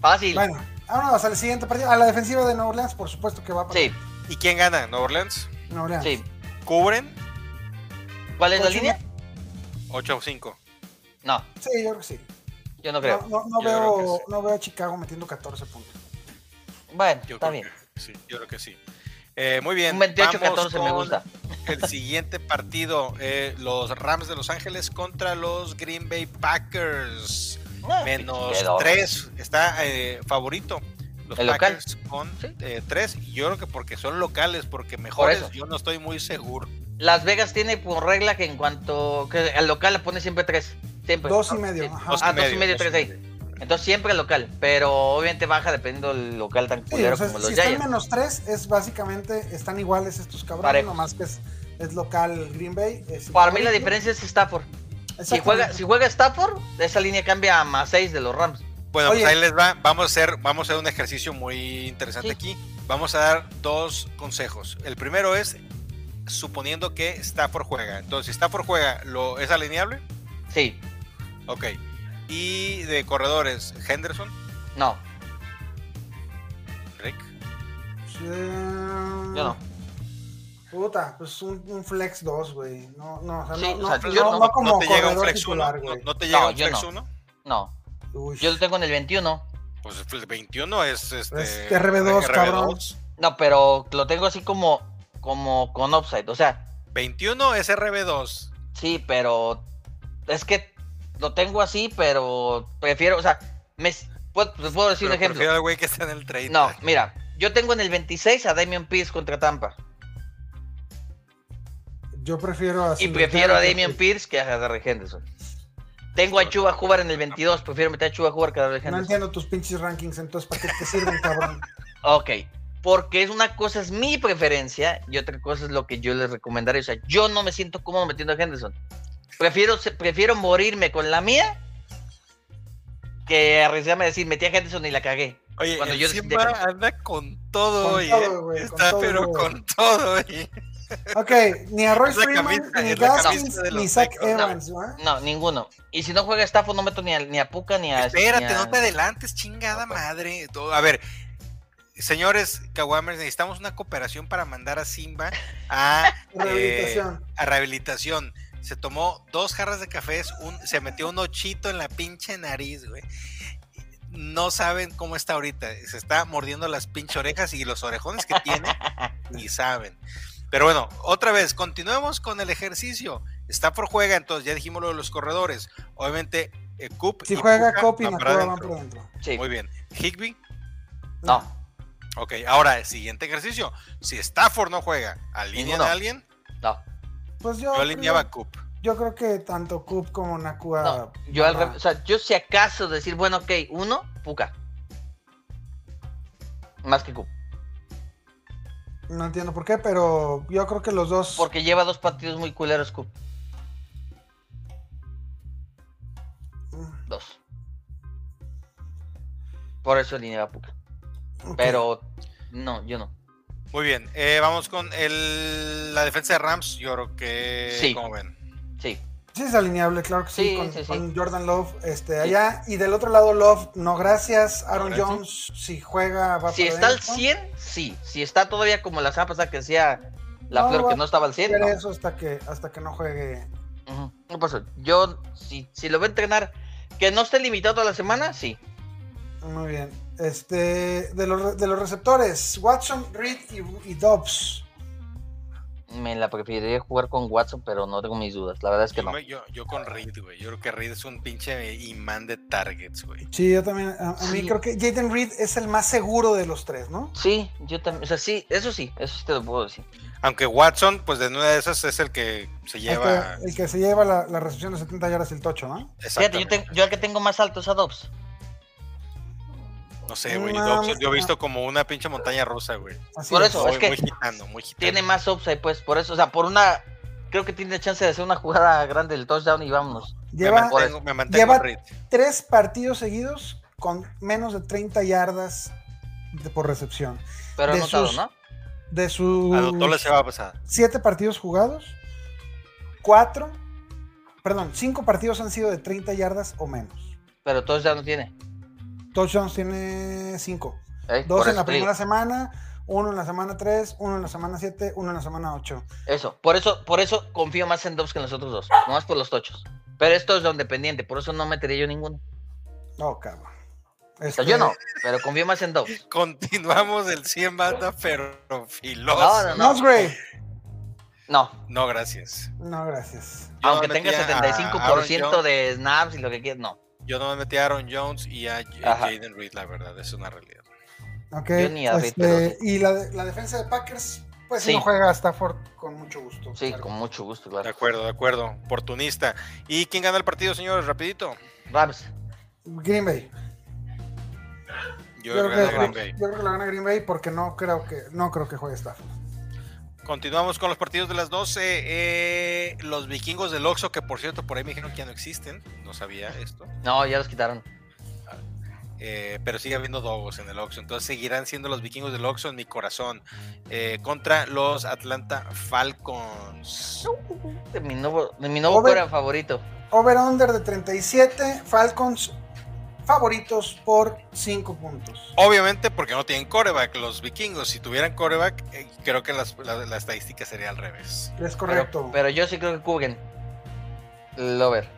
[SPEAKER 2] Fácil.
[SPEAKER 1] Bueno, vámonos al siguiente partido. A la defensiva de Nueva Orleans, por supuesto que va para
[SPEAKER 2] sí,
[SPEAKER 3] ¿Y quién gana? ¿Nueva Orleans?
[SPEAKER 1] Nueva Orleans.
[SPEAKER 2] sí.
[SPEAKER 3] ¿Cubren?
[SPEAKER 2] ¿Cuál es la
[SPEAKER 1] Ocho,
[SPEAKER 2] línea?
[SPEAKER 3] 8 o 5.
[SPEAKER 2] No,
[SPEAKER 1] Sí, yo creo que sí.
[SPEAKER 2] yo no creo.
[SPEAKER 1] No, no, no
[SPEAKER 3] Yo creo
[SPEAKER 1] veo,
[SPEAKER 3] que sí.
[SPEAKER 1] no veo a Chicago metiendo 14 puntos.
[SPEAKER 2] Bueno,
[SPEAKER 3] Yo
[SPEAKER 2] está
[SPEAKER 3] creo
[SPEAKER 2] bien.
[SPEAKER 3] que sí. Yo creo que sí. Eh, muy bien.
[SPEAKER 2] Un
[SPEAKER 3] vamos
[SPEAKER 2] 28-14 me
[SPEAKER 3] con
[SPEAKER 2] gusta.
[SPEAKER 3] El siguiente partido, eh, los Rams de Los Ángeles contra los Green Bay Packers.
[SPEAKER 2] Ah,
[SPEAKER 3] Menos
[SPEAKER 2] pinche dedo.
[SPEAKER 3] 3 está eh, favorito. Los
[SPEAKER 2] El local.
[SPEAKER 3] Packers
[SPEAKER 2] Sí.
[SPEAKER 3] con 3. yo creo que porque son locales, porque mejores
[SPEAKER 2] eso.
[SPEAKER 3] yo no estoy muy seguro.
[SPEAKER 2] Las Vegas tiene por regla que en cuanto que al local le pone siempre tres. Siempre.
[SPEAKER 1] Dos y medio,
[SPEAKER 2] Pues Sí.
[SPEAKER 1] ajá.
[SPEAKER 3] Dos
[SPEAKER 2] Ah, dos y medio,
[SPEAKER 3] dos
[SPEAKER 2] tres, ahí. Entonces siempre al local, pero obviamente baja dependiendo del local tan
[SPEAKER 1] Sí,
[SPEAKER 2] culero
[SPEAKER 1] o sea,
[SPEAKER 2] como
[SPEAKER 1] si
[SPEAKER 2] los
[SPEAKER 1] están
[SPEAKER 2] Giants.
[SPEAKER 1] menos 3, es básicamente, están iguales estos cabrones,
[SPEAKER 2] Parejos.
[SPEAKER 1] nomás que es, es local Green Bay. es
[SPEAKER 2] Para mí la
[SPEAKER 1] favorito.
[SPEAKER 2] diferencia es Stafford. Si
[SPEAKER 1] Exactamente.
[SPEAKER 2] juega, si juega Stafford, esa línea cambia a más seis de los Rams.
[SPEAKER 3] Bueno,
[SPEAKER 1] Oye.
[SPEAKER 3] pues ahí les va. Vamos a hacer, vamos a hacer un ejercicio muy interesante
[SPEAKER 2] Sí.
[SPEAKER 3] aquí. Vamos a dar dos consejos. El primero es suponiendo que Stafford juega. Entonces, si Stafford juega, ¿lo, ¿es alineable?
[SPEAKER 2] Sí,
[SPEAKER 3] Ok. Y de corredores, Henderson,
[SPEAKER 2] no,
[SPEAKER 3] Rick.
[SPEAKER 1] Sí.
[SPEAKER 2] yo no.
[SPEAKER 1] Puta, pues un, un flex 2, güey. No, no, o sea,
[SPEAKER 2] Sí,
[SPEAKER 1] no,
[SPEAKER 2] o
[SPEAKER 1] no,
[SPEAKER 2] sea,
[SPEAKER 1] no-
[SPEAKER 2] yo
[SPEAKER 1] Pues no
[SPEAKER 2] no-
[SPEAKER 3] No,
[SPEAKER 1] como
[SPEAKER 3] te llega un
[SPEAKER 1] corredor
[SPEAKER 3] flex 1.
[SPEAKER 1] titular,
[SPEAKER 3] No,
[SPEAKER 1] güey.
[SPEAKER 3] no te llega
[SPEAKER 2] No,
[SPEAKER 3] un
[SPEAKER 2] yo
[SPEAKER 3] flex
[SPEAKER 2] no.
[SPEAKER 3] 1.
[SPEAKER 2] No,
[SPEAKER 1] Uy.
[SPEAKER 2] yo lo tengo en el 21.
[SPEAKER 3] Pues el 21 es este.
[SPEAKER 1] Es RB2, cabrón.
[SPEAKER 2] No, pero lo tengo así como, como con upside. O sea,
[SPEAKER 3] 21 es RB2.
[SPEAKER 2] sí, pero es que lo tengo así, pero prefiero, o sea, me, puedo, pues, puedo decir un
[SPEAKER 3] Pero
[SPEAKER 2] ejemplo.
[SPEAKER 3] prefiero al güey que está en el 30.
[SPEAKER 2] No, mira, yo tengo en el 26 a Damian Pierce contra Tampa.
[SPEAKER 1] Yo prefiero a
[SPEAKER 2] Y
[SPEAKER 1] Singletary
[SPEAKER 2] prefiero a
[SPEAKER 1] que-
[SPEAKER 2] Damian Pierce que a Darrell Henderson. Tengo a Chuba Hubbard en el 22, prefiero meter a Chuba Hubbard que a Darrell
[SPEAKER 1] No
[SPEAKER 2] Henderson.
[SPEAKER 1] entiendo tus pinches rankings, entonces, ¿para qué te sirven, cabrón?
[SPEAKER 2] Ok, porque es una cosa es mi preferencia y otra cosa es lo que yo les recomendaría. O sea, yo no me siento cómodo metiendo a Henderson. Prefiero, se- prefiero morirme con la mía que arriesgarme a decir, metí a Henderson y la cagué.
[SPEAKER 3] Oye,
[SPEAKER 2] Cuando yo
[SPEAKER 3] encima
[SPEAKER 2] decidí que-
[SPEAKER 3] anda con todo,
[SPEAKER 1] Con
[SPEAKER 3] oye.
[SPEAKER 1] todo, güey, con
[SPEAKER 3] Está
[SPEAKER 1] todo,
[SPEAKER 3] pero
[SPEAKER 1] güey.
[SPEAKER 3] con todo, oye.
[SPEAKER 1] Ok, ni a Royce
[SPEAKER 3] Es la
[SPEAKER 1] Freeman,
[SPEAKER 3] camisa,
[SPEAKER 1] ni
[SPEAKER 3] es la
[SPEAKER 1] Gaskins,
[SPEAKER 3] camisa de los
[SPEAKER 1] ni Zach
[SPEAKER 3] Packers.
[SPEAKER 2] No.
[SPEAKER 1] Evans, ¿va?
[SPEAKER 2] No, ninguno. Y si no juega Stafford, no meto ni a, ni a Puka ni a. ni
[SPEAKER 3] Espérate,
[SPEAKER 2] a-
[SPEAKER 3] no te adelantes, chingada
[SPEAKER 2] No, pues.
[SPEAKER 3] madre. Todo- A ver, señores Kawamers, necesitamos una cooperación para mandar a Simba a, eh,
[SPEAKER 1] Rehabilitación.
[SPEAKER 3] a rehabilitación. Se tomó dos jarras de café, se metió un ochito en la pinche nariz, güey. No saben cómo está ahorita. Se está mordiendo las pinche orejas y los orejones que tiene, ni saben. Pero bueno, otra vez, continuemos con el ejercicio. Stafford juega, entonces ya dijimos lo de los corredores. Obviamente, eh, Cup
[SPEAKER 1] Si
[SPEAKER 3] y
[SPEAKER 1] juega
[SPEAKER 3] Puka
[SPEAKER 1] Copy,
[SPEAKER 3] van
[SPEAKER 1] Nakua
[SPEAKER 3] para
[SPEAKER 1] van
[SPEAKER 3] adentro.
[SPEAKER 1] por dentro.
[SPEAKER 2] Sí.
[SPEAKER 3] Muy bien. Higby.
[SPEAKER 2] No,
[SPEAKER 3] Ok, ahora el siguiente ejercicio. Si Stafford no juega, ¿alinean
[SPEAKER 2] Ninguno.
[SPEAKER 3] a alguien?
[SPEAKER 2] no,
[SPEAKER 1] Pues yo,
[SPEAKER 3] Yo alineaba a
[SPEAKER 1] creo-
[SPEAKER 3] Cup.
[SPEAKER 1] yo creo que tanto Cup como Nakua.
[SPEAKER 2] no. Yo al
[SPEAKER 1] van a-
[SPEAKER 2] revés, o sea, yo si acaso decir, bueno, ok, uno, Puka. Más que Cup.
[SPEAKER 1] No entiendo por qué, pero yo creo que los dos.
[SPEAKER 2] Porque lleva dos partidos muy culeros, Cup.
[SPEAKER 1] Mm,
[SPEAKER 2] Dos. Por eso alineaba Puka.
[SPEAKER 1] ok.
[SPEAKER 2] Pero no, yo no.
[SPEAKER 3] Muy bien. eh, vamos con el, la defensa de Rams. Yo creo que.
[SPEAKER 2] Sí.
[SPEAKER 3] ¿Cómo ven?
[SPEAKER 2] Sí.
[SPEAKER 1] Sí, es alineable, claro que sí.
[SPEAKER 2] Sí,
[SPEAKER 1] con,
[SPEAKER 2] sí, sí.
[SPEAKER 1] con Jordan Love este, allá. Y del otro lado, Love, no gracias. Aaron
[SPEAKER 3] gracias.
[SPEAKER 1] Jones, si juega, va
[SPEAKER 2] Si
[SPEAKER 1] para
[SPEAKER 2] está al
[SPEAKER 1] adentro.
[SPEAKER 2] 100, sí. Si está todavía como la semana pasada que decía la
[SPEAKER 1] No,
[SPEAKER 2] flor
[SPEAKER 1] va
[SPEAKER 2] que no estaba al 100,
[SPEAKER 1] Pero
[SPEAKER 2] no.
[SPEAKER 1] eso hasta que, hasta que no juegue.
[SPEAKER 2] Ujú. No pasa. Yo, si, si lo voy a entrenar, que no esté limitado toda la semana, sí.
[SPEAKER 1] Muy bien. Este, de los, re- de los receptores, Watson, Reed y, y Dobbs.
[SPEAKER 2] Me la preferiría jugar con Watson, pero no tengo mis dudas. La verdad es que
[SPEAKER 3] Yo,
[SPEAKER 2] no.
[SPEAKER 3] me- yo- yo con Reed, güey. Yo creo que Reed es un pinche imán de targets, güey.
[SPEAKER 1] Sí, yo también. A, a mí
[SPEAKER 2] Sí.
[SPEAKER 1] creo que Jaden Reed es el más seguro de los tres, ¿no?
[SPEAKER 2] Sí, yo también. O sea, sí, eso sí, eso sí te lo puedo decir.
[SPEAKER 3] Aunque Watson, pues de una de esas es el que se
[SPEAKER 1] El
[SPEAKER 3] lleva.
[SPEAKER 1] que, el que se lleva la, la recepción de 70 yardas el tocho, ¿no?
[SPEAKER 2] Fíjate, yo,
[SPEAKER 3] Exactamente.
[SPEAKER 2] tengo- yo el que tengo más alto es a Dobbs.
[SPEAKER 3] No sé, güey.
[SPEAKER 1] No,
[SPEAKER 3] Dobbs,
[SPEAKER 1] no.
[SPEAKER 3] yo he visto como una pinche montaña rusa, güey.
[SPEAKER 1] Así
[SPEAKER 2] Por
[SPEAKER 1] es.
[SPEAKER 2] eso,
[SPEAKER 3] Muy,
[SPEAKER 2] es que
[SPEAKER 3] muy gitano, muy gitano.
[SPEAKER 2] Tiene más upside, pues, por eso. O sea, por una. Creo que tiene chance de hacer una jugada grande del touchdown y vámonos.
[SPEAKER 3] Me
[SPEAKER 1] Lleva
[SPEAKER 3] mantengo, me mantengo
[SPEAKER 1] lleva-
[SPEAKER 3] en Reed.
[SPEAKER 1] tres partidos seguidos con menos de 30 yardas de- por recepción.
[SPEAKER 2] Pero
[SPEAKER 1] De
[SPEAKER 2] anotado,
[SPEAKER 1] sus-
[SPEAKER 2] ¿no?
[SPEAKER 1] De sus
[SPEAKER 3] Adoptó la semana pasada.
[SPEAKER 1] siete partidos jugados, cuatro, perdón, cinco partidos han sido de 30 yardas o menos.
[SPEAKER 2] Pero touchdown no tiene.
[SPEAKER 1] Touchdowns tiene cinco.
[SPEAKER 2] ¿eh?
[SPEAKER 1] Dos
[SPEAKER 2] Por
[SPEAKER 1] en
[SPEAKER 2] eso
[SPEAKER 1] la
[SPEAKER 2] te digo.
[SPEAKER 1] primera semana, uno en la semana tres, uno en la semana siete, uno en la semana ocho.
[SPEAKER 2] Eso, por eso, por eso confío más en Dobbs que en los otros dos, nomás por los tochos. Pero esto es donde pendiente, por eso no metería yo ninguno.
[SPEAKER 1] No, cabrón.
[SPEAKER 2] O sea,
[SPEAKER 1] Este,
[SPEAKER 2] yo no, pero confío más en Dobbs.
[SPEAKER 3] Continuamos el 100 banda, pero filoso.
[SPEAKER 2] No, no, no.
[SPEAKER 1] Musgrave.
[SPEAKER 2] No,
[SPEAKER 3] No, gracias.
[SPEAKER 1] No, gracias.
[SPEAKER 3] Yo
[SPEAKER 2] aunque
[SPEAKER 3] me
[SPEAKER 2] tenga
[SPEAKER 3] metí a Aaron
[SPEAKER 2] 75%
[SPEAKER 3] Jones.
[SPEAKER 2] de snaps y lo que quieras, no.
[SPEAKER 3] Yo no me metí a Aaron Jones y a J-
[SPEAKER 2] Ajá.
[SPEAKER 3] Jaden Reed, la verdad, es una realidad.
[SPEAKER 1] Ok,
[SPEAKER 2] Yo ni a Reed,
[SPEAKER 1] este,
[SPEAKER 2] pero sí.
[SPEAKER 1] Y la, de- la defensa de Packers, pues
[SPEAKER 2] Sí.
[SPEAKER 1] no juega a Stafford con mucho gusto.
[SPEAKER 2] Sí,
[SPEAKER 1] claro.
[SPEAKER 2] con mucho gusto,
[SPEAKER 3] De
[SPEAKER 2] claro.
[SPEAKER 3] acuerdo, de acuerdo. Oportunista. ¿Y quién gana el partido, señores? Rapidito.
[SPEAKER 2] Rams,
[SPEAKER 1] Green Bay.
[SPEAKER 3] Yo creo que gana Green Bay.
[SPEAKER 1] yo creo que la gana Green Bay porque no creo que no creo que juegue Stafford.
[SPEAKER 3] Continuamos con los partidos de las 12. eh, los vikingos del Oxxo, que por cierto, por ahí me dijeron que ya no existen. No sabía esto.
[SPEAKER 2] no, ya los quitaron.
[SPEAKER 3] eh, pero sigue habiendo dogos en el Oxxo. Entonces seguirán siendo los vikingos del Oxxo en mi corazón. eh, contra los Atlanta Falcons.
[SPEAKER 2] De mi nuevo, de mi nuevo
[SPEAKER 1] Over.
[SPEAKER 2] fuera favorito.
[SPEAKER 1] Over-under de 37, Falcons favoritos por 5 puntos.
[SPEAKER 3] Obviamente porque no tienen coreback los vikingos. Si tuvieran coreback, eh, creo que las- la, la estadística sería al revés.
[SPEAKER 1] Es
[SPEAKER 2] Pero-
[SPEAKER 1] correcto.
[SPEAKER 2] Pero, yo sí creo que cubren el over.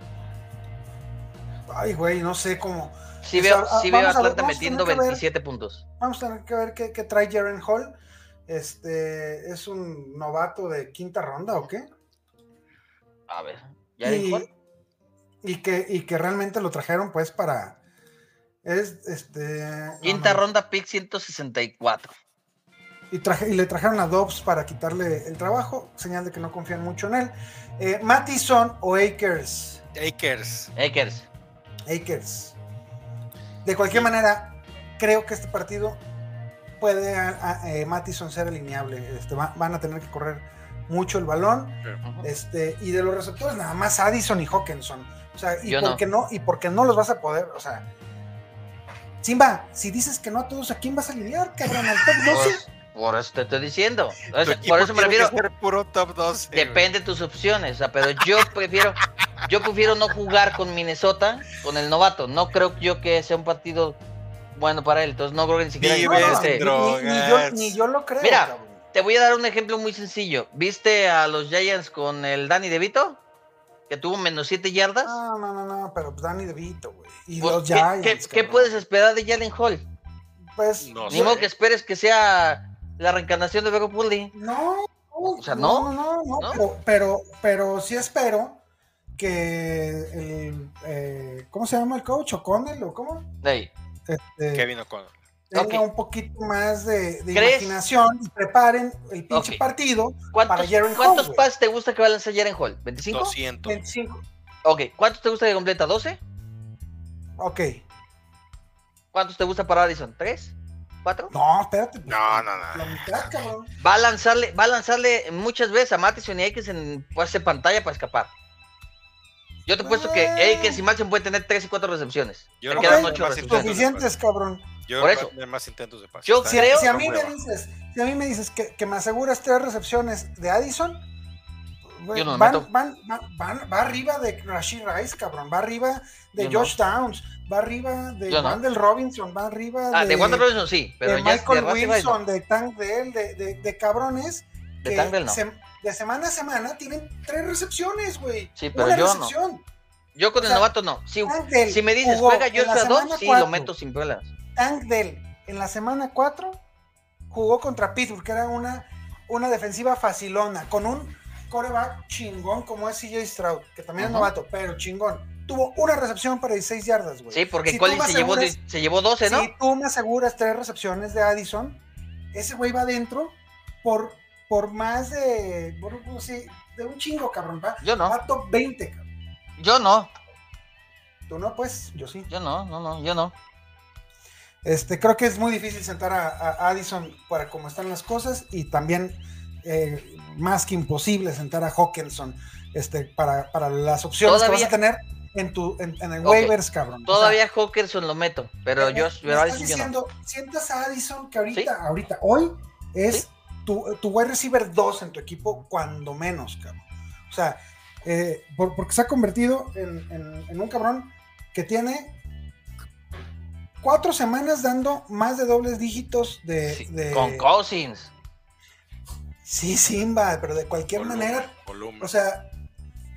[SPEAKER 1] Ay, güey, no sé cómo.
[SPEAKER 2] Sí
[SPEAKER 1] O
[SPEAKER 2] veo,
[SPEAKER 1] sea,
[SPEAKER 2] sí
[SPEAKER 1] ah, vamos
[SPEAKER 2] veo
[SPEAKER 1] a
[SPEAKER 2] a
[SPEAKER 1] ver,
[SPEAKER 2] Atlanta
[SPEAKER 1] vamos a tener
[SPEAKER 2] metiendo
[SPEAKER 1] que ver.
[SPEAKER 2] 27 puntos.
[SPEAKER 1] Vamos a tener que ver qué, qué trae Jaren Hall. Este es un novato de quinta ronda o qué?
[SPEAKER 2] A ver, ¿ya
[SPEAKER 1] y,
[SPEAKER 2] dijo?
[SPEAKER 1] y que, y que realmente lo trajeron pues para. Es este. no,
[SPEAKER 2] Quinta
[SPEAKER 1] no.
[SPEAKER 2] ronda, pick 164.
[SPEAKER 1] y, traje- y le trajeron a Dobbs para quitarle el trabajo, señal de que no confían mucho en él. Eh, Mattison o Akers.
[SPEAKER 3] Akers.
[SPEAKER 2] Akers.
[SPEAKER 1] Akers. De cualquier manera, creo que este partido puede a- a- eh, Mattison ser alineable. Este, va- van a tener que correr mucho el balón.
[SPEAKER 2] Ujú.
[SPEAKER 1] Este, y de los receptores, nada más Addison y Hawkinson. O sea, y
[SPEAKER 2] Yo no.
[SPEAKER 1] porque no. y porque no los vas a poder, o sea. Simba, si dices que no a todos, ¿a quién vas a alinear, cabrón? ¿Al top 12?
[SPEAKER 2] Por, por eso te estoy diciendo. O sea,
[SPEAKER 3] Tu equipo
[SPEAKER 2] por eso me
[SPEAKER 3] tiene que
[SPEAKER 2] refiero.
[SPEAKER 3] ser puro top eh, 12. güey.
[SPEAKER 2] Depende de tus opciones. o sea, pero yo prefiero, yo prefiero no jugar con Minnesota, con el novato. No creo yo que sea un partido bueno para él. Entonces no creo que ni siquiera.
[SPEAKER 3] Sí,
[SPEAKER 2] que
[SPEAKER 1] No, no,
[SPEAKER 2] esté.
[SPEAKER 3] ves,
[SPEAKER 1] ni- ni, ni yo,
[SPEAKER 3] Este, drogas.
[SPEAKER 1] ni yo lo creo.
[SPEAKER 2] Mira,
[SPEAKER 1] cabrón.
[SPEAKER 2] Te voy a dar un ejemplo muy sencillo. ¿Viste a los Giants con el Danny DeVito? Que tuvo menos 7 yardas.
[SPEAKER 1] No, no, no, no, pero pues Danny DeVito, güey. Y
[SPEAKER 2] Pues,
[SPEAKER 1] los
[SPEAKER 2] ¿qué-
[SPEAKER 1] Giants.
[SPEAKER 2] qué- ¿Qué
[SPEAKER 1] cabrón.
[SPEAKER 2] puedes esperar de Jalen Hall?
[SPEAKER 1] Pues,
[SPEAKER 3] No
[SPEAKER 2] Ni
[SPEAKER 3] sé.
[SPEAKER 2] modo que esperes que sea la reencarnación de Vego Pulli.
[SPEAKER 1] No,
[SPEAKER 2] sea,
[SPEAKER 1] no, no, no,
[SPEAKER 2] ¿no?
[SPEAKER 1] pero, pero, pero sí espero que el, eh, ¿cómo se llama el coach? ¿O'Connell o cómo?
[SPEAKER 2] Ey,
[SPEAKER 1] Este,
[SPEAKER 3] Kevin O'Connell.
[SPEAKER 1] tenga
[SPEAKER 2] ok.
[SPEAKER 1] un poquito más de, de
[SPEAKER 2] ¿Crees?
[SPEAKER 1] imaginación y preparen el pinche
[SPEAKER 2] Ok.
[SPEAKER 1] partido.
[SPEAKER 2] ¿Cuántos,
[SPEAKER 1] Para Jaren Hall,
[SPEAKER 2] ¿cuántos
[SPEAKER 1] güey.
[SPEAKER 2] pases te gusta que va a lanzar Jaren Hall? ¿25?
[SPEAKER 3] 200.
[SPEAKER 1] 25.
[SPEAKER 2] Ok, ¿cuántos te gusta que completa? ¿12?
[SPEAKER 1] Ok.
[SPEAKER 2] ¿Cuántos te gusta para Addison? ¿3? ¿4?
[SPEAKER 1] No, espérate. pues,
[SPEAKER 3] No, no,
[SPEAKER 1] La
[SPEAKER 3] no.
[SPEAKER 1] mitad, cabrón.
[SPEAKER 2] Va a lanzarle, va a lanzarle muchas veces a Mattison y Aikens en pase de pantalla para escapar. Yo te he puesto que
[SPEAKER 1] Güey.
[SPEAKER 2] Aikens y Mattison pueden tener 3 y 4 recepciones.
[SPEAKER 3] Yo
[SPEAKER 2] Te
[SPEAKER 1] creo
[SPEAKER 2] quedan
[SPEAKER 1] que
[SPEAKER 2] 8
[SPEAKER 3] más
[SPEAKER 2] recepciones.
[SPEAKER 3] intentos.
[SPEAKER 1] Suficientes, cabrón.
[SPEAKER 3] Yo
[SPEAKER 2] Por eso.
[SPEAKER 3] creo que va a tener más intentos de pase.
[SPEAKER 2] Yo
[SPEAKER 3] Está
[SPEAKER 1] Si,
[SPEAKER 3] bien.
[SPEAKER 2] creo-
[SPEAKER 1] si a mí
[SPEAKER 3] Hueva.
[SPEAKER 1] me dices, si a mí me dices que, que me aseguras tres recepciones de Addison, güey,
[SPEAKER 2] Yo no me meto.
[SPEAKER 1] van, van, van, van- va arriba de Rashid Rice, cabrón, va arriba de
[SPEAKER 2] Yo no.
[SPEAKER 1] Josh Downs, va arriba de
[SPEAKER 2] Yo no.
[SPEAKER 1] Wandel Robinson, va arriba
[SPEAKER 2] Ah, de Wander
[SPEAKER 1] de
[SPEAKER 2] Robinson sí, pero ya es de
[SPEAKER 1] Michael
[SPEAKER 2] Russell
[SPEAKER 1] Wilson,
[SPEAKER 2] Wilson.
[SPEAKER 1] de Tank Dell, de, de, de cabrones
[SPEAKER 2] De
[SPEAKER 1] que
[SPEAKER 2] Tank Dell no.
[SPEAKER 1] se- de semana a semana tienen tres recepciones, güey.
[SPEAKER 2] Sí, pero
[SPEAKER 1] Una
[SPEAKER 2] yo no.
[SPEAKER 1] recepción.
[SPEAKER 2] Yo con
[SPEAKER 1] o
[SPEAKER 2] el
[SPEAKER 1] sea,
[SPEAKER 2] novato no. Si,
[SPEAKER 1] Tank Dell
[SPEAKER 2] si me dices,
[SPEAKER 1] jugó
[SPEAKER 2] juega
[SPEAKER 1] en
[SPEAKER 2] yo
[SPEAKER 1] la
[SPEAKER 2] a
[SPEAKER 1] semana
[SPEAKER 2] 2, sí,
[SPEAKER 1] cuatro.
[SPEAKER 2] lo meto sin problemas.
[SPEAKER 1] Tank Dell en la semana 4 jugó contra Pittsburgh, que era una, una defensiva facilona, con un coreback chingón como es CJ Stroud, que también es
[SPEAKER 2] Ajá.
[SPEAKER 1] novato, pero chingón. Tuvo una recepción para 16 yardas, güey.
[SPEAKER 2] Sí, porque
[SPEAKER 1] Pues, Si tú
[SPEAKER 2] Collins
[SPEAKER 1] me
[SPEAKER 2] se llevó,
[SPEAKER 1] aseguras-
[SPEAKER 2] de- se llevó 12, ¿no?
[SPEAKER 1] Si tú me aseguras tres recepciones de Addison, ese güey va adentro por, por más de, por- por- sí, de un chingo, cabrón. Va,
[SPEAKER 2] Yo no,
[SPEAKER 1] va top 20, cabrón.
[SPEAKER 2] yo no,
[SPEAKER 1] Tú no, pues, yo sí.
[SPEAKER 2] yo no, no, no, yo no.
[SPEAKER 1] Este, creo que es muy difícil sentar a, a Addison para cómo están las cosas y también eh, más que imposible sentar a Hawkinson este, para, para las opciones que
[SPEAKER 2] Todavía-
[SPEAKER 1] vas a tener en, tu, en, en el
[SPEAKER 2] Ok.
[SPEAKER 1] waivers, cabrón. O sea,
[SPEAKER 2] Todavía Hawkinson lo meto, pero yo,
[SPEAKER 1] me
[SPEAKER 2] pero
[SPEAKER 1] estás
[SPEAKER 2] Addison yo no.
[SPEAKER 1] diciendo, sientas a Addison que ahorita,
[SPEAKER 2] Sí.
[SPEAKER 1] ahorita, hoy es
[SPEAKER 2] Sí.
[SPEAKER 1] tu, tu wide receiver 2 en tu equipo, cuando menos, cabrón. O sea, eh, por- porque se ha convertido en, en- en un cabrón que tiene cuatro semanas dando más de dobles dígitos de.
[SPEAKER 2] Sí,
[SPEAKER 1] de-
[SPEAKER 2] Con Cousins.
[SPEAKER 1] sí, Simba, pero de cualquier
[SPEAKER 3] Volumen,
[SPEAKER 1] manera.
[SPEAKER 3] volumen.
[SPEAKER 1] O sea,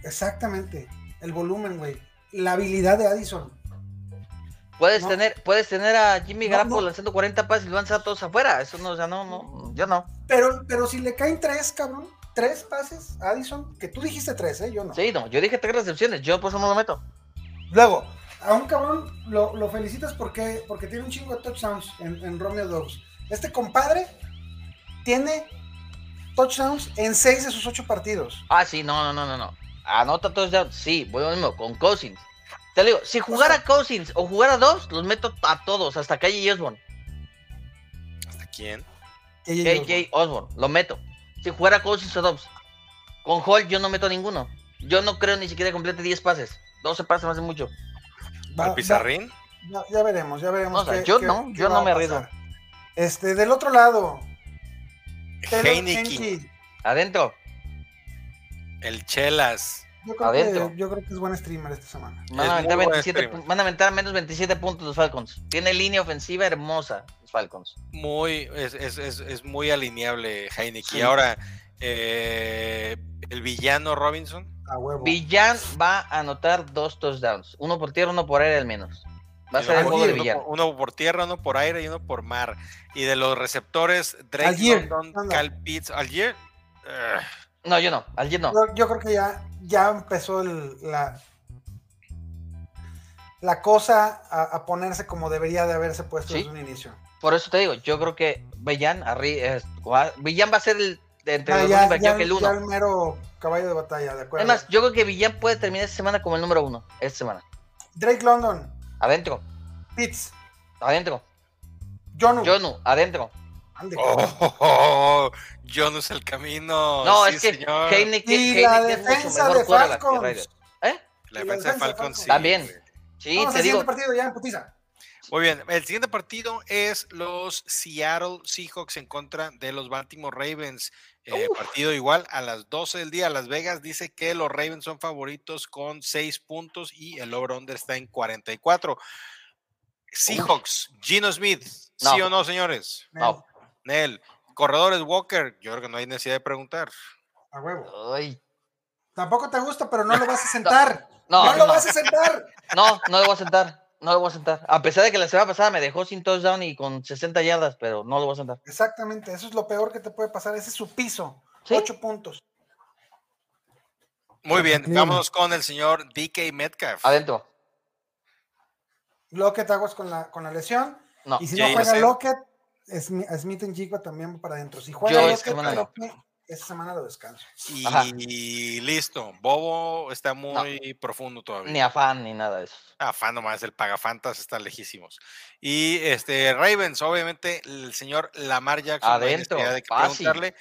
[SPEAKER 1] exactamente. El volumen, güey. La habilidad de Addison.
[SPEAKER 2] Puedes
[SPEAKER 1] No.
[SPEAKER 2] tener, puedes tener a Jimmy
[SPEAKER 1] No,
[SPEAKER 2] Garoppolo
[SPEAKER 1] no.
[SPEAKER 2] lanzando 40 pases y lo lanza a todos afuera. Eso no, o sea, no, no, yo no.
[SPEAKER 1] Pero, pero si le caen tres, cabrón, tres pases a Addison, que tú dijiste tres, ¿eh? Yo no.
[SPEAKER 2] Sí, no, yo dije tres recepciones, yo por eso no lo meto.
[SPEAKER 1] Luego, a un cabrón lo, lo felicitas porque, porque tiene un chingo de touchdowns en, en Romeo Dogs. Este compadre tiene touchdowns en seis de sus ocho partidos.
[SPEAKER 2] Ah, sí, no, no, no, no, no. Anota touchdown, sí, voy a lo mismo, con Cousins. Te lo digo, si jugara Cousins o jugara dos, los meto a todos, hasta Calle Osborne.
[SPEAKER 3] ¿Hasta quién?
[SPEAKER 1] KJ
[SPEAKER 2] KJ Osborne, lo meto. Si jugara Cousins o Dobbs. Con Hall yo no meto a ninguno. Yo no creo ni siquiera que complete 10 pases. 12 pases me hace mucho.
[SPEAKER 1] Va-
[SPEAKER 3] ¿Al
[SPEAKER 1] va-
[SPEAKER 3] Pizarrín?
[SPEAKER 1] ya- ya veremos, ya veremos.
[SPEAKER 2] O sea, yo no, yo
[SPEAKER 1] va
[SPEAKER 2] no
[SPEAKER 1] a
[SPEAKER 2] me
[SPEAKER 1] pasar.
[SPEAKER 2] arriesgo.
[SPEAKER 1] Este, del otro lado, Taylor
[SPEAKER 3] Heineken.
[SPEAKER 1] Henke.
[SPEAKER 2] Adentro.
[SPEAKER 3] El Chelas.
[SPEAKER 1] Yo creo, que,
[SPEAKER 2] Adentro.
[SPEAKER 1] yo creo que es buen streamer esta semana.
[SPEAKER 2] Van a,
[SPEAKER 3] Es muy
[SPEAKER 2] aventar
[SPEAKER 3] buen
[SPEAKER 2] 27
[SPEAKER 3] streamer.
[SPEAKER 2] pu- van a aventar menos 27 puntos los Falcons. Tiene línea ofensiva hermosa los Falcons.
[SPEAKER 3] Muy, es, es, es, es muy alineable Heineken.
[SPEAKER 2] Sí.
[SPEAKER 3] Y ahora, eh, el villano Robinson.
[SPEAKER 1] A huevo.
[SPEAKER 2] Villan va a anotar dos touchdowns. Uno por tierra, uno por aire al menos. Va a
[SPEAKER 3] Y
[SPEAKER 2] ser el
[SPEAKER 3] uno,
[SPEAKER 2] juego de
[SPEAKER 3] por-
[SPEAKER 2] Villan.
[SPEAKER 3] uno, por tierra, uno por aire y uno por mar. Y de los receptores, Drake
[SPEAKER 1] Algier,
[SPEAKER 3] London,
[SPEAKER 1] anda.
[SPEAKER 3] Cal Pitts, Algier. eh, Ugh.
[SPEAKER 2] No, yo no. Alguien no.
[SPEAKER 1] Yo, yo creo que ya, ya empezó el- la, la cosa a, a ponerse como debería de haberse puesto
[SPEAKER 2] Sí.
[SPEAKER 1] desde un inicio.
[SPEAKER 2] Por eso te digo, yo creo que Villan, arri- es- va- Villan va a ser el de entre
[SPEAKER 1] Ah,
[SPEAKER 2] los
[SPEAKER 1] ya,
[SPEAKER 2] dos,
[SPEAKER 1] ya-
[SPEAKER 2] yo que el
[SPEAKER 1] ya
[SPEAKER 2] uno.
[SPEAKER 1] el mero caballo de batalla, ¿de acuerdo?
[SPEAKER 2] Es más, yo creo que Villan puede terminar esta semana como el número uno. Esta semana.
[SPEAKER 1] Drake London,
[SPEAKER 2] Adentro,
[SPEAKER 1] Pitts,
[SPEAKER 2] adentro.
[SPEAKER 1] Jonu.
[SPEAKER 2] Jonu, adentro.
[SPEAKER 1] Ande,
[SPEAKER 3] Oh,
[SPEAKER 1] cabrón.
[SPEAKER 3] oh, oh, John es el camino.
[SPEAKER 2] no,
[SPEAKER 3] sí,
[SPEAKER 2] es que
[SPEAKER 3] señor.
[SPEAKER 2] Heineken,
[SPEAKER 1] Y la
[SPEAKER 2] Heineken es mucho
[SPEAKER 1] defensa
[SPEAKER 2] mejor
[SPEAKER 1] de
[SPEAKER 2] quarterback que
[SPEAKER 1] Falcons.
[SPEAKER 2] Raiders. ¿Eh?
[SPEAKER 3] La
[SPEAKER 1] Y
[SPEAKER 3] defensa de Falcons sí.
[SPEAKER 2] También.
[SPEAKER 3] güey.
[SPEAKER 2] Sí,
[SPEAKER 1] Vamos
[SPEAKER 2] te
[SPEAKER 1] al
[SPEAKER 2] digo.
[SPEAKER 1] siguiente partido ya en putiza.
[SPEAKER 3] Muy bien, el siguiente partido es los Seattle Seahawks en contra de los Baltimore Ravens. Eh,
[SPEAKER 2] Uf.
[SPEAKER 3] partido igual a las 12 del día. Las Vegas dice que los Ravens son favoritos con 6 puntos y el over-under está en 44. Seahawks, Gino Smith, ¿sí
[SPEAKER 2] No.
[SPEAKER 3] o no, señores?
[SPEAKER 2] No.
[SPEAKER 3] Nel, corredores Walker, yo creo que no hay necesidad de preguntar.
[SPEAKER 1] A huevo.
[SPEAKER 2] Ay,
[SPEAKER 1] Tampoco te gusta, pero no lo vas a sentar.
[SPEAKER 2] no,
[SPEAKER 1] no
[SPEAKER 2] no,
[SPEAKER 1] lo vas a sentar.
[SPEAKER 2] no, no lo voy a sentar. No lo voy a sentar. A pesar de que la semana pasada me dejó sin touchdown y con 60 yardas, pero no lo voy a sentar.
[SPEAKER 1] Exactamente, eso es lo peor que te puede pasar. Ese es su piso.
[SPEAKER 2] Sí.
[SPEAKER 1] Ocho puntos.
[SPEAKER 3] Muy bien, vámonos con el señor DK Metcalf.
[SPEAKER 2] Adentro.
[SPEAKER 1] Lockett aguas con la, con la lesión.
[SPEAKER 2] No.
[SPEAKER 1] y si no
[SPEAKER 3] Jay
[SPEAKER 1] juega
[SPEAKER 3] Lacer.
[SPEAKER 1] Lockett, Smi- Smith en Chico también va para adentro. Si juega
[SPEAKER 2] Yo
[SPEAKER 1] Lockett,
[SPEAKER 2] esta semana no.
[SPEAKER 1] creo que esta semana lo descanso.
[SPEAKER 3] Y
[SPEAKER 2] Ajá.
[SPEAKER 3] listo. Bobo está muy profundo todavía.
[SPEAKER 2] Ni afán ni nada de eso.
[SPEAKER 3] Ah, fan nomás, el Pagafantas está lejísimos. Y este Ravens, obviamente, el señor Lamar Jackson. no hay
[SPEAKER 2] Adentro,
[SPEAKER 3] necesidad de que
[SPEAKER 2] fácil.
[SPEAKER 3] preguntarle.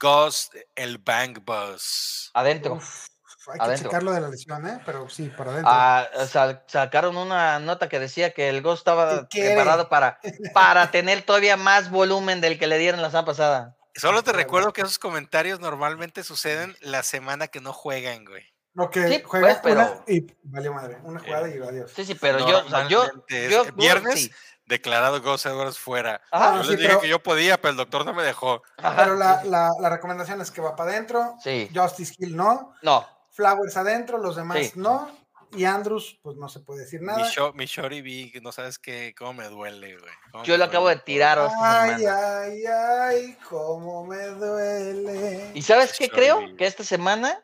[SPEAKER 3] Ghost, el Bank Bus.
[SPEAKER 2] Adentro.
[SPEAKER 1] Uf, hay que
[SPEAKER 2] Adentro.
[SPEAKER 1] checar lo de la lesión, ¿eh? pero sí, para adentro.
[SPEAKER 2] Ah, sa- sacaron una nota que decía que el Ghost estaba
[SPEAKER 1] ¿Qué quiere?
[SPEAKER 2] preparado para, para tener todavía más volumen del que le dieron la semana pasada.
[SPEAKER 3] Solo te
[SPEAKER 1] Órale.
[SPEAKER 3] recuerdo que esos comentarios normalmente suceden la semana que no juegan, güey.
[SPEAKER 1] Lo que
[SPEAKER 2] Sí,
[SPEAKER 1] juega
[SPEAKER 2] pues, pero-
[SPEAKER 1] una
[SPEAKER 2] Eh,
[SPEAKER 1] y valió madre, una jugada y adiós.
[SPEAKER 2] Sí, sí, pero yo, o sea, yo,
[SPEAKER 3] Normalmente es
[SPEAKER 2] yo-
[SPEAKER 3] viernes.
[SPEAKER 2] sí.
[SPEAKER 3] Declarado Ghost Edwards fuera.
[SPEAKER 1] Ah,
[SPEAKER 2] Ajá,
[SPEAKER 3] Yo les
[SPEAKER 1] sí,
[SPEAKER 3] dije
[SPEAKER 1] pero-
[SPEAKER 3] que yo podía, pero el doctor no me dejó.
[SPEAKER 2] ajá,
[SPEAKER 1] Pero la,
[SPEAKER 2] sí,
[SPEAKER 1] la- la recomendación es que va para adentro.
[SPEAKER 2] sí.
[SPEAKER 1] Justice Hill no.
[SPEAKER 2] no,
[SPEAKER 1] Flowers adentro, los demás
[SPEAKER 2] Sí.
[SPEAKER 1] no. Y Andrews, pues no se puede decir
[SPEAKER 3] Mi,
[SPEAKER 1] nada.
[SPEAKER 3] sho- mi shorty big, no sabes qué, cómo me duele, güey. cómo
[SPEAKER 2] yo
[SPEAKER 3] me
[SPEAKER 2] lo acabo de
[SPEAKER 3] duele.
[SPEAKER 2] tirar. esta
[SPEAKER 1] Ay,
[SPEAKER 2] semana.
[SPEAKER 1] ay, ay, cómo me duele.
[SPEAKER 2] ¿Y sabes qué
[SPEAKER 3] Sorry.
[SPEAKER 2] creo? Que esta semana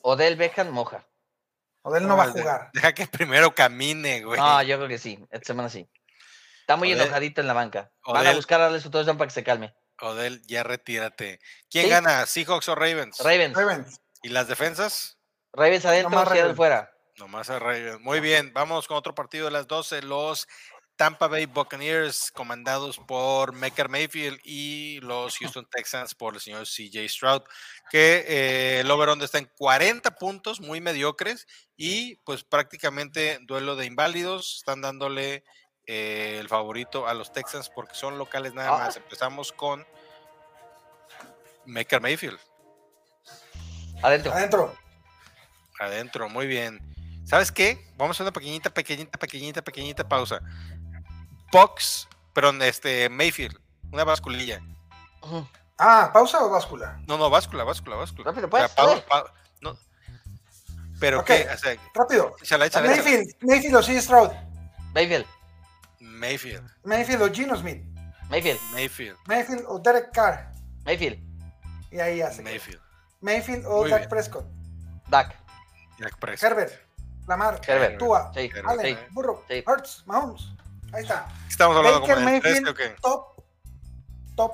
[SPEAKER 2] Odell Beckham moja.
[SPEAKER 1] Odell no va a
[SPEAKER 3] Deja-
[SPEAKER 1] jugar.
[SPEAKER 3] Deja que primero camine, güey.
[SPEAKER 2] No, yo creo que sí, esta semana sí. Está muy
[SPEAKER 3] Odell-
[SPEAKER 2] enojadito en la banca. Van a
[SPEAKER 3] Odell-
[SPEAKER 2] buscar a darle su touchdown para que se calme.
[SPEAKER 3] Odell, ya retírate. ¿Quién
[SPEAKER 2] Sí.
[SPEAKER 3] gana, Seahawks o Ravens?
[SPEAKER 2] Ravens,
[SPEAKER 1] Ravens.
[SPEAKER 3] ¿Y las defensas?
[SPEAKER 2] Ravens adentro,
[SPEAKER 1] Nomás
[SPEAKER 2] Seattle
[SPEAKER 1] Ravens.
[SPEAKER 2] fuera.
[SPEAKER 3] Nomás a Ravens. Muy bien, vamos con otro partido de las 12. Los Tampa Bay Buccaneers, comandados por Maker Mayfield, y los Houston Texans por el señor CJ Stroud, que eh, el over está en 40 puntos, muy mediocres, y pues prácticamente duelo de inválidos. Están dándole eh, el favorito a los Texans porque son locales nada
[SPEAKER 2] Ah.
[SPEAKER 3] más. Empezamos con Maker Mayfield.
[SPEAKER 2] Adentro.
[SPEAKER 1] Adentro.
[SPEAKER 3] Adentro, muy bien. ¿Sabes qué? Vamos a hacer una pequeñita, pequeñita, pequeñita, pequeñita pausa. Box, perdón, este, Mayfield, una basculilla.
[SPEAKER 2] Ujú.
[SPEAKER 1] Ah, pausa o báscula.
[SPEAKER 3] No, no, báscula, báscula, báscula.
[SPEAKER 2] Rápido,
[SPEAKER 3] O sea,
[SPEAKER 2] pues,
[SPEAKER 3] pau-
[SPEAKER 2] dale.
[SPEAKER 3] pau- no. Pero
[SPEAKER 1] Ok.
[SPEAKER 3] qué, o sea,
[SPEAKER 1] Rápido.
[SPEAKER 3] échala, échala, échala.
[SPEAKER 1] Mayfield, Mayfield o C. Stroud.
[SPEAKER 2] Mayfield,
[SPEAKER 3] Mayfield,
[SPEAKER 1] Mayfield o Gino Smith.
[SPEAKER 2] Mayfield,
[SPEAKER 3] Mayfield,
[SPEAKER 1] Mayfield o Derek Carr.
[SPEAKER 2] Mayfield,
[SPEAKER 1] Y ahí hace.
[SPEAKER 3] Mayfield,
[SPEAKER 1] Mayfield o
[SPEAKER 3] Muy
[SPEAKER 1] Dak
[SPEAKER 3] bien.
[SPEAKER 1] Prescott.
[SPEAKER 2] Dak.
[SPEAKER 3] Jack Prescott.
[SPEAKER 1] Herbert. Lamar.
[SPEAKER 2] Herbert.
[SPEAKER 1] Tua.
[SPEAKER 2] Sí,
[SPEAKER 3] Herbert.
[SPEAKER 1] Allen.
[SPEAKER 2] sí.
[SPEAKER 1] Burrow.
[SPEAKER 2] Sí.
[SPEAKER 1] Hurts. Mahomes. Ahí está.
[SPEAKER 3] Estamos hablando
[SPEAKER 1] Baker
[SPEAKER 3] como de
[SPEAKER 1] Mayfield,
[SPEAKER 3] 13 o qué.
[SPEAKER 1] top, top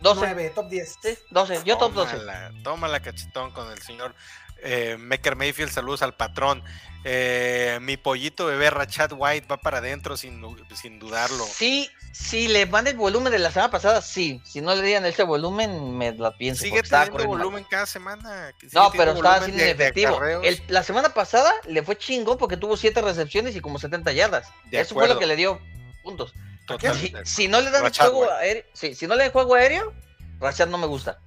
[SPEAKER 2] 12.
[SPEAKER 1] 9, top 10.
[SPEAKER 2] Sí, 12. Yo top 12.
[SPEAKER 3] Tómala, tómala, cachetón con el señor eh, Maker Mayfield. Saludos al patrón. Eh, mi pollito bebé Rachat White va para adentro sin, du- sin dudarlo.
[SPEAKER 2] Sí, sí, le van el volumen de la semana pasada, sí. Si no le dieran este volumen, me la pienso.
[SPEAKER 3] Sigue
[SPEAKER 2] porque estaba
[SPEAKER 3] teniendo
[SPEAKER 2] corriendo mal.
[SPEAKER 3] volumen cada semana. que sigue
[SPEAKER 2] No, pero
[SPEAKER 3] teniendo
[SPEAKER 2] estaba
[SPEAKER 3] volumen
[SPEAKER 2] siendo
[SPEAKER 3] de- de
[SPEAKER 2] inefectivo.
[SPEAKER 3] acarreos.
[SPEAKER 2] El- la semana pasada le fue chingón porque tuvo 7 recepciones y como 70 yardas.
[SPEAKER 3] De
[SPEAKER 2] Eso fue lo
[SPEAKER 3] acuerdo.
[SPEAKER 2] que le dio puntos. Si,
[SPEAKER 3] Totalmente.
[SPEAKER 2] si no le dan
[SPEAKER 3] Rashad,
[SPEAKER 2] juego
[SPEAKER 3] güey.
[SPEAKER 2] aéreo, sí, si no le dan juego aéreo, Rashad no me gusta.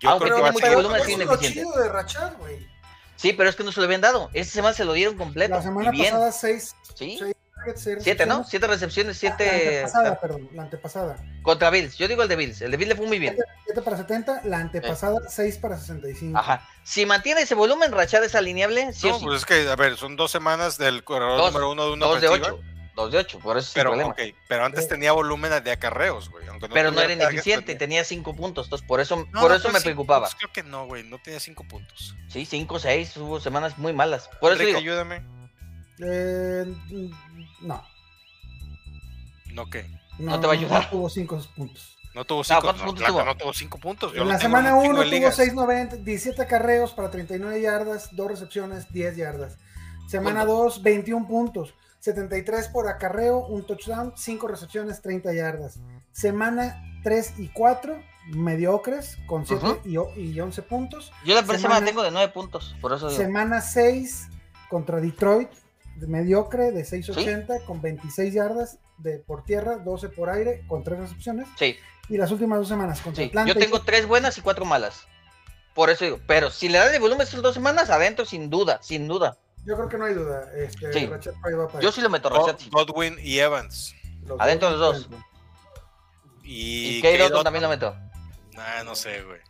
[SPEAKER 3] Yo
[SPEAKER 2] aunque
[SPEAKER 3] creo que
[SPEAKER 2] tuvo
[SPEAKER 3] va a
[SPEAKER 2] mucho
[SPEAKER 3] seguir
[SPEAKER 1] pero
[SPEAKER 2] volumen,
[SPEAKER 3] con
[SPEAKER 2] sí,
[SPEAKER 1] eso es
[SPEAKER 3] eso.
[SPEAKER 1] lo
[SPEAKER 2] ineficiente.
[SPEAKER 1] chido de Rachar, güey.
[SPEAKER 2] Sí, pero es que no se lo habían dado. Esta semana se lo dieron completo.
[SPEAKER 1] La semana
[SPEAKER 2] y bien,
[SPEAKER 1] pasada 6.
[SPEAKER 2] sí.
[SPEAKER 1] seis targets, seis
[SPEAKER 2] Siete, ¿no?
[SPEAKER 1] recepciones.
[SPEAKER 2] Siete recepciones,
[SPEAKER 1] La
[SPEAKER 2] siete
[SPEAKER 1] antepasada, perdón, la antepasada.
[SPEAKER 2] contra Bills. Yo digo el de Bills. El de Bills le fue muy bien.
[SPEAKER 1] 7 para 70, la antepasada 6 para 65.
[SPEAKER 2] Ajá. Si mantiene ese volumen, Rachad es alineable, sí o
[SPEAKER 3] No,
[SPEAKER 2] sí.
[SPEAKER 3] pues es que, a ver, son dos semanas del corredor
[SPEAKER 2] Dos-
[SPEAKER 3] número uno de una
[SPEAKER 2] Dos de
[SPEAKER 3] ofensiva,
[SPEAKER 2] ocho. Dos de ocho, por eso es el
[SPEAKER 3] Pero,
[SPEAKER 2] problema.
[SPEAKER 3] ok, pero antes
[SPEAKER 1] Sí.
[SPEAKER 3] tenía volumen de acarreos, güey. aunque
[SPEAKER 2] Pero no
[SPEAKER 3] tuviera
[SPEAKER 2] era
[SPEAKER 3] targets,
[SPEAKER 2] ineficiente,
[SPEAKER 3] tenía-
[SPEAKER 2] tenía cinco puntos. Entonces, por eso,
[SPEAKER 3] No,
[SPEAKER 2] por
[SPEAKER 3] no,
[SPEAKER 2] eso
[SPEAKER 3] pero
[SPEAKER 2] me
[SPEAKER 3] sí,
[SPEAKER 2] preocupaba.
[SPEAKER 3] pues creo que no, güey. No tenía cinco puntos.
[SPEAKER 2] Sí, cinco, seis, hubo semanas muy malas. Por eso digo,
[SPEAKER 3] Enrique, ayúdame.
[SPEAKER 1] Eh, mm, no,
[SPEAKER 3] No, ¿qué?
[SPEAKER 1] no.
[SPEAKER 2] No te va a ayudar.
[SPEAKER 1] no tuvo 5 puntos.
[SPEAKER 3] No tuvo
[SPEAKER 2] No,
[SPEAKER 3] cinco
[SPEAKER 2] ¿cuántos
[SPEAKER 3] no,
[SPEAKER 2] puntos
[SPEAKER 3] claro,
[SPEAKER 2] tuvo?
[SPEAKER 3] no tuvo cinco puntos. Yo
[SPEAKER 1] En
[SPEAKER 3] lo
[SPEAKER 1] la
[SPEAKER 3] tengo en
[SPEAKER 1] semana
[SPEAKER 3] un chingo
[SPEAKER 1] 1
[SPEAKER 3] de
[SPEAKER 1] tuvo
[SPEAKER 3] ligas.
[SPEAKER 1] 6.90, 17 carreos para 39 yardas, 2 recepciones, 10 yardas. Semana
[SPEAKER 2] Punto.
[SPEAKER 1] 2, 21 puntos, 73 por acarreo, un touchdown, 5 recepciones, 30 yardas. Semana 3 y 4, mediocres, con 7
[SPEAKER 2] Ujú.
[SPEAKER 1] y o- y, 11 puntos.
[SPEAKER 2] yo la próxima
[SPEAKER 1] semana-
[SPEAKER 2] tengo de nueve puntos. Por eso digo,
[SPEAKER 1] Semana 6 contra Detroit, de mediocre, de 6.80, con 26 yardas de, por tierra, 12 por aire, con 3 recepciones.
[SPEAKER 2] sí,
[SPEAKER 1] Y las últimas dos semanas contra
[SPEAKER 2] sí.
[SPEAKER 1] Atlanta.
[SPEAKER 2] Yo
[SPEAKER 1] y-
[SPEAKER 2] tengo tres buenas y cuatro malas. Por eso digo, pero si le dan el volumen estas dos semanas, adentro, sin duda, sin duda.
[SPEAKER 1] Yo creo que no hay duda. Este,
[SPEAKER 2] Sí.
[SPEAKER 1] Rachel Ray va
[SPEAKER 3] Pues.
[SPEAKER 1] para
[SPEAKER 2] Yo sí lo meto a
[SPEAKER 3] Go-
[SPEAKER 2] Rashad. sí.
[SPEAKER 3] Godwin y Evans.
[SPEAKER 1] Los
[SPEAKER 2] Adentro los dos.
[SPEAKER 1] adentro.
[SPEAKER 3] Y,
[SPEAKER 2] Y Kate
[SPEAKER 3] K-Dot-
[SPEAKER 2] Otton también lo meto.
[SPEAKER 3] Ah, no sé, güey.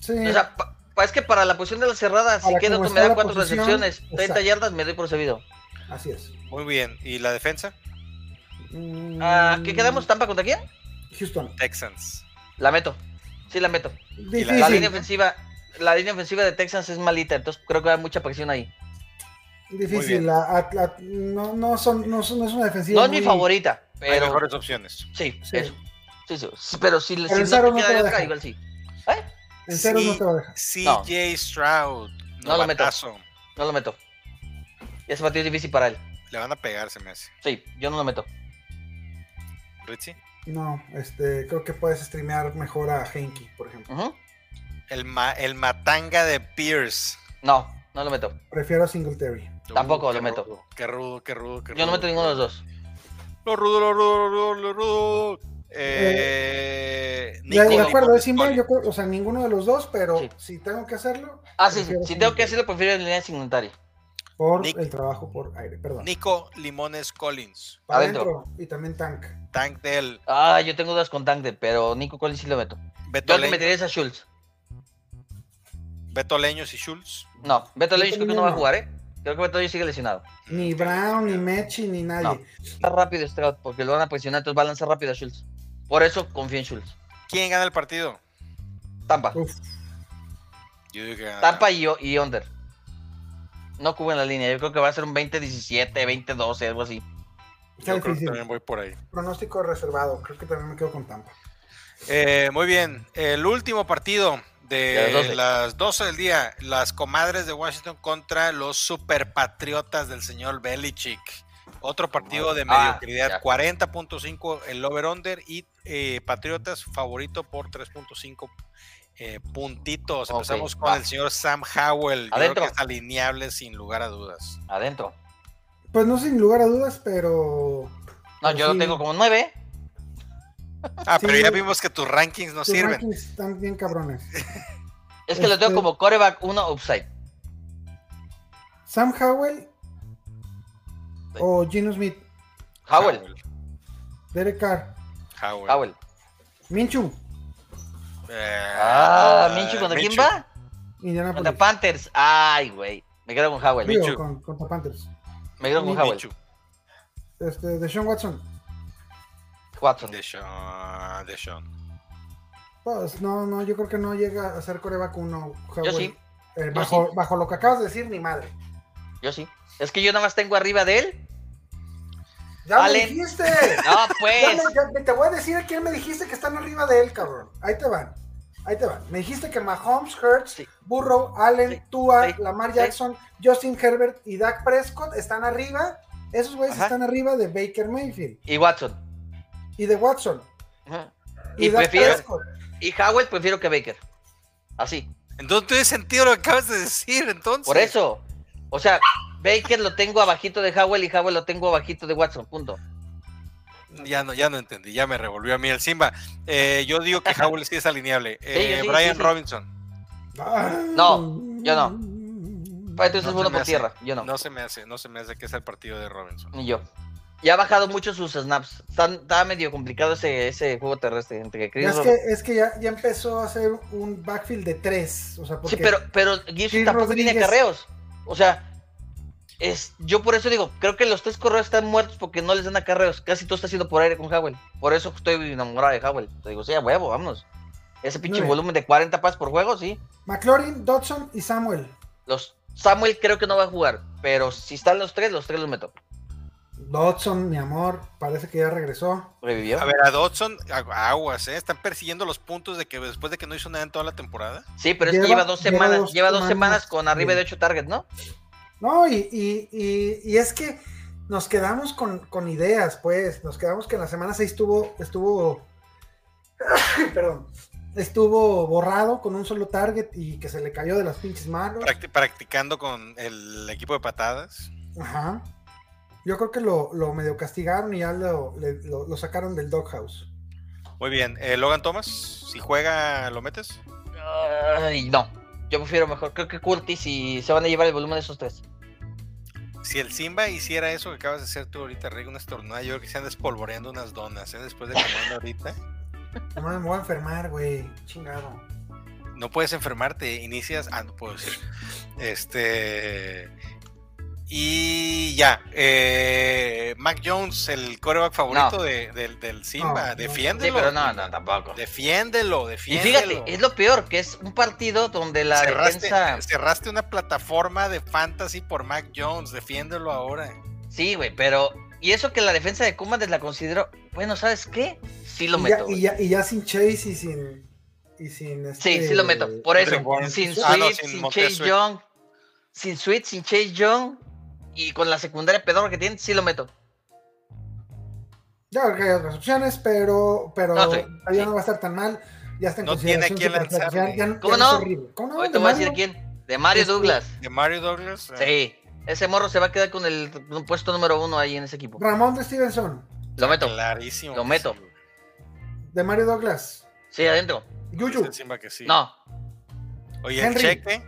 [SPEAKER 1] Sí.
[SPEAKER 2] O sea, pa- pa- es que para la posición de la cerrada, si
[SPEAKER 1] Para
[SPEAKER 2] Kate
[SPEAKER 1] como
[SPEAKER 2] Otton me
[SPEAKER 1] está
[SPEAKER 2] da
[SPEAKER 1] la
[SPEAKER 2] cuatro
[SPEAKER 1] posición,
[SPEAKER 2] recepciones, 30
[SPEAKER 1] exacto.
[SPEAKER 2] yardas, me doy por servido.
[SPEAKER 1] así es.
[SPEAKER 3] Muy bien. ¿Y la defensa?
[SPEAKER 1] Mm,
[SPEAKER 2] Ah, ¿Qué quedamos? ¿Tampa contra quién?
[SPEAKER 1] Houston.
[SPEAKER 3] Texans.
[SPEAKER 2] La meto. Sí, la meto.
[SPEAKER 1] Difícil.
[SPEAKER 2] La línea ofensiva la línea ofensiva de Texans es malita, entonces creo que hay mucha presión ahí.
[SPEAKER 1] Difícil, la- at- at- no, no, son, no, son- no es una defensiva.
[SPEAKER 2] no es mi
[SPEAKER 1] muy-
[SPEAKER 2] favorita,
[SPEAKER 3] Hay
[SPEAKER 2] pero
[SPEAKER 3] mejores opciones.
[SPEAKER 2] sí,
[SPEAKER 1] Sí.
[SPEAKER 2] eso. Sí, sí, sí, pero si, si
[SPEAKER 1] Pero el
[SPEAKER 2] no
[SPEAKER 1] cero
[SPEAKER 2] te
[SPEAKER 1] no
[SPEAKER 2] queda
[SPEAKER 1] te
[SPEAKER 2] de
[SPEAKER 1] lo
[SPEAKER 2] otra,
[SPEAKER 1] deja.
[SPEAKER 2] igual sí. ¿Eh?
[SPEAKER 1] En cero no
[SPEAKER 3] Sí.
[SPEAKER 1] te va a dejar.
[SPEAKER 3] CJ Stroud,
[SPEAKER 2] No lo meto.
[SPEAKER 3] novatazo.
[SPEAKER 2] No lo meto. Y ese partido es difícil para él.
[SPEAKER 3] Le van a pegar, se me hace.
[SPEAKER 2] Sí, yo no lo meto.
[SPEAKER 3] Richie.
[SPEAKER 1] No, este, creo que puedes streamear mejor a Henky, por ejemplo.
[SPEAKER 2] Ujú.
[SPEAKER 3] El, ma- el matanga de Pierce.
[SPEAKER 2] No, no lo meto.
[SPEAKER 1] Prefiero a Singletary.
[SPEAKER 2] Tampoco
[SPEAKER 3] qué
[SPEAKER 2] lo meto.
[SPEAKER 3] rudo, Qué rudo, qué rudo, qué rudo.
[SPEAKER 2] Yo no meto ninguno de los dos.
[SPEAKER 3] Lo rudo, lo rudo, lo rudo, lo rudo. Eh,
[SPEAKER 1] De, de
[SPEAKER 3] Nicolai
[SPEAKER 1] acuerdo, es
[SPEAKER 3] Montescoli.
[SPEAKER 1] simple, yo creo, o sea, ninguno de los dos, pero
[SPEAKER 2] Sí.
[SPEAKER 1] si tengo que hacerlo,
[SPEAKER 2] Ah, sí, sí.
[SPEAKER 1] Prefiero
[SPEAKER 2] Si tengo que
[SPEAKER 1] Singletary.
[SPEAKER 2] hacerlo, prefiero en línea Singletary.
[SPEAKER 1] por
[SPEAKER 3] Nick-
[SPEAKER 1] el trabajo por aire, perdón.
[SPEAKER 3] Nico Limones Collins.
[SPEAKER 1] Para
[SPEAKER 2] Adentro.
[SPEAKER 1] adentro. Y también Tank.
[SPEAKER 3] Tank Dell.
[SPEAKER 2] Ah, yo tengo dudas con Tangle, pero Nico Collins sí lo meto.
[SPEAKER 3] Beto,
[SPEAKER 2] Yo le
[SPEAKER 3] Leño-
[SPEAKER 2] metería es a Schultz.
[SPEAKER 3] Beto Leños y Schultz.
[SPEAKER 2] No, Beto
[SPEAKER 1] Yo
[SPEAKER 2] Lynch creo que
[SPEAKER 1] también
[SPEAKER 2] no va a
[SPEAKER 1] no.
[SPEAKER 2] jugar, ¿eh? Creo que Beto Lynch sigue lesionado.
[SPEAKER 1] Ni Brown, ni Mechi, ni nadie.
[SPEAKER 2] Está rápido Stroud, porque lo van a presionar, entonces va a lanzar rápido a Schultz. Por eso confío en Schultz.
[SPEAKER 3] ¿Quién gana el partido?
[SPEAKER 2] Tampa.
[SPEAKER 1] Uf,
[SPEAKER 3] Yo digo que gana
[SPEAKER 2] Tampa y, y Under. No cubren la línea. Yo creo que va a ser un 20-17, 20-12, algo así.
[SPEAKER 1] está
[SPEAKER 3] Yo creo que
[SPEAKER 1] difícil.
[SPEAKER 3] también voy por ahí.
[SPEAKER 1] Pronóstico reservado. Creo que también me quedo con Tampa.
[SPEAKER 3] Eh, muy bien. El último partido de
[SPEAKER 2] De las 12.
[SPEAKER 3] las 12 del día. Las comadres de Washington contra los superpatriotas del señor Belichick. Otro partido de
[SPEAKER 2] Ah,
[SPEAKER 3] mediocridad.
[SPEAKER 2] ya.
[SPEAKER 3] 40.5 el over-under y eh, Patriotas favorito por 3.5 eh, puntitos.
[SPEAKER 2] Ok,
[SPEAKER 3] Empezamos con
[SPEAKER 2] va.
[SPEAKER 3] el señor Sam Howell. Yo creo
[SPEAKER 2] Adentro.
[SPEAKER 3] que es alineable sin lugar a dudas.
[SPEAKER 2] Adentro.
[SPEAKER 1] Pues no sin lugar a dudas, pero.
[SPEAKER 2] No,
[SPEAKER 1] pero
[SPEAKER 2] yo
[SPEAKER 1] Pues
[SPEAKER 2] lo
[SPEAKER 1] sí,
[SPEAKER 2] tengo como 9.
[SPEAKER 3] Ah,
[SPEAKER 1] Sí,
[SPEAKER 3] pero ya
[SPEAKER 1] no-
[SPEAKER 3] vimos que tus rankings no
[SPEAKER 1] tus
[SPEAKER 3] sirven.
[SPEAKER 1] rankings Están bien cabrones.
[SPEAKER 2] Es que lo
[SPEAKER 1] Este-
[SPEAKER 2] tengo como coreback 1 upside.
[SPEAKER 1] Sam Howell
[SPEAKER 2] Sí.
[SPEAKER 1] o Gino Smith,
[SPEAKER 2] Howell.
[SPEAKER 1] Derek Carr,
[SPEAKER 3] Howell.
[SPEAKER 2] Howell.
[SPEAKER 1] Minchu,
[SPEAKER 3] Eh,
[SPEAKER 2] Ah, Minchu, ¿contra quién
[SPEAKER 3] Minshew.
[SPEAKER 2] va? Contra
[SPEAKER 1] Indianapolis.
[SPEAKER 2] Panthers. Ay, güey. Me quedo con Howell.
[SPEAKER 1] Digo,
[SPEAKER 3] Minshew.
[SPEAKER 1] con, contra Panthers.
[SPEAKER 2] Me quedo con
[SPEAKER 1] Minshew.
[SPEAKER 2] Howell.
[SPEAKER 3] Minshew.
[SPEAKER 1] Este, de Sean Watson.
[SPEAKER 2] Watson.
[SPEAKER 3] Deshaun, Deshaun.
[SPEAKER 1] Pues no, no, yo creo que no llega a ser coreback uno. Howell.
[SPEAKER 2] Yo sí,
[SPEAKER 1] Eh,
[SPEAKER 2] yo
[SPEAKER 1] bajo,
[SPEAKER 2] sí.
[SPEAKER 1] bajo lo que acabas de decir, ni madre.
[SPEAKER 2] yo sí. Es que yo nada más tengo arriba de él.
[SPEAKER 1] ¡Ya me
[SPEAKER 2] Allen.
[SPEAKER 1] dijiste!
[SPEAKER 2] No,
[SPEAKER 1] Ya
[SPEAKER 2] pues.
[SPEAKER 1] me- ya- te voy a decir a quién me dijiste que están arriba de él, cabrón. Ahí te van. Ahí te van. Me dijiste que Mahomes, Hurts,
[SPEAKER 2] Sí.
[SPEAKER 1] Burrow, Allen,
[SPEAKER 2] Sí.
[SPEAKER 1] Tua,
[SPEAKER 2] Sí.
[SPEAKER 1] Lamar
[SPEAKER 2] Sí.
[SPEAKER 1] Jackson, Justin Herbert y Dak Prescott están arriba. Esos güeyes
[SPEAKER 2] Ajá.
[SPEAKER 1] están arriba de Baker Mayfield
[SPEAKER 2] Y Watson.
[SPEAKER 1] y de Watson.
[SPEAKER 2] Ujú.
[SPEAKER 1] Y,
[SPEAKER 2] Y
[SPEAKER 1] Dak
[SPEAKER 2] prefiero-
[SPEAKER 1] Prescott.
[SPEAKER 2] Y Howell prefiero que Baker. Así.
[SPEAKER 3] Entonces no tiene sentido lo que acabas de decir, entonces.
[SPEAKER 2] Por eso. O sea, Baker lo tengo abajito de Howell y Howell lo tengo abajito de Watson. Punto.
[SPEAKER 3] Ya no, ya no entendí, ya me revolvió a mí el Simba. Eh, yo digo que Howell sí es alineable. Eh,
[SPEAKER 2] sí, sí,
[SPEAKER 3] Brian
[SPEAKER 2] sí.
[SPEAKER 3] Robinson.
[SPEAKER 2] No, yo no. Pues Entonces
[SPEAKER 3] No
[SPEAKER 2] es
[SPEAKER 3] se
[SPEAKER 2] bueno
[SPEAKER 3] me
[SPEAKER 2] por
[SPEAKER 3] hace.
[SPEAKER 2] tierra. Yo
[SPEAKER 3] No.
[SPEAKER 2] no.
[SPEAKER 3] se me hace, no se me hace que es el partido de Robinson.
[SPEAKER 2] Ni yo. Y ha bajado mucho sus snaps. Está, está medio complicado ese, ese juego terrestre. Entre Chris
[SPEAKER 1] Es
[SPEAKER 2] Rob-
[SPEAKER 1] que, es que ya, ya empezó a hacer un backfield de tres. O sea, porque
[SPEAKER 2] Sí, pero, pero Gibson
[SPEAKER 1] Chris
[SPEAKER 2] tampoco tiene
[SPEAKER 1] Rodríguez.
[SPEAKER 2] carreos. O sea, es, yo por eso digo, creo que los tres correos están muertos porque no les dan acarreos. Casi todo está haciendo por aire con Howell. Por eso estoy enamorado de Howell. Te digo, sí, a huevo, vámonos. Ese pinche
[SPEAKER 1] bien.
[SPEAKER 2] volumen de 40 pas por juego, sí.
[SPEAKER 1] McLaurin, Dodson y Samuel.
[SPEAKER 2] Los Samuel creo que no va a jugar, pero si están los tres, los tres los meto.
[SPEAKER 1] Dodson, mi amor, parece que ya regresó.
[SPEAKER 2] ¿Revivió?
[SPEAKER 3] A ver, a Dodson, agu- aguas, ¿eh? Están persiguiendo los puntos de que después de que no hizo nada en toda la temporada.
[SPEAKER 2] Sí, pero es que
[SPEAKER 1] lleva-
[SPEAKER 2] lleva dos
[SPEAKER 1] lleva
[SPEAKER 2] semanas, lleva dos,
[SPEAKER 1] dos
[SPEAKER 2] semanas
[SPEAKER 1] semanas,
[SPEAKER 2] con arriba
[SPEAKER 1] sí.
[SPEAKER 2] de 8 targets, ¿no?
[SPEAKER 1] No, y, y- y- y es que nos quedamos con, con ideas, pues. Nos quedamos que en la semana 6 estuvo, estuvo, perdón, estuvo borrado con un solo target y que se le cayó de las pinches manos.
[SPEAKER 3] Practi- practicando con el equipo de patadas.
[SPEAKER 1] Ajá. Yo creo que lo, lo medio castigaron y ya lo, le- lo- lo sacaron del doghouse.
[SPEAKER 3] Muy bien. eh, Logan Thomas, si juega, ¿lo metes?
[SPEAKER 2] Ay, no. Yo prefiero mejor, creo que Curtis y se van a llevar el volumen de esos tres.
[SPEAKER 3] Si el Simba hiciera eso que acabas de hacer tú ahorita, Rick, unas tornadas, yo creo que se han despolvoreando unas donas, ¿eh? Después de comerlo ahorita.
[SPEAKER 1] No me voy a enfermar, güey. Chingado.
[SPEAKER 3] No puedes enfermarte, inicias. Ah, no puedo decir. Este. Y ya, eh, Mac Jones, el coreback favorito de- del, del Simba,
[SPEAKER 1] No, no.
[SPEAKER 3] defiéndelo.
[SPEAKER 2] Sí, pero no, no, tampoco.
[SPEAKER 3] Defiéndelo,
[SPEAKER 2] Y
[SPEAKER 3] defiéndelo.
[SPEAKER 2] fíjate, es lo peor, que es un partido donde la
[SPEAKER 3] cerraste,
[SPEAKER 2] defensa...
[SPEAKER 3] cerraste una plataforma de fantasy por Mac Jones, defiéndelo ahora.
[SPEAKER 2] Sí, güey, pero... Y eso que la defensa de Cumbades la considero... Bueno, ¿sabes qué? Sí lo
[SPEAKER 1] y,
[SPEAKER 2] meto.
[SPEAKER 1] ya,
[SPEAKER 2] güey.
[SPEAKER 1] y, ya, y ya sin Chase y sin. Y sin
[SPEAKER 2] Sí,
[SPEAKER 1] este-
[SPEAKER 2] sí lo meto. Por eso,
[SPEAKER 3] Andre Ward.
[SPEAKER 2] sin Sweet,
[SPEAKER 3] Ah, no, sin
[SPEAKER 2] sin,
[SPEAKER 3] Montez
[SPEAKER 2] Chase
[SPEAKER 3] Sweat.
[SPEAKER 2] Young, sin Sweet, sin Chase Young, y con la secundaria pedorra que tienen, sí lo meto.
[SPEAKER 1] Ya creo que hay otras opciones, pero, pero
[SPEAKER 2] No, sí,
[SPEAKER 1] ya
[SPEAKER 2] sí.
[SPEAKER 1] no va a estar tan mal. Ya está en
[SPEAKER 3] No
[SPEAKER 1] consideración
[SPEAKER 3] tiene a quién
[SPEAKER 1] superflex,
[SPEAKER 3] lanzarle.
[SPEAKER 1] ya- ya-
[SPEAKER 2] ¿Cómo
[SPEAKER 1] ya es
[SPEAKER 2] no?
[SPEAKER 1] horrible. ¿Cómo no?
[SPEAKER 2] Hoy te
[SPEAKER 1] De
[SPEAKER 2] voy a decir
[SPEAKER 1] Mario.
[SPEAKER 2] quién. De Mario
[SPEAKER 1] Este,
[SPEAKER 2] Douglas.
[SPEAKER 3] De Mario Douglas. eh,
[SPEAKER 2] Sí. Ese morro se va a quedar con el puesto número uno ahí en ese equipo.
[SPEAKER 1] Ramón de Stevenson,
[SPEAKER 2] Lo meto.
[SPEAKER 3] Clarísimo.
[SPEAKER 2] Lo
[SPEAKER 3] que
[SPEAKER 2] meto.
[SPEAKER 3] sí, güey.
[SPEAKER 1] de Mario Douglas,
[SPEAKER 2] Sí, adentro.
[SPEAKER 1] Yuyu.
[SPEAKER 3] Dice Simba que sí.
[SPEAKER 2] No,
[SPEAKER 3] Oye,
[SPEAKER 1] Henry.
[SPEAKER 3] el cheque.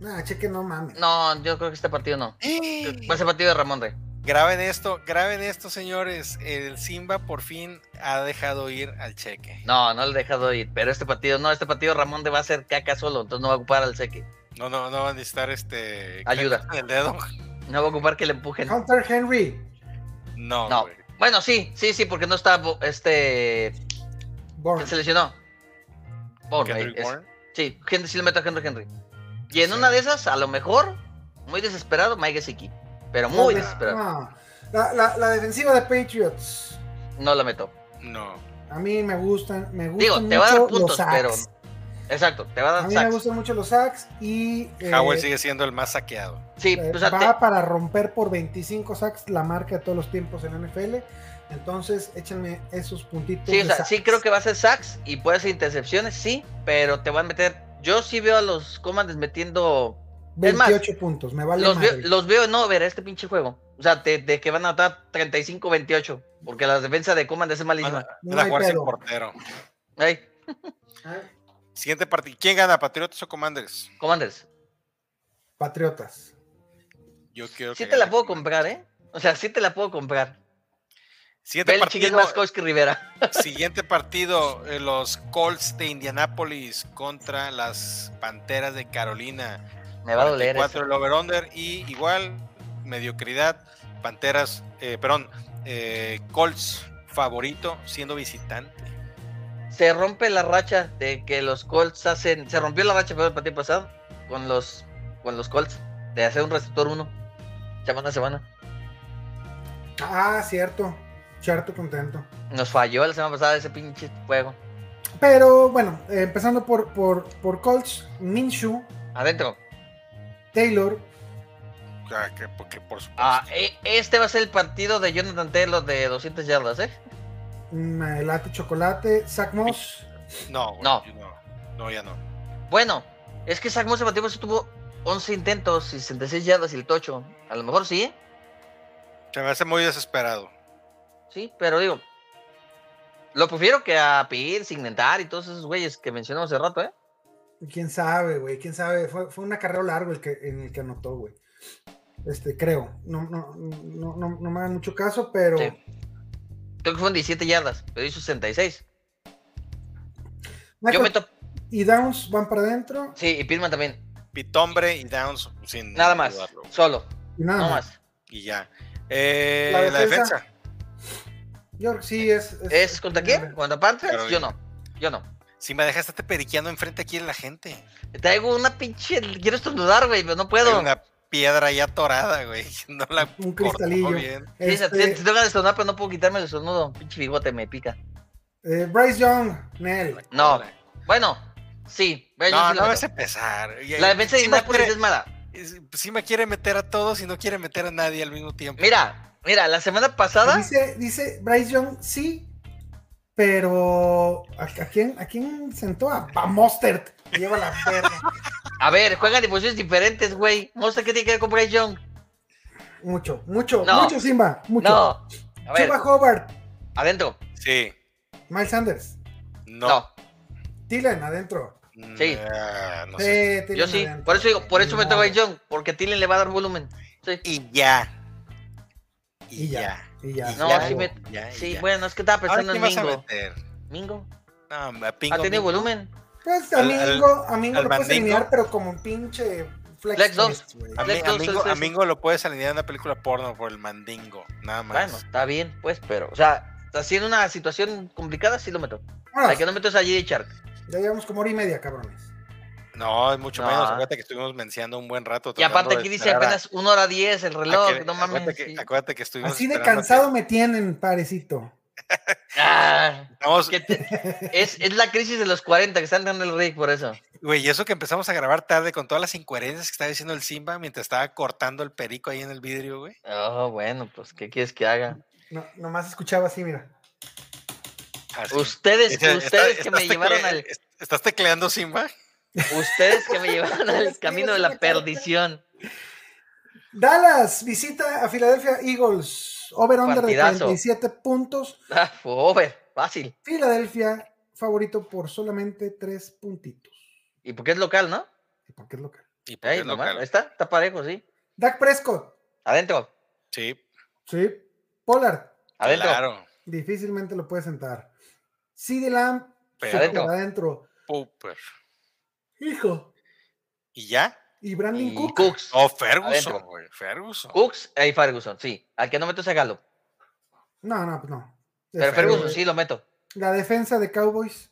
[SPEAKER 1] Nah, Ah, cheque, no mames.
[SPEAKER 2] no, yo creo que este partido no.
[SPEAKER 1] ¡Eh!
[SPEAKER 2] Va a ser partido de Ramón Rey.
[SPEAKER 3] Pues, Graben esto, graben esto, señores. El Simba por fin ha dejado ir al cheque.
[SPEAKER 2] No, no le he dejado ir. Pero este partido no, este partido Ramón de va a hacer caca solo, entonces no va a ocupar al seque.
[SPEAKER 3] No, no, no va a necesitar este.
[SPEAKER 2] Ayuda.
[SPEAKER 3] con El dedo.
[SPEAKER 2] No va a ocupar que le empujen.
[SPEAKER 1] Hunter Henry,
[SPEAKER 3] No,
[SPEAKER 2] No.
[SPEAKER 3] güey.
[SPEAKER 2] Bueno, sí, sí, sí, porque no está Bo- este
[SPEAKER 1] Bourne.
[SPEAKER 2] ¿Quién se lesionó? Bourne,
[SPEAKER 3] Kendrick
[SPEAKER 2] ahí, es-
[SPEAKER 3] Bourne.
[SPEAKER 2] sí, Henry sí le meto a Henry Henry. Y en
[SPEAKER 3] Sí.
[SPEAKER 2] una de esas, a lo mejor, muy desesperado, Mike Gesicki. Pero muy
[SPEAKER 1] No,
[SPEAKER 2] desesperado.
[SPEAKER 1] no. La, la- la defensiva de Patriots.
[SPEAKER 2] No la meto.
[SPEAKER 3] No.
[SPEAKER 1] A mí me gustan, me gustan
[SPEAKER 2] Digo,
[SPEAKER 1] mucho
[SPEAKER 2] te va a dar puntos,
[SPEAKER 1] los sacks.
[SPEAKER 2] pero. Exacto, te va a
[SPEAKER 1] A
[SPEAKER 2] dar
[SPEAKER 1] mí me
[SPEAKER 2] sacks.
[SPEAKER 1] gustan mucho los sacks y eh,
[SPEAKER 3] Howell sigue siendo el más saqueado.
[SPEAKER 2] Sí,
[SPEAKER 1] eh,
[SPEAKER 2] o sea,
[SPEAKER 1] va
[SPEAKER 2] te-
[SPEAKER 1] para romper por 25 sacks la marca de todos los tiempos en la NFL. Entonces, échenme esos puntitos.
[SPEAKER 2] sí, o
[SPEAKER 1] de
[SPEAKER 2] sea,
[SPEAKER 1] sacks.
[SPEAKER 2] sí creo que va a ser sacks y puede ser intercepciones, sí, pero te van a meter. Yo sí veo a los Commanders metiendo. es más,
[SPEAKER 1] 28 puntos, me vale
[SPEAKER 2] Los veo,
[SPEAKER 1] madre.
[SPEAKER 2] los veo en over a este pinche juego. O sea, te- de que van a dar 35-28. Porque la defensa de Commanders es malísima.
[SPEAKER 1] No
[SPEAKER 3] Van a
[SPEAKER 1] hay
[SPEAKER 3] jugar sin
[SPEAKER 1] pedo.
[SPEAKER 3] portero.
[SPEAKER 2] Ay,
[SPEAKER 3] Siguiente partido. ¿Quién gana, Patriotas o Commanders?
[SPEAKER 2] Commanders.
[SPEAKER 1] Patriotas.
[SPEAKER 3] Yo quiero
[SPEAKER 2] Sí
[SPEAKER 3] que
[SPEAKER 2] te la
[SPEAKER 3] gane
[SPEAKER 2] puedo
[SPEAKER 3] Commanders.
[SPEAKER 2] comprar, ¿eh? O sea, sí te la puedo comprar.
[SPEAKER 3] Siguiente
[SPEAKER 2] Belichick es
[SPEAKER 3] partido,
[SPEAKER 2] más coach que Rivera.
[SPEAKER 3] siguiente partido, eh, los Colts de Indianápolis contra las Panteras de Carolina.
[SPEAKER 2] Me va a doler ¿eh? eso.
[SPEAKER 3] 44 el over-under y igual, mediocridad, Panteras, eh, perdón, eh, Colts favorito siendo visitante.
[SPEAKER 2] Se rompe la racha de que los Colts hacen... Se rompió la racha perdón, el partido pasado con los, con los Colts de hacer un receptor uno. Semana a semana.
[SPEAKER 1] Ah, cierto. Cierto, contento.
[SPEAKER 2] Nos falló la semana pasada ese pinche juego.
[SPEAKER 1] Pero bueno, eh, empezando por, por, por Colts, Minshew,
[SPEAKER 2] Adentro.
[SPEAKER 1] Taylor,
[SPEAKER 3] O sea, que, porque por supuesto.
[SPEAKER 2] Ah, e- este va a ser el partido de Jonathan Taylor de 200 yardas, ¿eh?
[SPEAKER 1] mm, Latte Chocolate, Zach Moss.
[SPEAKER 3] no, güey,
[SPEAKER 2] no.
[SPEAKER 3] no, no, ya no.
[SPEAKER 2] Bueno, es que Zach Moss el partido pasado tuvo 11 intentos y 66 yardas y el tocho. A lo mejor sí, ¿eh?
[SPEAKER 3] Se me hace muy desesperado.
[SPEAKER 2] Sí, pero digo, lo prefiero que a Pierce, Signetar y todos esos güeyes que mencionamos hace rato, ¿eh?
[SPEAKER 1] Quién sabe, güey, quién sabe. Fue, fue un acarreo largo el que, en el que anotó, güey. Este, creo. No, no, no, no, no me hagan mucho caso, pero.
[SPEAKER 2] Sí. Creo que fueron 17 yardas, pero hizo 66. Yo
[SPEAKER 1] Michael
[SPEAKER 2] meto.
[SPEAKER 1] Y Downs van para adentro.
[SPEAKER 2] Sí, y Pirman también.
[SPEAKER 3] Pitombre y Downs sin
[SPEAKER 2] Nada más.
[SPEAKER 3] dudarlo, güey,
[SPEAKER 2] Solo.
[SPEAKER 1] Y nada
[SPEAKER 2] No
[SPEAKER 1] más.
[SPEAKER 2] más.
[SPEAKER 3] Y ya. Eh,
[SPEAKER 1] La
[SPEAKER 3] la
[SPEAKER 1] defensa.
[SPEAKER 3] defensa.
[SPEAKER 1] Yo creo que sí es.
[SPEAKER 2] ¿Es contra quién? ¿Contra Panthers?
[SPEAKER 3] Carolina.
[SPEAKER 2] Yo no. Yo no.
[SPEAKER 3] Si me dejaste periqueando enfrente aquí de la gente.
[SPEAKER 2] Traigo una pinche. Quiero estornudar, güey, pero no
[SPEAKER 3] Hay
[SPEAKER 2] puedo.
[SPEAKER 3] una piedra ya atorada, güey. No la
[SPEAKER 1] Un
[SPEAKER 3] cortó
[SPEAKER 1] cristalillo.
[SPEAKER 3] bien.
[SPEAKER 2] Sí, se-
[SPEAKER 1] Este,
[SPEAKER 2] te- te tengo que estornudar, pero no puedo quitarme el estornudo. Pinche bigote me pica.
[SPEAKER 1] eh, Bryce Young, Nel.
[SPEAKER 2] No. Bueno, sí. ve, yo
[SPEAKER 3] No,
[SPEAKER 2] sí lo
[SPEAKER 3] no vas
[SPEAKER 2] meto.
[SPEAKER 3] a empezar. Ya-
[SPEAKER 2] La defensa de
[SPEAKER 3] sí me
[SPEAKER 2] Indianapolis es
[SPEAKER 3] quiere-
[SPEAKER 2] mala.
[SPEAKER 3] es- pues, sí me quiere meter a todos y no quiere meter a nadie al mismo tiempo.
[SPEAKER 2] Mira, mira, la semana pasada.
[SPEAKER 3] Pues
[SPEAKER 1] Dice, dice Bryce Young, sí, pero ¿a, a quién, ¿a quién sentó? A, a Mostert. que Lleva la perra.
[SPEAKER 2] A ver, juegan en posiciones diferentes, güey. Mostra que tiene que ver con Bryce Young.
[SPEAKER 1] Mucho, mucho,
[SPEAKER 2] No.
[SPEAKER 1] mucho Simba, mucho.
[SPEAKER 2] No. A ver,
[SPEAKER 1] Chuba Hobart,
[SPEAKER 2] adentro.
[SPEAKER 3] Sí.
[SPEAKER 1] Miles Sanders,
[SPEAKER 2] No.
[SPEAKER 3] No.
[SPEAKER 1] Dylan adentro.
[SPEAKER 2] Sí.
[SPEAKER 3] Ah, no sé.
[SPEAKER 1] Eh, Thielen
[SPEAKER 2] Yo sí.
[SPEAKER 1] adentro.
[SPEAKER 2] Por eso digo, por eso me a
[SPEAKER 1] No.
[SPEAKER 2] Bryce Young. Porque a Tillen le va a dar volumen. Sí.
[SPEAKER 3] Y ya.
[SPEAKER 1] Y ya. Y ya.
[SPEAKER 2] No,
[SPEAKER 1] Ya,
[SPEAKER 2] sí me-
[SPEAKER 1] güey.
[SPEAKER 3] Ya, y
[SPEAKER 2] Sí,
[SPEAKER 3] ya.
[SPEAKER 2] bueno, es que estaba
[SPEAKER 3] Ahora
[SPEAKER 2] pensando
[SPEAKER 3] quién
[SPEAKER 2] en
[SPEAKER 3] vas a
[SPEAKER 2] Mingo.
[SPEAKER 3] meter.
[SPEAKER 2] Mingo.
[SPEAKER 3] No, a
[SPEAKER 2] Ha
[SPEAKER 3] Pingo
[SPEAKER 2] tenido
[SPEAKER 3] Mingo.
[SPEAKER 2] volumen.
[SPEAKER 1] Pues
[SPEAKER 3] Al- al-
[SPEAKER 1] amigo, amigo
[SPEAKER 3] al
[SPEAKER 1] lo puedes
[SPEAKER 3] Mandingo.
[SPEAKER 1] eliminar, pero como un pinche Flex,
[SPEAKER 2] Flex dos.
[SPEAKER 1] twist, güey.
[SPEAKER 3] A,
[SPEAKER 2] Flex
[SPEAKER 3] Mi- a
[SPEAKER 2] dos,
[SPEAKER 3] Mingo,
[SPEAKER 2] sí, sí,
[SPEAKER 3] a
[SPEAKER 2] sí.
[SPEAKER 3] Mingo lo puedes alinear en una película porno por el mandingo, nada más.
[SPEAKER 2] Bueno, está bien, pues, pero, o sea, así en una situación complicada, sí lo meto.
[SPEAKER 1] Vámonos.
[SPEAKER 2] La que no meto es a J.D. Shark.
[SPEAKER 1] Ya llevamos como hora y media, cabrones.
[SPEAKER 3] No, es mucho
[SPEAKER 2] No.
[SPEAKER 3] menos. Acuérdate que estuvimos menciando un buen rato.
[SPEAKER 2] Y aparte
[SPEAKER 3] tratando de
[SPEAKER 2] aquí dice
[SPEAKER 3] esperar a-
[SPEAKER 2] apenas 1 hora 10 el
[SPEAKER 3] a
[SPEAKER 2] reloj,
[SPEAKER 3] que-
[SPEAKER 2] no mames.
[SPEAKER 3] Acuérdate que,
[SPEAKER 2] sí.
[SPEAKER 3] acuérdate que estuvimos.
[SPEAKER 1] Así de
[SPEAKER 3] esperando a que-
[SPEAKER 1] cansado me tienen, parecito.
[SPEAKER 2] Ah,
[SPEAKER 3] Estamos-
[SPEAKER 2] que te- es, es la crisis de los 40 que están dando el Rick por eso.
[SPEAKER 3] Güey, y eso que empezamos a grabar tarde con todas las incoherencias que estaba diciendo el Simba mientras estaba cortando el perico ahí en el vidrio, güey.
[SPEAKER 2] Oh, bueno, pues, ¿qué quieres que haga?
[SPEAKER 1] No, nomás escuchaba así, mira.
[SPEAKER 3] Así.
[SPEAKER 2] Ustedes,
[SPEAKER 3] Dice,
[SPEAKER 2] ustedes
[SPEAKER 3] "Está-
[SPEAKER 2] que me
[SPEAKER 3] estás
[SPEAKER 2] llevaron
[SPEAKER 3] tecle-
[SPEAKER 2] al,
[SPEAKER 3] est- ¿Estás tecleando, Simba?
[SPEAKER 2] ustedes que me llevaron al camino de la perdición.
[SPEAKER 1] Dallas visita a Philadelphia Eagles. Over-under de
[SPEAKER 2] Partidazo.
[SPEAKER 1] 47 puntos.
[SPEAKER 2] Ah, fue over, fácil.
[SPEAKER 1] Filadelfia favorito por solamente 3 puntitos.
[SPEAKER 2] Y porque es local, ¿no?
[SPEAKER 1] ¿Y por qué es local?
[SPEAKER 3] Y porque
[SPEAKER 2] Ahí
[SPEAKER 3] es
[SPEAKER 2] nomás,
[SPEAKER 3] local.
[SPEAKER 2] ahí está, está parejo, sí.
[SPEAKER 1] Dak Prescott.
[SPEAKER 2] Adentro,
[SPEAKER 3] Sí,
[SPEAKER 1] Sí. Pollard.
[SPEAKER 2] adentro.
[SPEAKER 3] claro.
[SPEAKER 1] Difícilmente lo puede sentar. CD Lamb.
[SPEAKER 3] Pero-
[SPEAKER 1] súper
[SPEAKER 2] Adentro.
[SPEAKER 1] adentro.
[SPEAKER 3] Popper.
[SPEAKER 1] Hijo.
[SPEAKER 3] ¿Y ya?
[SPEAKER 1] Y Brandon
[SPEAKER 2] Y
[SPEAKER 1] Cook.
[SPEAKER 2] Cooks.
[SPEAKER 3] No, Ferguson,
[SPEAKER 2] Adentro.
[SPEAKER 3] güey. Ferguson.
[SPEAKER 2] Cooks y Ferguson, sí. Al que no meto es a Galo.
[SPEAKER 1] No, no, pues no.
[SPEAKER 2] Pero
[SPEAKER 1] Defensa-
[SPEAKER 2] Ferguson sí lo meto.
[SPEAKER 1] La defensa de Cowboys.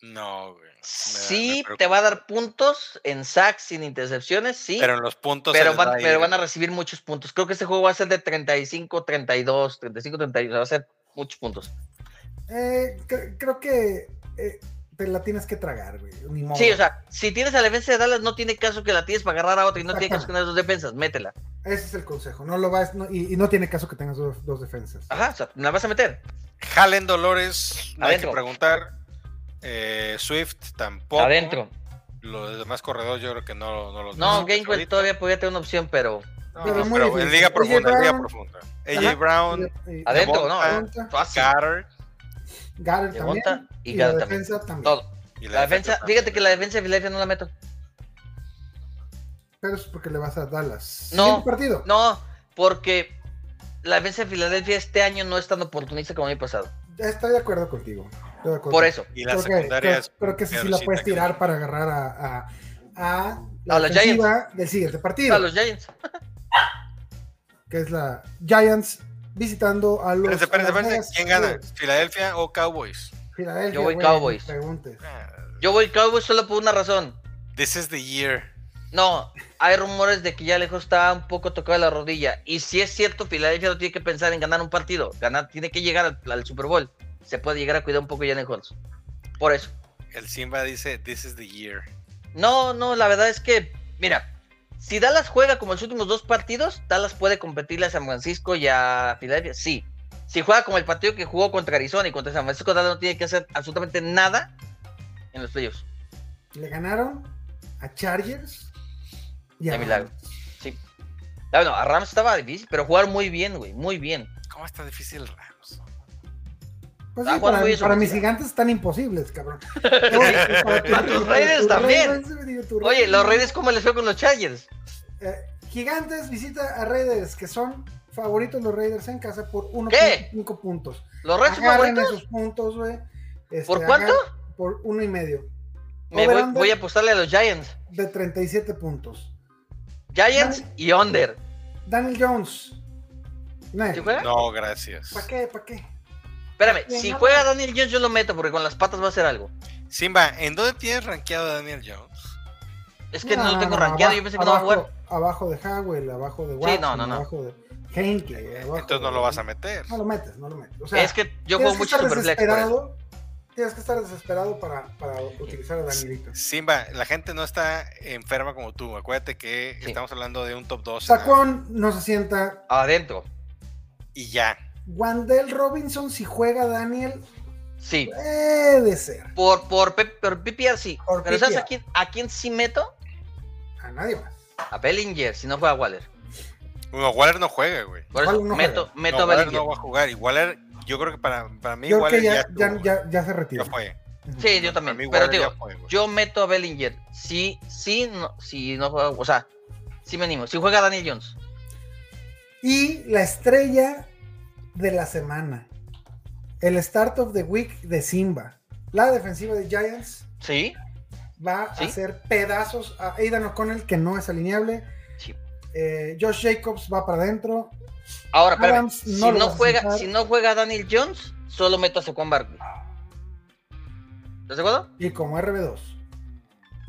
[SPEAKER 3] No, güey. Me- me
[SPEAKER 2] Sí, te
[SPEAKER 3] preocupa.
[SPEAKER 2] va a dar puntos en sacks sin intercepciones, sí.
[SPEAKER 3] Pero en los puntos. se
[SPEAKER 2] pero
[SPEAKER 3] les
[SPEAKER 2] van,
[SPEAKER 3] va ir, ¿eh?
[SPEAKER 2] pero van a
[SPEAKER 3] güey.
[SPEAKER 2] recibir muchos puntos. Creo que este juego va a ser de 35, 32, 35, 32. Va a ser muchos puntos.
[SPEAKER 1] Eh, cre- creo que eh, te la tienes que tragar, güey. Ni modo.
[SPEAKER 2] Sí, o sea, si tienes a la defensa de Dallas, no tiene caso que la tienes para agarrar a otra y no tiene caso que
[SPEAKER 1] Exactamente.
[SPEAKER 2] tengas dos defensas. Métela.
[SPEAKER 1] Ese es el consejo. No lo vas, no- y, y no tiene caso que tengas dos, dos defensas.
[SPEAKER 2] Ajá, o sea, la vas a meter.
[SPEAKER 3] Jalen Dolores, no hay que
[SPEAKER 2] Adentro.
[SPEAKER 3] preguntar. Eh, Swift tampoco.
[SPEAKER 2] Adentro.
[SPEAKER 3] Los demás corredores yo creo que no, pues, no los
[SPEAKER 2] No,
[SPEAKER 3] necesitas
[SPEAKER 2] Gainwell
[SPEAKER 3] ahorita.
[SPEAKER 2] todavía podría tener una opción, pero
[SPEAKER 3] No,
[SPEAKER 1] Pero
[SPEAKER 3] no,
[SPEAKER 1] muy
[SPEAKER 3] pero en
[SPEAKER 1] difícil.
[SPEAKER 3] liga
[SPEAKER 1] AJ
[SPEAKER 3] profunda, en liga
[SPEAKER 1] Brown.
[SPEAKER 3] profunda. AJ
[SPEAKER 1] Ajá.
[SPEAKER 3] Brown,
[SPEAKER 1] Y- y-
[SPEAKER 2] adentro, no.
[SPEAKER 3] Devonta,
[SPEAKER 2] adentro. Fácil.
[SPEAKER 3] Carter
[SPEAKER 1] Garrett también.
[SPEAKER 2] Devonta
[SPEAKER 1] Y,
[SPEAKER 2] y
[SPEAKER 1] la
[SPEAKER 2] Galo también.
[SPEAKER 1] defensa también.
[SPEAKER 2] Todo.
[SPEAKER 3] y
[SPEAKER 2] La defensa,
[SPEAKER 3] también.
[SPEAKER 2] fíjate que la defensa de Filadelfia no la meto.
[SPEAKER 1] Pero es porque le vas a Dallas.
[SPEAKER 2] No,
[SPEAKER 1] Siguiente partido.
[SPEAKER 2] No, porque la defensa de Filadelfia este año no es tan oportunista como el año pasado.
[SPEAKER 1] Estoy de acuerdo contigo. Estoy de acuerdo.
[SPEAKER 2] Por eso.
[SPEAKER 3] Y la
[SPEAKER 1] Creo que-
[SPEAKER 3] secundaria
[SPEAKER 1] creo-
[SPEAKER 3] es
[SPEAKER 1] Creo que sí, sí la
[SPEAKER 3] peorcita
[SPEAKER 1] puedes
[SPEAKER 3] que-
[SPEAKER 1] tirar para agarrar a, a, a la
[SPEAKER 2] A los Giants.
[SPEAKER 1] ofensiva del siguiente partido.
[SPEAKER 2] A los Giants.
[SPEAKER 1] Que es la Giants visitando a los.
[SPEAKER 3] Espérense,
[SPEAKER 1] a Las
[SPEAKER 3] espérense, espérense.
[SPEAKER 1] Vegas
[SPEAKER 3] ¿Quién gana?
[SPEAKER 1] Eagles.
[SPEAKER 3] ¿Filadelfia o Cowboys? Ah,
[SPEAKER 1] Filadelfia,
[SPEAKER 2] Yo voy
[SPEAKER 1] güey, no
[SPEAKER 2] Cowboys.
[SPEAKER 1] preguntes.
[SPEAKER 2] Yo voy Cowboys solo por una razón.
[SPEAKER 3] This is the year.
[SPEAKER 2] No, hay rumores de que ya Alejo está un poco tocado de la rodilla. Y si es cierto, Filadelfia no tiene que pensar en ganar un partido. Ganar, tiene que llegar al, al Super Bowl. Se puede llegar a cuidar un poco Jalen Hurts. Por eso.
[SPEAKER 3] El Simba dice, this is the year.
[SPEAKER 2] No, no, la verdad es que, mira, si Dallas juega como en los últimos dos partidos, Dallas puede competirle a San Francisco y a Filadelfia, sí. Si juega como el partido que jugó contra Arizona y contra San Francisco, Dallas no tiene que hacer absolutamente nada en los playoffs.
[SPEAKER 1] Le ganaron a Chargers y
[SPEAKER 2] De
[SPEAKER 1] a
[SPEAKER 2] milagro.
[SPEAKER 1] Rams.
[SPEAKER 2] Sí. Ah, Bueno, a Rams estaba difícil, pero jugar muy bien, güey, muy bien.
[SPEAKER 3] ¿Cómo está difícil Rams?
[SPEAKER 1] Pues
[SPEAKER 2] Ah,
[SPEAKER 1] sí,
[SPEAKER 2] Juan
[SPEAKER 1] para,
[SPEAKER 2] Ruiz,
[SPEAKER 1] para mis
[SPEAKER 2] ofensiva.
[SPEAKER 1] gigantes están imposibles, cabrón.
[SPEAKER 2] Para tus Raiders también. Oye, los
[SPEAKER 1] Reyes
[SPEAKER 2] Raiders, ¿cómo les fue con los Chargers?
[SPEAKER 1] gigantes visita a Raiders, que son favoritos los Raiders en casa por
[SPEAKER 2] ¿Qué?
[SPEAKER 1] 1.5 puntos.
[SPEAKER 2] ¿Los Rams son
[SPEAKER 1] Agarren
[SPEAKER 2] favoritos?
[SPEAKER 1] esos puntos, güey. Este,
[SPEAKER 2] ¿Por cuánto?
[SPEAKER 1] agarren Por uno y medio.
[SPEAKER 2] Me voy,
[SPEAKER 1] Over-under
[SPEAKER 2] voy a apostarle a los Giants.
[SPEAKER 1] de 37 puntos.
[SPEAKER 2] Giants y Under.
[SPEAKER 1] Daniel Jones. Nah,
[SPEAKER 2] ¿Sí juega?
[SPEAKER 3] No, gracias.
[SPEAKER 1] ¿Para qué? ¿Para qué?
[SPEAKER 2] Espérame, si juega Daniel Jones, yo lo meto porque con las patas va a hacer algo.
[SPEAKER 3] Simba, ¿en dónde tienes rankeado a Daniel Jones?
[SPEAKER 2] Es que no, lo tengo rankeado,
[SPEAKER 1] aba-
[SPEAKER 2] yo pensé que no va a jugar.
[SPEAKER 1] Abajo de Howell, abajo de
[SPEAKER 2] no,
[SPEAKER 1] Watson,
[SPEAKER 2] no, no.
[SPEAKER 1] abajo de Henke. abajo
[SPEAKER 3] Entonces no
[SPEAKER 1] de-
[SPEAKER 3] lo vas a meter.
[SPEAKER 1] No lo metes, no lo metes. O sea,
[SPEAKER 2] es que
[SPEAKER 1] tienes
[SPEAKER 2] yo juego
[SPEAKER 1] que
[SPEAKER 2] mucho
[SPEAKER 1] estar
[SPEAKER 2] Superflex. por eso.
[SPEAKER 1] desesperado, Tienes que estar desesperado para, para utilizar a Danielito.
[SPEAKER 3] Simba, la gente no está enferma como tú. Acuérdate que
[SPEAKER 2] Sí.
[SPEAKER 3] estamos hablando de un top 12. nada más.
[SPEAKER 1] Sacón no se sienta.
[SPEAKER 2] Adentro.
[SPEAKER 3] Y ya.
[SPEAKER 1] Wandel Robinson, si juega Daniel,
[SPEAKER 2] Sí.
[SPEAKER 1] puede ser.
[SPEAKER 2] Por, por, P- por PPR sí.
[SPEAKER 1] Por
[SPEAKER 2] Pero ¿sabes
[SPEAKER 1] PPR.
[SPEAKER 2] a quién, a quién sí meto?
[SPEAKER 1] A nadie más.
[SPEAKER 2] A Bellinger, si no juega Waller.
[SPEAKER 3] Bueno, Waller no juega, güey.
[SPEAKER 2] Por eso
[SPEAKER 1] Waller no
[SPEAKER 2] meto,
[SPEAKER 1] juega.
[SPEAKER 2] meto
[SPEAKER 3] no,
[SPEAKER 2] a
[SPEAKER 3] Waller
[SPEAKER 2] Bellinger.
[SPEAKER 3] no va a jugar. Y Waller, yo creo que para, para mí,
[SPEAKER 1] Yo creo
[SPEAKER 3] Waller
[SPEAKER 1] que
[SPEAKER 3] ya,
[SPEAKER 1] ya,
[SPEAKER 3] estuvo,
[SPEAKER 1] ya,
[SPEAKER 3] güey.
[SPEAKER 1] ya- ya se retiró.
[SPEAKER 3] Ya fue.
[SPEAKER 2] Sí, yo
[SPEAKER 3] Para
[SPEAKER 2] también.
[SPEAKER 3] mí,
[SPEAKER 2] Pero
[SPEAKER 3] Waller
[SPEAKER 2] digo,
[SPEAKER 3] ya fue, güey.
[SPEAKER 2] yo meto a Bellinger. Sí, sí, no, sí, no juega. O sea, sí me animo. Si juega Daniel Jones.
[SPEAKER 1] Y la estrella de la semana. El start of the week de Simba. La defensiva de Giants
[SPEAKER 2] Sí.
[SPEAKER 1] va
[SPEAKER 2] ¿Sí?
[SPEAKER 1] a hacer pedazos a Aidan O'Connell, que no es alineable.
[SPEAKER 2] Sí.
[SPEAKER 1] Eh, Josh Jacobs va para adentro.
[SPEAKER 2] Ahora, espérame,
[SPEAKER 1] Adams Ah, no
[SPEAKER 2] si,
[SPEAKER 1] lo
[SPEAKER 2] no
[SPEAKER 1] vas a
[SPEAKER 2] juega,
[SPEAKER 1] sentar.
[SPEAKER 2] si no juega Daniel Jones, solo meto a Saquon Barkley. ¿Estás de acuerdo?
[SPEAKER 1] Y como RB2.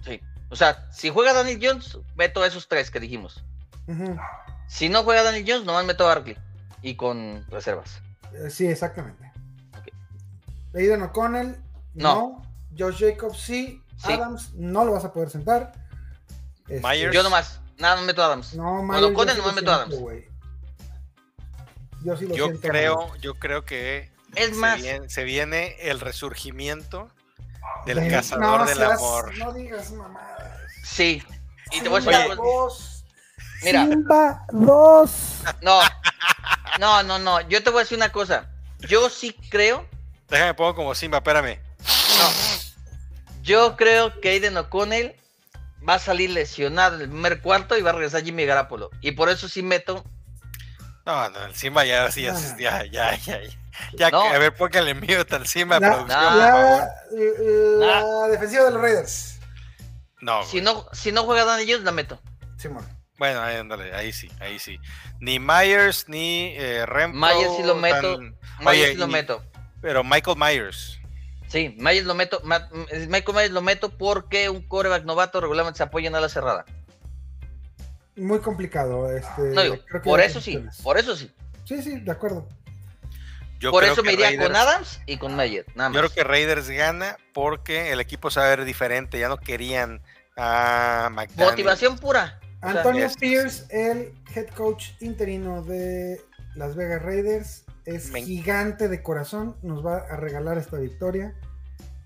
[SPEAKER 2] Sí. O sea, si juega Daniel Jones, meto a esos tres que dijimos.
[SPEAKER 1] Ujú.
[SPEAKER 2] Si no juega Daniel Jones, nomás meto a Barkley. Y con reservas.
[SPEAKER 1] Eh, sí, exactamente.
[SPEAKER 2] Ok.
[SPEAKER 1] Aidan O'Connell,
[SPEAKER 2] No.
[SPEAKER 1] no. Josh Jacobs, sí.
[SPEAKER 2] Sí.
[SPEAKER 1] Adams, no lo vas a poder sentar. Este,
[SPEAKER 3] Myers.
[SPEAKER 2] Yo nomás, nada más meto a Adams.
[SPEAKER 1] No,
[SPEAKER 2] Cuando
[SPEAKER 1] Myers, yo
[SPEAKER 2] Conner
[SPEAKER 1] sí
[SPEAKER 2] no
[SPEAKER 1] lo
[SPEAKER 2] meto
[SPEAKER 1] siento,
[SPEAKER 2] a Adams.
[SPEAKER 1] güey. Yo sí lo
[SPEAKER 3] Yo
[SPEAKER 1] siento, güey.
[SPEAKER 3] creo, yo creo que
[SPEAKER 2] Es
[SPEAKER 3] se,
[SPEAKER 2] más,
[SPEAKER 3] viene, se viene el resurgimiento del
[SPEAKER 1] Güey,
[SPEAKER 3] cazador
[SPEAKER 1] no
[SPEAKER 3] del
[SPEAKER 1] seas-
[SPEAKER 3] amor.
[SPEAKER 1] No digas mamadas.
[SPEAKER 2] sí. Y te voy a decir
[SPEAKER 1] Simba
[SPEAKER 2] algo.
[SPEAKER 1] dos.
[SPEAKER 2] Mira.
[SPEAKER 1] Simba 2.
[SPEAKER 2] No, no, no, no. Yo te voy a decir una cosa. Yo sí creo,
[SPEAKER 3] Déjame pongo como Simba, espérame.
[SPEAKER 2] yo creo que Aiden O'Connell va a salir lesionado en el primer cuarto y va a regresar Jimmy Garapolo. Y por eso sí meto.
[SPEAKER 3] No, no, el Simba ya, sí, ya,
[SPEAKER 1] No.
[SPEAKER 3] ya, ya, ya. ya. Ya,
[SPEAKER 2] No.
[SPEAKER 3] a ver, póngale mute al Simba,
[SPEAKER 1] No.
[SPEAKER 3] producción,
[SPEAKER 2] No.
[SPEAKER 3] por favor.
[SPEAKER 1] La, eh, la
[SPEAKER 2] Ah.
[SPEAKER 1] defensiva de los Raiders.
[SPEAKER 3] No,
[SPEAKER 2] Si no, si no juega Daniel Jones, la meto.
[SPEAKER 1] Simón.
[SPEAKER 3] bueno, ahí, ándale, ahí sí, ahí sí. Ni Myers, ni eh, Renfro
[SPEAKER 2] Myers sí lo meto.
[SPEAKER 3] tan-
[SPEAKER 2] Myers
[SPEAKER 3] Oye,
[SPEAKER 2] sí lo
[SPEAKER 3] y-
[SPEAKER 2] meto.
[SPEAKER 3] Pero Michael Myers.
[SPEAKER 2] Sí, Myers lo meto. Ma- M- Michael Myers lo meto porque un coreback novato regularmente se apoya en ala cerrada.
[SPEAKER 1] Muy complicado. Este,
[SPEAKER 2] No digo,
[SPEAKER 1] creo que
[SPEAKER 2] por
[SPEAKER 1] hay
[SPEAKER 2] eso sí,
[SPEAKER 1] opciones.
[SPEAKER 2] por eso sí.
[SPEAKER 1] Sí, sí, de acuerdo.
[SPEAKER 3] Yo
[SPEAKER 2] por
[SPEAKER 3] creo
[SPEAKER 2] eso
[SPEAKER 3] que
[SPEAKER 2] me iría con
[SPEAKER 3] Raiders-
[SPEAKER 2] Adams y con Mayer. Nada más.
[SPEAKER 3] Yo creo que Raiders gana porque el equipo se va a ver diferente. Ya no querían a McDaniel.
[SPEAKER 2] Motivación pura. O sea,
[SPEAKER 1] Antonio
[SPEAKER 3] Yes.
[SPEAKER 1] Pierce, el head coach interino de Las Vegas Raiders, es
[SPEAKER 3] Me-
[SPEAKER 1] gigante de corazón, nos va a regalar esta victoria.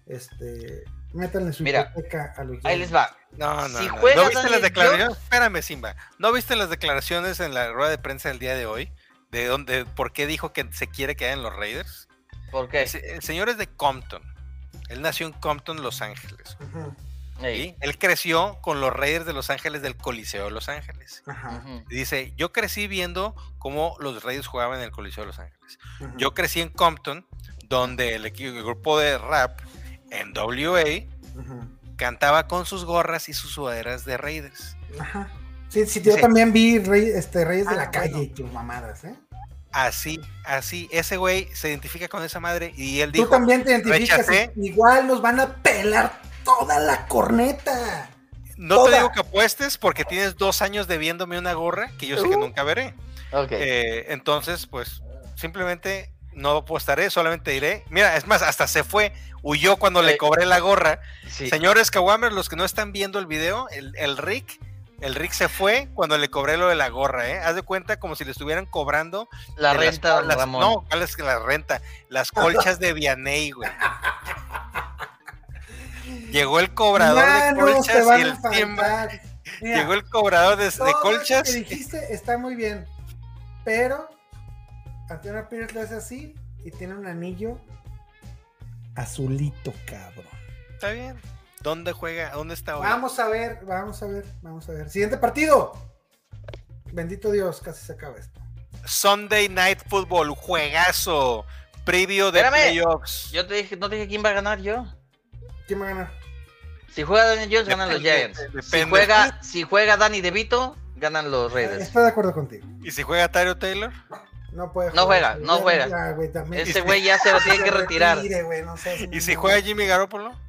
[SPEAKER 1] Este, métanle su
[SPEAKER 2] Mira,
[SPEAKER 1] hipoteca a los
[SPEAKER 2] ahí
[SPEAKER 1] Giants.
[SPEAKER 2] les va.
[SPEAKER 3] No, no,
[SPEAKER 2] Si
[SPEAKER 3] no.
[SPEAKER 2] juega
[SPEAKER 3] ¿No viste
[SPEAKER 2] Daniel
[SPEAKER 3] las declaraciones? Espérame, Simba. ¿No viste las declaraciones en la rueda de prensa del día de hoy? De dónde, por qué dijo que se quiere quedar en los Raiders.
[SPEAKER 2] ¿Por qué?
[SPEAKER 3] El, se- el señor es de Compton. Él nació en Compton, Los Ángeles.
[SPEAKER 1] Ajá,
[SPEAKER 2] Ey.
[SPEAKER 3] ¿sí? Él creció con los Raiders de Los Ángeles del Coliseo de Los Ángeles.
[SPEAKER 1] ajá,
[SPEAKER 2] Ujú.
[SPEAKER 3] Y Dice, yo crecí viendo cómo los Raiders jugaban en el Coliseo de Los Ángeles.
[SPEAKER 1] ajá.
[SPEAKER 3] Yo crecí en Compton, donde el, equi- el grupo de rap en WA
[SPEAKER 1] Ajá.
[SPEAKER 3] cantaba con sus gorras y sus sudaderas de Raiders.
[SPEAKER 1] Ajá. Sí, sí, yo
[SPEAKER 3] Sí.
[SPEAKER 1] también vi Rey- este, Reyes de
[SPEAKER 3] Ah,
[SPEAKER 1] la Calle
[SPEAKER 3] bueno.
[SPEAKER 1] y tus mamadas, ¿eh?
[SPEAKER 3] Así, así, ese güey se identifica con esa madre y él
[SPEAKER 1] Tú
[SPEAKER 3] dijo,
[SPEAKER 1] también te identificas.
[SPEAKER 3] rechacé.
[SPEAKER 1] y- Igual nos van a pelar toda la corneta.
[SPEAKER 3] no te
[SPEAKER 1] toda".
[SPEAKER 3] digo que apuestes porque tienes dos años debiéndome una gorra que yo sé que
[SPEAKER 1] Uh.
[SPEAKER 3] nunca veré.
[SPEAKER 2] Ok.
[SPEAKER 3] Eh, entonces, pues, simplemente no apostaré, solamente diré, mira, es más, hasta se fue, huyó cuando
[SPEAKER 2] Eh.
[SPEAKER 3] le cobré la gorra.
[SPEAKER 2] Sí.
[SPEAKER 3] Señores Kawamers, los que no están viendo el video, el, el Rick, el Rick se fue cuando le cobré lo de la gorra, ¿eh? Haz de cuenta como si le estuvieran cobrando
[SPEAKER 2] La
[SPEAKER 3] de las
[SPEAKER 2] renta, don
[SPEAKER 3] colas-
[SPEAKER 2] Ramón.
[SPEAKER 3] No, ¿cuál es que la renta? Las colchas de Vianey, güey. Llegó el cobrador
[SPEAKER 1] Ya
[SPEAKER 3] de
[SPEAKER 1] no te
[SPEAKER 3] colchas
[SPEAKER 1] van
[SPEAKER 3] y
[SPEAKER 1] a
[SPEAKER 3] el timbre.
[SPEAKER 1] faltar. Mira,
[SPEAKER 3] Llegó el cobrador de, de
[SPEAKER 1] todo lo
[SPEAKER 3] colchas.
[SPEAKER 1] que dijiste está muy bien, pero Antonio Pierce lo hace así y tiene un anillo azulito, cabrón.
[SPEAKER 3] Está bien. ¿Dónde juega? ¿Dónde está hoy?
[SPEAKER 1] Vamos a ver, vamos a ver, vamos a ver. Siguiente partido. Bendito Dios, casi se acaba esto.
[SPEAKER 3] Sunday Night Football, juegazo. Previo de
[SPEAKER 2] Espérame.
[SPEAKER 3] playoffs.
[SPEAKER 2] Yo te dije, no te dije quién va a ganar yo.
[SPEAKER 1] ¿Quién va a ganar?
[SPEAKER 2] Si juega Daniel Jones, ganan los
[SPEAKER 3] Depende,
[SPEAKER 2] Giants. Si
[SPEAKER 3] depende.
[SPEAKER 2] juega, si juega Danny DeVito, ganan los Raiders.
[SPEAKER 1] Estoy de acuerdo contigo.
[SPEAKER 3] ¿Y si juega Tyro Taylor?
[SPEAKER 1] No puede
[SPEAKER 2] No juega, no
[SPEAKER 1] Ya,
[SPEAKER 2] juega.
[SPEAKER 1] ya, güey, también.
[SPEAKER 2] Ese güey ya se lo tiene que retirar.
[SPEAKER 1] Retire, güey, no seas
[SPEAKER 3] ¿Y si
[SPEAKER 1] mamón.
[SPEAKER 3] juega Jimmy Garoppolo?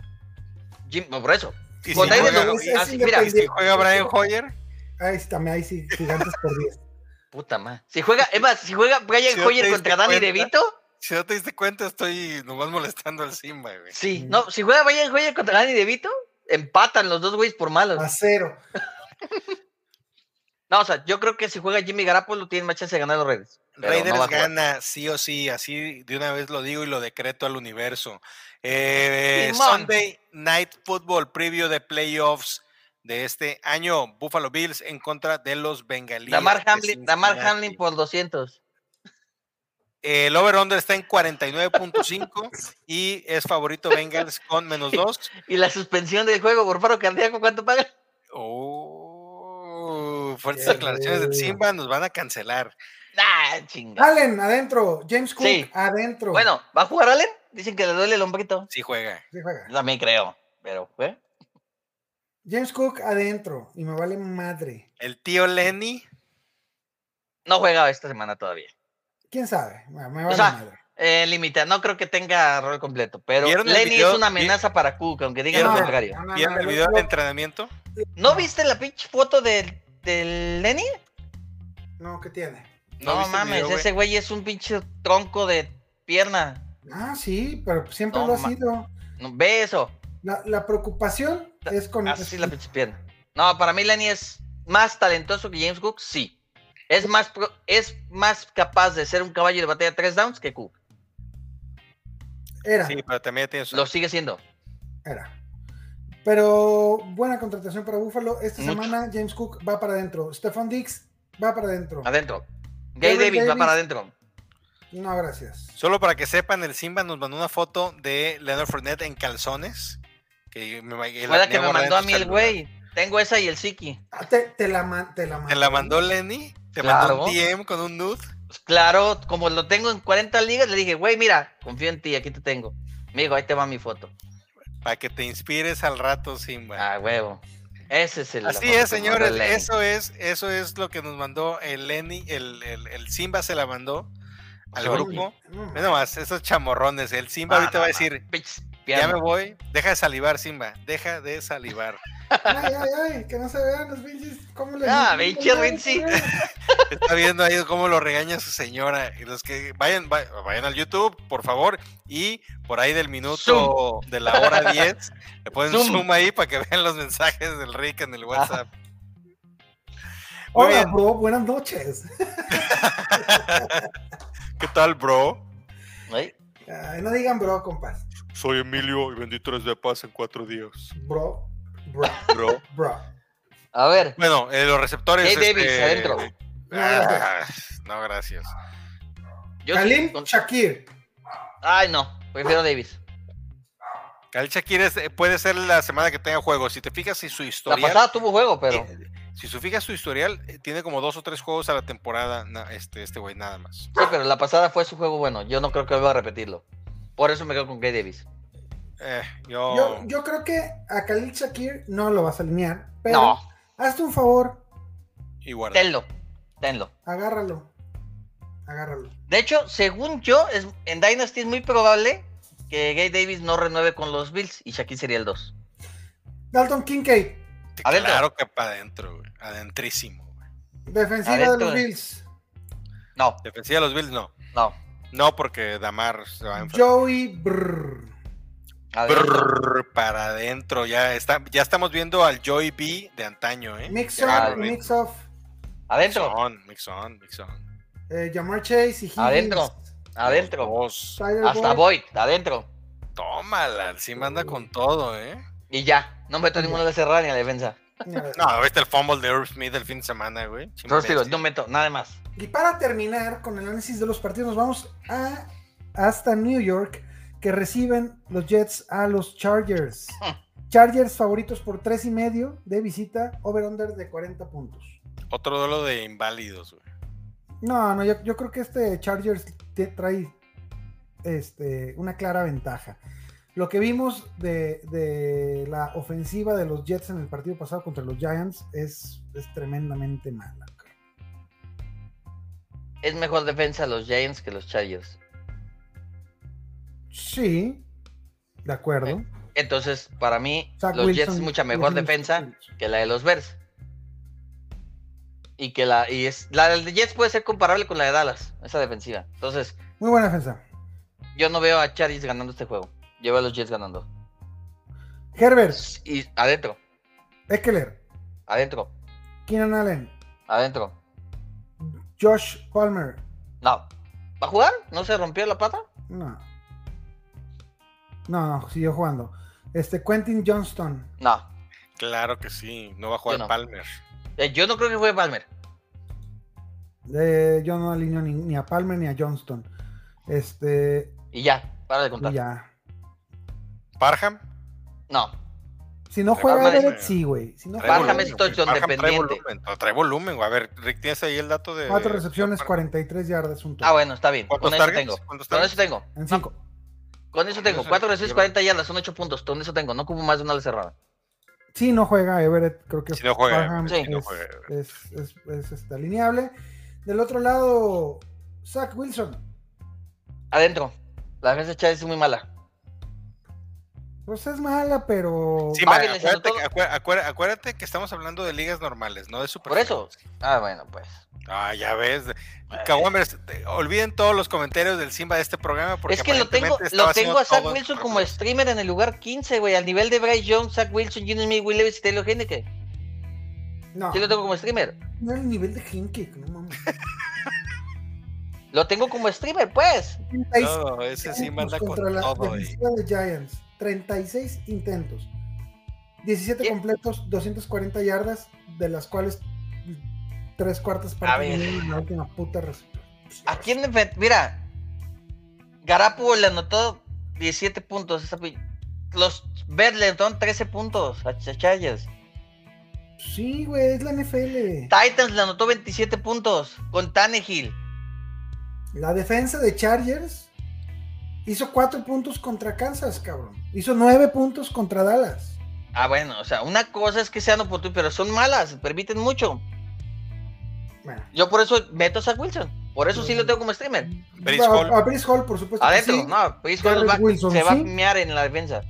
[SPEAKER 2] Jim- no, por eso.
[SPEAKER 3] ¿Y si
[SPEAKER 2] Con Tyler
[SPEAKER 3] juega,
[SPEAKER 2] Lewis,
[SPEAKER 1] es
[SPEAKER 2] así, mira,
[SPEAKER 3] y si juega Brian Hoyer?
[SPEAKER 1] Ahí está, ahí sí, gigantes por 10.
[SPEAKER 2] Puta madre. Si juega, es más, si juega Brian
[SPEAKER 3] Si no te
[SPEAKER 2] Hoyer
[SPEAKER 3] diste
[SPEAKER 2] contra Danny
[SPEAKER 3] cuenta.
[SPEAKER 2] DeVito,
[SPEAKER 3] Si no te diste cuenta, estoy nomás molestando al Simba, güey.
[SPEAKER 2] sí.
[SPEAKER 1] Mm.
[SPEAKER 2] No, si juega Brian Hoyer contra Danny DeVito, empatan los dos güeyes por malos.
[SPEAKER 1] A cero.
[SPEAKER 2] No, o sea, yo creo que si juega Jimmy Garapolo, tienen más chance de ganar los Raiders. Pero
[SPEAKER 3] Raiders
[SPEAKER 2] no va a jugar.
[SPEAKER 3] gana, sí o sí, así de una vez lo digo y lo decreto al universo. Eh,
[SPEAKER 2] Simón.
[SPEAKER 3] Sunday Night Football, previo de playoffs de este año. Buffalo Bills en contra de los bengalíes.
[SPEAKER 2] Damar
[SPEAKER 3] de
[SPEAKER 2] Hamlin, Damar
[SPEAKER 3] Cincinnati. Eh,
[SPEAKER 2] Hamlin por 200.
[SPEAKER 3] El over-under está en 49.5 y es favorito Bengals con menos 2.
[SPEAKER 2] Y la suspensión del juego por paro cardíaco, ¿cuánto paga?
[SPEAKER 3] Oh, fuertes
[SPEAKER 1] Qué
[SPEAKER 3] declaraciones del
[SPEAKER 1] rudo.
[SPEAKER 3] Simba nos van a cancelar.
[SPEAKER 2] Ah, chinga.
[SPEAKER 1] Allen, adentro. James Cook,
[SPEAKER 2] Sí.
[SPEAKER 1] adentro.
[SPEAKER 2] Bueno, ¿va a jugar Allen? Dicen que le duele el hombrito.
[SPEAKER 3] Sí juega.
[SPEAKER 1] Sí juega.
[SPEAKER 2] ¿eh? Yo también creo, pero fue.
[SPEAKER 1] James Cook adentro y me vale madre.
[SPEAKER 3] El tío Lenny.
[SPEAKER 2] No juega esta semana todavía.
[SPEAKER 1] ¿Quién sabe? Me me vale
[SPEAKER 2] sea,
[SPEAKER 1] madre.
[SPEAKER 2] Eh, limita, no creo que tenga rol completo, pero
[SPEAKER 3] ¿Vieron el
[SPEAKER 2] Lenny
[SPEAKER 3] video?
[SPEAKER 2] es una amenaza para Cook, aunque digan
[SPEAKER 3] ¿Vieron
[SPEAKER 2] lo
[SPEAKER 3] el-
[SPEAKER 2] contrario.
[SPEAKER 1] no, no,
[SPEAKER 3] ¿Vieron
[SPEAKER 1] no,
[SPEAKER 3] el
[SPEAKER 1] lo-
[SPEAKER 3] video
[SPEAKER 1] lo-
[SPEAKER 3] del entrenamiento?
[SPEAKER 2] ¿No viste la pinche foto del, del Lenny?
[SPEAKER 1] No, ¿qué tiene?
[SPEAKER 2] No,
[SPEAKER 3] viste el
[SPEAKER 2] mames,
[SPEAKER 3] video, güey?
[SPEAKER 2] ese güey es un pinche tronco de pierna.
[SPEAKER 1] Ah, sí, pero siempre
[SPEAKER 2] No,
[SPEAKER 1] lo ha
[SPEAKER 2] ma-
[SPEAKER 1] sido.
[SPEAKER 2] No, ve eso.
[SPEAKER 1] La, la preocupación
[SPEAKER 2] Ta-
[SPEAKER 1] es
[SPEAKER 3] Ah,
[SPEAKER 1] con.
[SPEAKER 2] Así
[SPEAKER 1] es-
[SPEAKER 2] la pinche pierna. No, para mí Lenny es más talentoso que James Cook, sí. Es más, pro- es más capaz de ser un caballo de batalla tres downs que Cook.
[SPEAKER 1] Era,
[SPEAKER 3] Sí, pero también ya tiene su-
[SPEAKER 2] Lo sigue siendo.
[SPEAKER 1] era. Pero buena contratación para Buffalo. Esta
[SPEAKER 2] Mucho.
[SPEAKER 1] semana James Cook va para adentro. Stefan Dix va para adentro.
[SPEAKER 2] Adentro. Gay
[SPEAKER 1] Gabriel
[SPEAKER 2] Davis va
[SPEAKER 1] Davis.
[SPEAKER 2] para adentro.
[SPEAKER 1] No, gracias.
[SPEAKER 3] Solo para que sepan, el Simba nos mandó una foto de Leonard Fournette en calzones. Que me, que la
[SPEAKER 2] Recuerda que
[SPEAKER 3] tenía
[SPEAKER 2] me
[SPEAKER 3] guardada en
[SPEAKER 2] mandó a
[SPEAKER 3] su
[SPEAKER 2] mí el
[SPEAKER 3] celular.
[SPEAKER 2] güey. Tengo esa y el Siki.
[SPEAKER 1] Ah, Te, te la, man- te la mandó.
[SPEAKER 3] Te la mandó Lenny. Te mandó un
[SPEAKER 2] Claro.
[SPEAKER 3] DM con un nude.
[SPEAKER 2] Pues claro, como lo tengo en 40 ligas, le dije, güey, mira, confío en ti, aquí te tengo. Amigo, ahí te va mi foto.
[SPEAKER 3] Para que te inspires al rato, Simba.
[SPEAKER 2] Ah, huevo. Ese es el. la
[SPEAKER 3] Así
[SPEAKER 2] foto
[SPEAKER 3] es,
[SPEAKER 2] que mandó
[SPEAKER 3] señores.
[SPEAKER 2] el Lenny.
[SPEAKER 3] Eso es, eso es lo que nos mandó el Lenny. El, el- el Simba se la mandó al
[SPEAKER 2] Oye.
[SPEAKER 3] grupo.
[SPEAKER 1] Mm.
[SPEAKER 3] Ve nomás, esos chamorrones. El Simba
[SPEAKER 2] Ah,
[SPEAKER 3] ahorita
[SPEAKER 2] no,
[SPEAKER 3] va a
[SPEAKER 2] no,
[SPEAKER 3] decir,
[SPEAKER 2] pinches
[SPEAKER 3] ya
[SPEAKER 2] piernas.
[SPEAKER 3] me voy. Deja de salivar, Simba. Deja de salivar.
[SPEAKER 1] Ay, ay, ay, que no se vean los pinches. ¿Cómo les
[SPEAKER 2] Ah,
[SPEAKER 1] les-
[SPEAKER 2] pinche
[SPEAKER 1] les-
[SPEAKER 2] Rinzi.
[SPEAKER 3] Está viendo ahí cómo lo regaña su señora. Y los que vayan, va- vayan al YouTube, por favor. Y por ahí del minuto de la hora 10, le ponen
[SPEAKER 2] Zoom. Ah.
[SPEAKER 3] zoom. ahí para que vean los mensajes del Rick en el WhatsApp. Muy
[SPEAKER 1] Hola,
[SPEAKER 3] bien.
[SPEAKER 1] bro, buenas noches.
[SPEAKER 3] ¿Qué tal, bro?
[SPEAKER 2] Ay,
[SPEAKER 1] Ay, no digan bro, compas.
[SPEAKER 3] Soy Emilio y vendí tres de paz en cuatro días.
[SPEAKER 1] Bro, bro,
[SPEAKER 3] Bro.
[SPEAKER 1] bro.
[SPEAKER 2] A ver,
[SPEAKER 3] Bueno, eh, los receptores.
[SPEAKER 2] Gabe Davis,
[SPEAKER 3] este,
[SPEAKER 2] adentro.
[SPEAKER 3] ah, no, gracias.
[SPEAKER 2] Yo sí
[SPEAKER 1] Kalim
[SPEAKER 2] con-
[SPEAKER 1] Shakir.
[SPEAKER 2] Ay, no, prefiero Davis.
[SPEAKER 3] Khalil Shakir es- eh, puede ser la semana que tenga juegos. Si te fijas en su
[SPEAKER 2] La
[SPEAKER 3] historial,
[SPEAKER 2] pasada tuvo juego, pero.
[SPEAKER 3] eh, si te fijas su historial, eh, tiene como dos o tres juegos a la temporada na- este este güey nada más.
[SPEAKER 2] Sí, pero la pasada fue su juego bueno. Yo no creo que vuelva a repetirlo. Por eso me quedo con Gay Davis.
[SPEAKER 3] Eh, yo,
[SPEAKER 1] Yo, yo creo que a Khalil Shakir no lo vas a alinear, pero
[SPEAKER 2] No,
[SPEAKER 1] hazte un favor,
[SPEAKER 3] y guarda.
[SPEAKER 2] tenlo. Tenlo.
[SPEAKER 1] agárralo. Agárralo.
[SPEAKER 2] De hecho, según yo, es- en Dynasty es muy probable que Gay Davis no renueve con los Bills y Shaquille sería el 2.
[SPEAKER 1] Dalton Kincaid,
[SPEAKER 2] Adentro.
[SPEAKER 3] Claro que para adentro, güey. Adentrísimo. güey.
[SPEAKER 1] defensiva de
[SPEAKER 2] Adentro.
[SPEAKER 1] los Bills.
[SPEAKER 2] No,
[SPEAKER 3] Defensiva de los Bills, no.
[SPEAKER 2] no.
[SPEAKER 3] No, porque Damar se va a enfrentar.
[SPEAKER 1] Joey Brr.
[SPEAKER 2] Adentro.
[SPEAKER 3] Brrr, para adentro, ya está, ya estamos viendo al Joy B de antaño, ¿eh?
[SPEAKER 1] Mix
[SPEAKER 2] Ah,
[SPEAKER 1] up,
[SPEAKER 2] güey.
[SPEAKER 1] mix off.
[SPEAKER 2] Adentro.
[SPEAKER 3] Mixon, Mixon, Mixon.
[SPEAKER 1] eh, Jamar Chase y Higgins.
[SPEAKER 2] Adentro. Adentro.
[SPEAKER 3] Dos.
[SPEAKER 1] Tyler
[SPEAKER 2] Hasta
[SPEAKER 1] Boyd.
[SPEAKER 2] Boyd. Adentro.
[SPEAKER 3] Tómala, el Sim anda con todo, ¿eh?
[SPEAKER 2] Y ya. No meto ninguno de cerrar ni a la defensa.
[SPEAKER 3] No, viste el fumble de Irv Smith el fin de semana, güey.
[SPEAKER 2] Solo
[SPEAKER 3] Chimbe.
[SPEAKER 2] digo, no meto, nada más.
[SPEAKER 1] Y para terminar con el análisis de los partidos, nos vamos a, hasta New York, que reciben los Jets a los Chargers. Chargers favoritos por tres y medio de visita, over-under de 40 puntos.
[SPEAKER 3] Otro duelo de inválidos, güey.
[SPEAKER 1] No, no, yo, yo creo que este Chargers te trae este, una clara ventaja. Lo que vimos de, de la ofensiva de los Jets en el partido pasado contra los Giants es, es tremendamente mala.
[SPEAKER 2] Es mejor defensa los Giants que los Chargers.
[SPEAKER 1] Sí, de acuerdo.
[SPEAKER 2] Entonces, para mí,
[SPEAKER 1] Zach
[SPEAKER 2] los Jets es
[SPEAKER 1] Wilson,
[SPEAKER 2] mucha mejor
[SPEAKER 1] Wilson,
[SPEAKER 2] defensa
[SPEAKER 1] Wilson.
[SPEAKER 2] que la de los Bears. Y que la, y es, la de Jets puede ser comparable con la de Dallas, esa defensiva. Entonces,
[SPEAKER 1] Muy buena defensa.
[SPEAKER 2] yo no veo a Chargers ganando este juego. Yo veo a los Jets ganando.
[SPEAKER 1] Herbert,
[SPEAKER 2] Y adentro,
[SPEAKER 1] Eckler,
[SPEAKER 2] adentro,
[SPEAKER 1] Keenan Allen,
[SPEAKER 2] adentro.
[SPEAKER 1] Josh Palmer.
[SPEAKER 2] No. ¿Va a jugar? ¿No se rompió la pata?
[SPEAKER 1] No. No, no, siguió jugando. Este, Quentin Johnston.
[SPEAKER 2] No.
[SPEAKER 3] Claro que sí, no va a jugar
[SPEAKER 2] Yo no.
[SPEAKER 3] Palmer.
[SPEAKER 2] Eh, yo no creo que juegue Palmer.
[SPEAKER 1] Eh, yo no alineo ni, ni a Palmer ni a Johnston. Este,
[SPEAKER 2] Y ya, para de
[SPEAKER 1] y
[SPEAKER 2] contar.
[SPEAKER 1] ya.
[SPEAKER 3] Parham.
[SPEAKER 2] No.
[SPEAKER 1] Si no
[SPEAKER 3] Pero
[SPEAKER 1] juega
[SPEAKER 2] Palmer es-
[SPEAKER 1] Everett, sí, güey. Si no
[SPEAKER 3] trae
[SPEAKER 1] juega
[SPEAKER 2] Parham
[SPEAKER 1] Everett,
[SPEAKER 2] es
[SPEAKER 3] güey.
[SPEAKER 2] touchdown
[SPEAKER 3] Parham trae
[SPEAKER 2] dependiente.
[SPEAKER 3] volumen, no, trae volumen, güey. A ver, Rick, ¿tienes ahí el dato de.
[SPEAKER 1] cuatro recepciones,
[SPEAKER 3] Parham?
[SPEAKER 1] 43 yardas, un
[SPEAKER 2] Ah,
[SPEAKER 1] touchdown.
[SPEAKER 2] bueno, está bien.
[SPEAKER 3] ¿Cuántos
[SPEAKER 2] Con eso
[SPEAKER 3] targets?
[SPEAKER 2] tengo.
[SPEAKER 3] ¿Cuántos
[SPEAKER 2] Con
[SPEAKER 3] targets?
[SPEAKER 2] eso tengo.
[SPEAKER 1] En cinco.
[SPEAKER 2] Con eso
[SPEAKER 3] Con
[SPEAKER 2] tengo.
[SPEAKER 3] eso-
[SPEAKER 2] 4 veces 40 yardas son 8 puntos. Con eso tengo. No cubo más de una ala cerrada.
[SPEAKER 1] Sí, no juega Everett, creo que
[SPEAKER 4] Si no juega,
[SPEAKER 1] Parham
[SPEAKER 2] sí,
[SPEAKER 1] es,
[SPEAKER 4] no juega Everett.
[SPEAKER 1] es- es- es, este, alineable. Del otro lado, Zach Wilson.
[SPEAKER 2] Adentro. La defensa de Chávez es muy mala.
[SPEAKER 1] Pues es mala, pero.
[SPEAKER 3] Sí,
[SPEAKER 2] Ah,
[SPEAKER 3] ma,
[SPEAKER 2] que les
[SPEAKER 3] acuérdate,
[SPEAKER 2] anotó-
[SPEAKER 3] acué- acué- acuérdate que estamos hablando de ligas normales, no de super.
[SPEAKER 2] Por eso. Ah, bueno, pues.
[SPEAKER 3] Ah, ya ves. Ah, Kawamers, te- olviden todos los comentarios del Simba de este programa. Porque
[SPEAKER 2] es que lo tengo,
[SPEAKER 3] aparentemente
[SPEAKER 2] lo
[SPEAKER 3] estaba
[SPEAKER 2] tengo a
[SPEAKER 3] haciendo
[SPEAKER 2] Zach
[SPEAKER 3] todo en
[SPEAKER 2] Wilson
[SPEAKER 3] super-
[SPEAKER 2] como streamer en el lugar 15, güey. Al nivel de Bryce Young, Zach Wilson, Jimmy Smith, Will Levis y Taylor Heineke.
[SPEAKER 1] No,
[SPEAKER 2] Sí lo tengo como streamer.
[SPEAKER 1] no el nivel de Hinkik, no mames.
[SPEAKER 2] Lo tengo como streamer, pues.
[SPEAKER 1] 36
[SPEAKER 3] No, ese Simba anda
[SPEAKER 1] intentos
[SPEAKER 3] con
[SPEAKER 1] contra la
[SPEAKER 3] todo. eh.
[SPEAKER 1] defensiva de Giants. 36 intentos. 17
[SPEAKER 2] ¿Qué?
[SPEAKER 1] completos, 240 yardas, de las cuales tres cuartas
[SPEAKER 2] A
[SPEAKER 1] partes
[SPEAKER 2] ver.
[SPEAKER 1] vinieron en la última puta recepción.
[SPEAKER 2] ¿A quién le met- Mira, Garapu le anotó 17 puntos. esa pi- Los Bed le anotaron 13 puntos a Ch- Chargers.
[SPEAKER 1] Sí, güey, es la NFL.
[SPEAKER 2] Titans le anotó 27 puntos con Tannehill.
[SPEAKER 1] La defensa de Chargers hizo cuatro puntos contra Kansas, cabrón. Hizo nueve puntos contra Dallas.
[SPEAKER 2] Ah, bueno, o sea, una cosa es que sean oportunos, pero son malas, permiten mucho.
[SPEAKER 1] Bueno.
[SPEAKER 2] Yo por eso meto a Zach Wilson. Por eso sí lo tengo como streamer.
[SPEAKER 3] Brice
[SPEAKER 1] a,
[SPEAKER 3] Hall.
[SPEAKER 1] a Brice Hall, por supuesto. que
[SPEAKER 2] Adentro,
[SPEAKER 1] sí.
[SPEAKER 2] no, Pace
[SPEAKER 1] Garrett
[SPEAKER 2] Hall va-
[SPEAKER 1] Wilson,
[SPEAKER 2] se va a
[SPEAKER 1] sí.
[SPEAKER 2] mear en la defensa.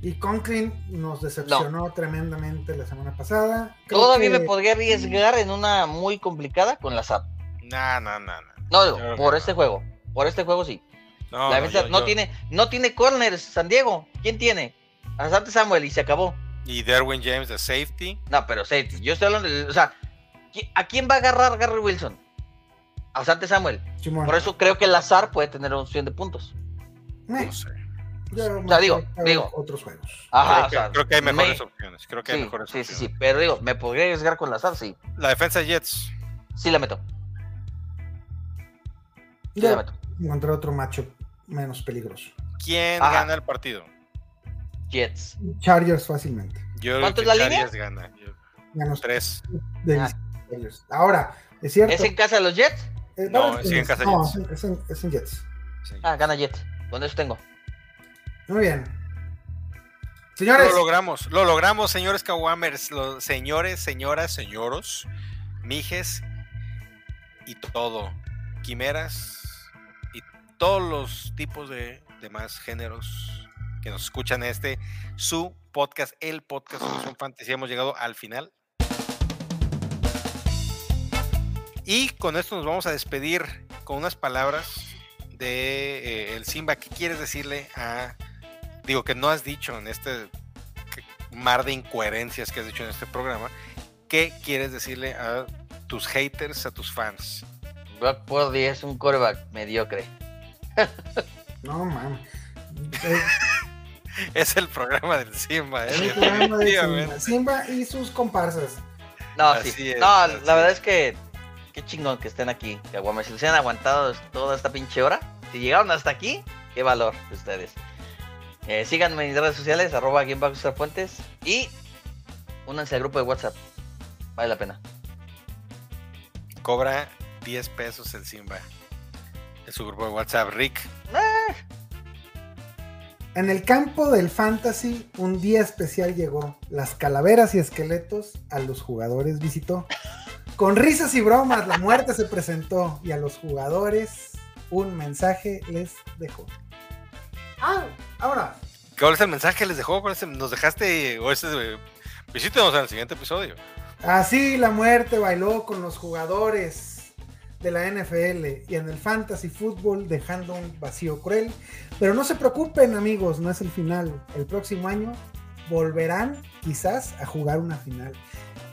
[SPEAKER 1] Y Conklin nos decepcionó tremendamente la semana pasada. Creo
[SPEAKER 2] Todavía
[SPEAKER 1] que-
[SPEAKER 2] me podría arriesgar en una muy complicada con la SAP.
[SPEAKER 3] No, no, no. no.
[SPEAKER 2] No,
[SPEAKER 3] Yo creo
[SPEAKER 2] por
[SPEAKER 3] que
[SPEAKER 2] este
[SPEAKER 3] no.
[SPEAKER 2] juego. Por este juego sí.
[SPEAKER 3] No,
[SPEAKER 2] la
[SPEAKER 3] no,
[SPEAKER 2] defensa
[SPEAKER 3] yo-
[SPEAKER 2] no
[SPEAKER 3] yo-
[SPEAKER 2] tiene, no tiene corners, San Diego. ¿Quién tiene? Asante Samuel y se acabó.
[SPEAKER 3] Y Derwin James de safety.
[SPEAKER 2] No, pero safety. Yo estoy hablando, de- o sea, ¿qui- ¿a quién va a agarrar Gary Wilson? A Asante Samuel.
[SPEAKER 1] Simón. eh,
[SPEAKER 2] Por eso creo que el azar puede tener un 100 de puntos.
[SPEAKER 1] Meh,
[SPEAKER 3] No sé.
[SPEAKER 1] yo
[SPEAKER 2] sea, digo,
[SPEAKER 1] mejor
[SPEAKER 2] digo. Ah,
[SPEAKER 1] Otros juegos.
[SPEAKER 2] Ajá,
[SPEAKER 3] creo,
[SPEAKER 2] o
[SPEAKER 3] que,
[SPEAKER 2] sea,
[SPEAKER 3] creo que hay
[SPEAKER 2] me-
[SPEAKER 3] mejores opciones. Creo que hay
[SPEAKER 2] sí,
[SPEAKER 3] mejores
[SPEAKER 2] sí, sí,
[SPEAKER 3] opciones.
[SPEAKER 2] sí, pero digo, me podría arriesgar con la SAP, sí.
[SPEAKER 3] La defensa de Jets.
[SPEAKER 2] Sí la meto. Sí
[SPEAKER 1] Ya
[SPEAKER 2] la meto.
[SPEAKER 1] encontré otro macho menos peligroso.
[SPEAKER 3] ¿Quién
[SPEAKER 2] Ajá.
[SPEAKER 3] gana el partido?
[SPEAKER 2] Jets.
[SPEAKER 1] Chargers fácilmente.
[SPEAKER 3] Yo creo
[SPEAKER 2] ¿Cuánto
[SPEAKER 3] que
[SPEAKER 2] es la
[SPEAKER 3] Chargers gana. Yo-
[SPEAKER 1] Menos
[SPEAKER 3] Tres.
[SPEAKER 1] de
[SPEAKER 2] Ah.
[SPEAKER 1] Chargers. Ahora, es cierto.
[SPEAKER 2] ¿Es en casa de los Jets?
[SPEAKER 1] eh,
[SPEAKER 3] No,
[SPEAKER 1] vamos
[SPEAKER 3] es
[SPEAKER 1] con
[SPEAKER 3] en
[SPEAKER 1] Jets.
[SPEAKER 3] casa
[SPEAKER 1] No, es
[SPEAKER 3] Jets.
[SPEAKER 1] en- es en- es en Jets.
[SPEAKER 3] Sí.
[SPEAKER 2] Ah, gana Jets. Con eso tengo.
[SPEAKER 1] Muy bien. Señores,
[SPEAKER 3] Lo logramos, lo logramos, señores Kawamers, los señores, señoras, señoros, mijes y todo, quimeras y todos los tipos de demás géneros que nos escuchan en este, su podcast, el podcast Solución Fantasy. Hemos llegado al final. Y con esto nos vamos a despedir con unas palabras de eh, el Simba. ¿Qué quieres decirle a digo, que no has dicho en este que- mar de incoherencias que has dicho en este programa, ¿qué quieres decirle a tus haters, a tus fans?
[SPEAKER 2] Brock Purdy es un coreback mediocre.
[SPEAKER 1] no mames. Eh,
[SPEAKER 3] Es el programa del Simba, ¿eh?
[SPEAKER 1] es un programa de
[SPEAKER 3] Definitivamente.
[SPEAKER 1] Simba. Simba y sus comparsas.
[SPEAKER 2] No,
[SPEAKER 3] Así
[SPEAKER 2] sí.
[SPEAKER 3] es,
[SPEAKER 2] no,
[SPEAKER 3] así
[SPEAKER 2] la verdad
[SPEAKER 3] es.
[SPEAKER 2] es que qué chingón que estén aquí. Caguamas, si se han aguantado toda esta pinche hora. Si llegaron hasta aquí, qué valor de ustedes. Eh, síganme en mis redes sociales, arroba guión bajo César Fuentes y únanse al grupo de WhatsApp. Vale la pena.
[SPEAKER 3] Cobra 10 pesos el Simba. En su grupo de WhatsApp, Rick.
[SPEAKER 1] En el campo del fantasy, un día especial llegó. Las calaveras y esqueletos a los jugadores visitó. Con risas y bromas, la muerte se presentó y a los jugadores un mensaje les dejó. Ah, ahora,
[SPEAKER 3] ¿Cuál es el mensaje que les dejó? ¿Cuál es el- nos dejaste, o ese, eh, visítenos en el siguiente episodio.
[SPEAKER 1] así Ah, la muerte bailó con los jugadores de la NFL y en el fantasy fútbol dejando un vacío cruel. Pero no se preocupen amigos, no es el final. El próximo año volverán quizás a jugar una final.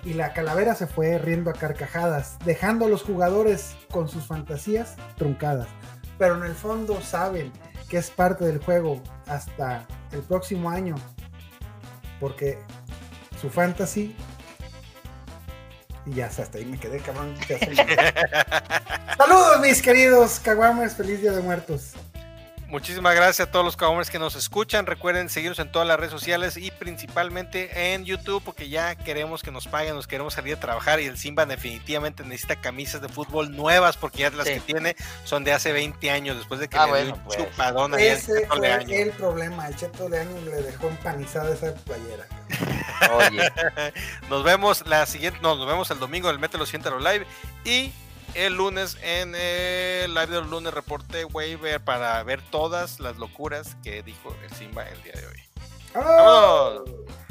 [SPEAKER 1] Y la calavera se fue riendo a carcajadas, dejando a los jugadores con sus fantasías truncadas. Pero en el fondo saben que es parte del juego hasta el próximo año. Porque su fantasy... Y ya hasta ahí me quedé, cabrón. ya se me- Saludos mis queridos caguamas, feliz día de muertos.
[SPEAKER 3] Muchísimas gracias a todos los cabrones que nos escuchan. Recuerden seguirnos en todas las redes sociales y principalmente en YouTube, porque ya queremos que nos paguen, nos queremos salir a trabajar. Y el Simba definitivamente necesita camisas de fútbol nuevas, porque ya las
[SPEAKER 2] Sí.
[SPEAKER 3] que tiene son de hace 20 años, después de que
[SPEAKER 2] Ah,
[SPEAKER 3] le dio
[SPEAKER 2] bueno,
[SPEAKER 3] un
[SPEAKER 2] pues.
[SPEAKER 3] chupadón ahí al
[SPEAKER 1] Ese
[SPEAKER 3] Chato
[SPEAKER 1] fue
[SPEAKER 3] Leaño.
[SPEAKER 1] el problema. El Cheto de Año le dejó empanizada esa playera.
[SPEAKER 2] Oye,
[SPEAKER 3] Nos vemos la siguiente, no, nos vemos el domingo en el Mételo Siéntalo Live y el lunes en el live del lunes reporte waiver para ver todas las locuras que dijo el Simba el día de hoy.
[SPEAKER 1] ¡Oh!
[SPEAKER 3] ¡Vámonos!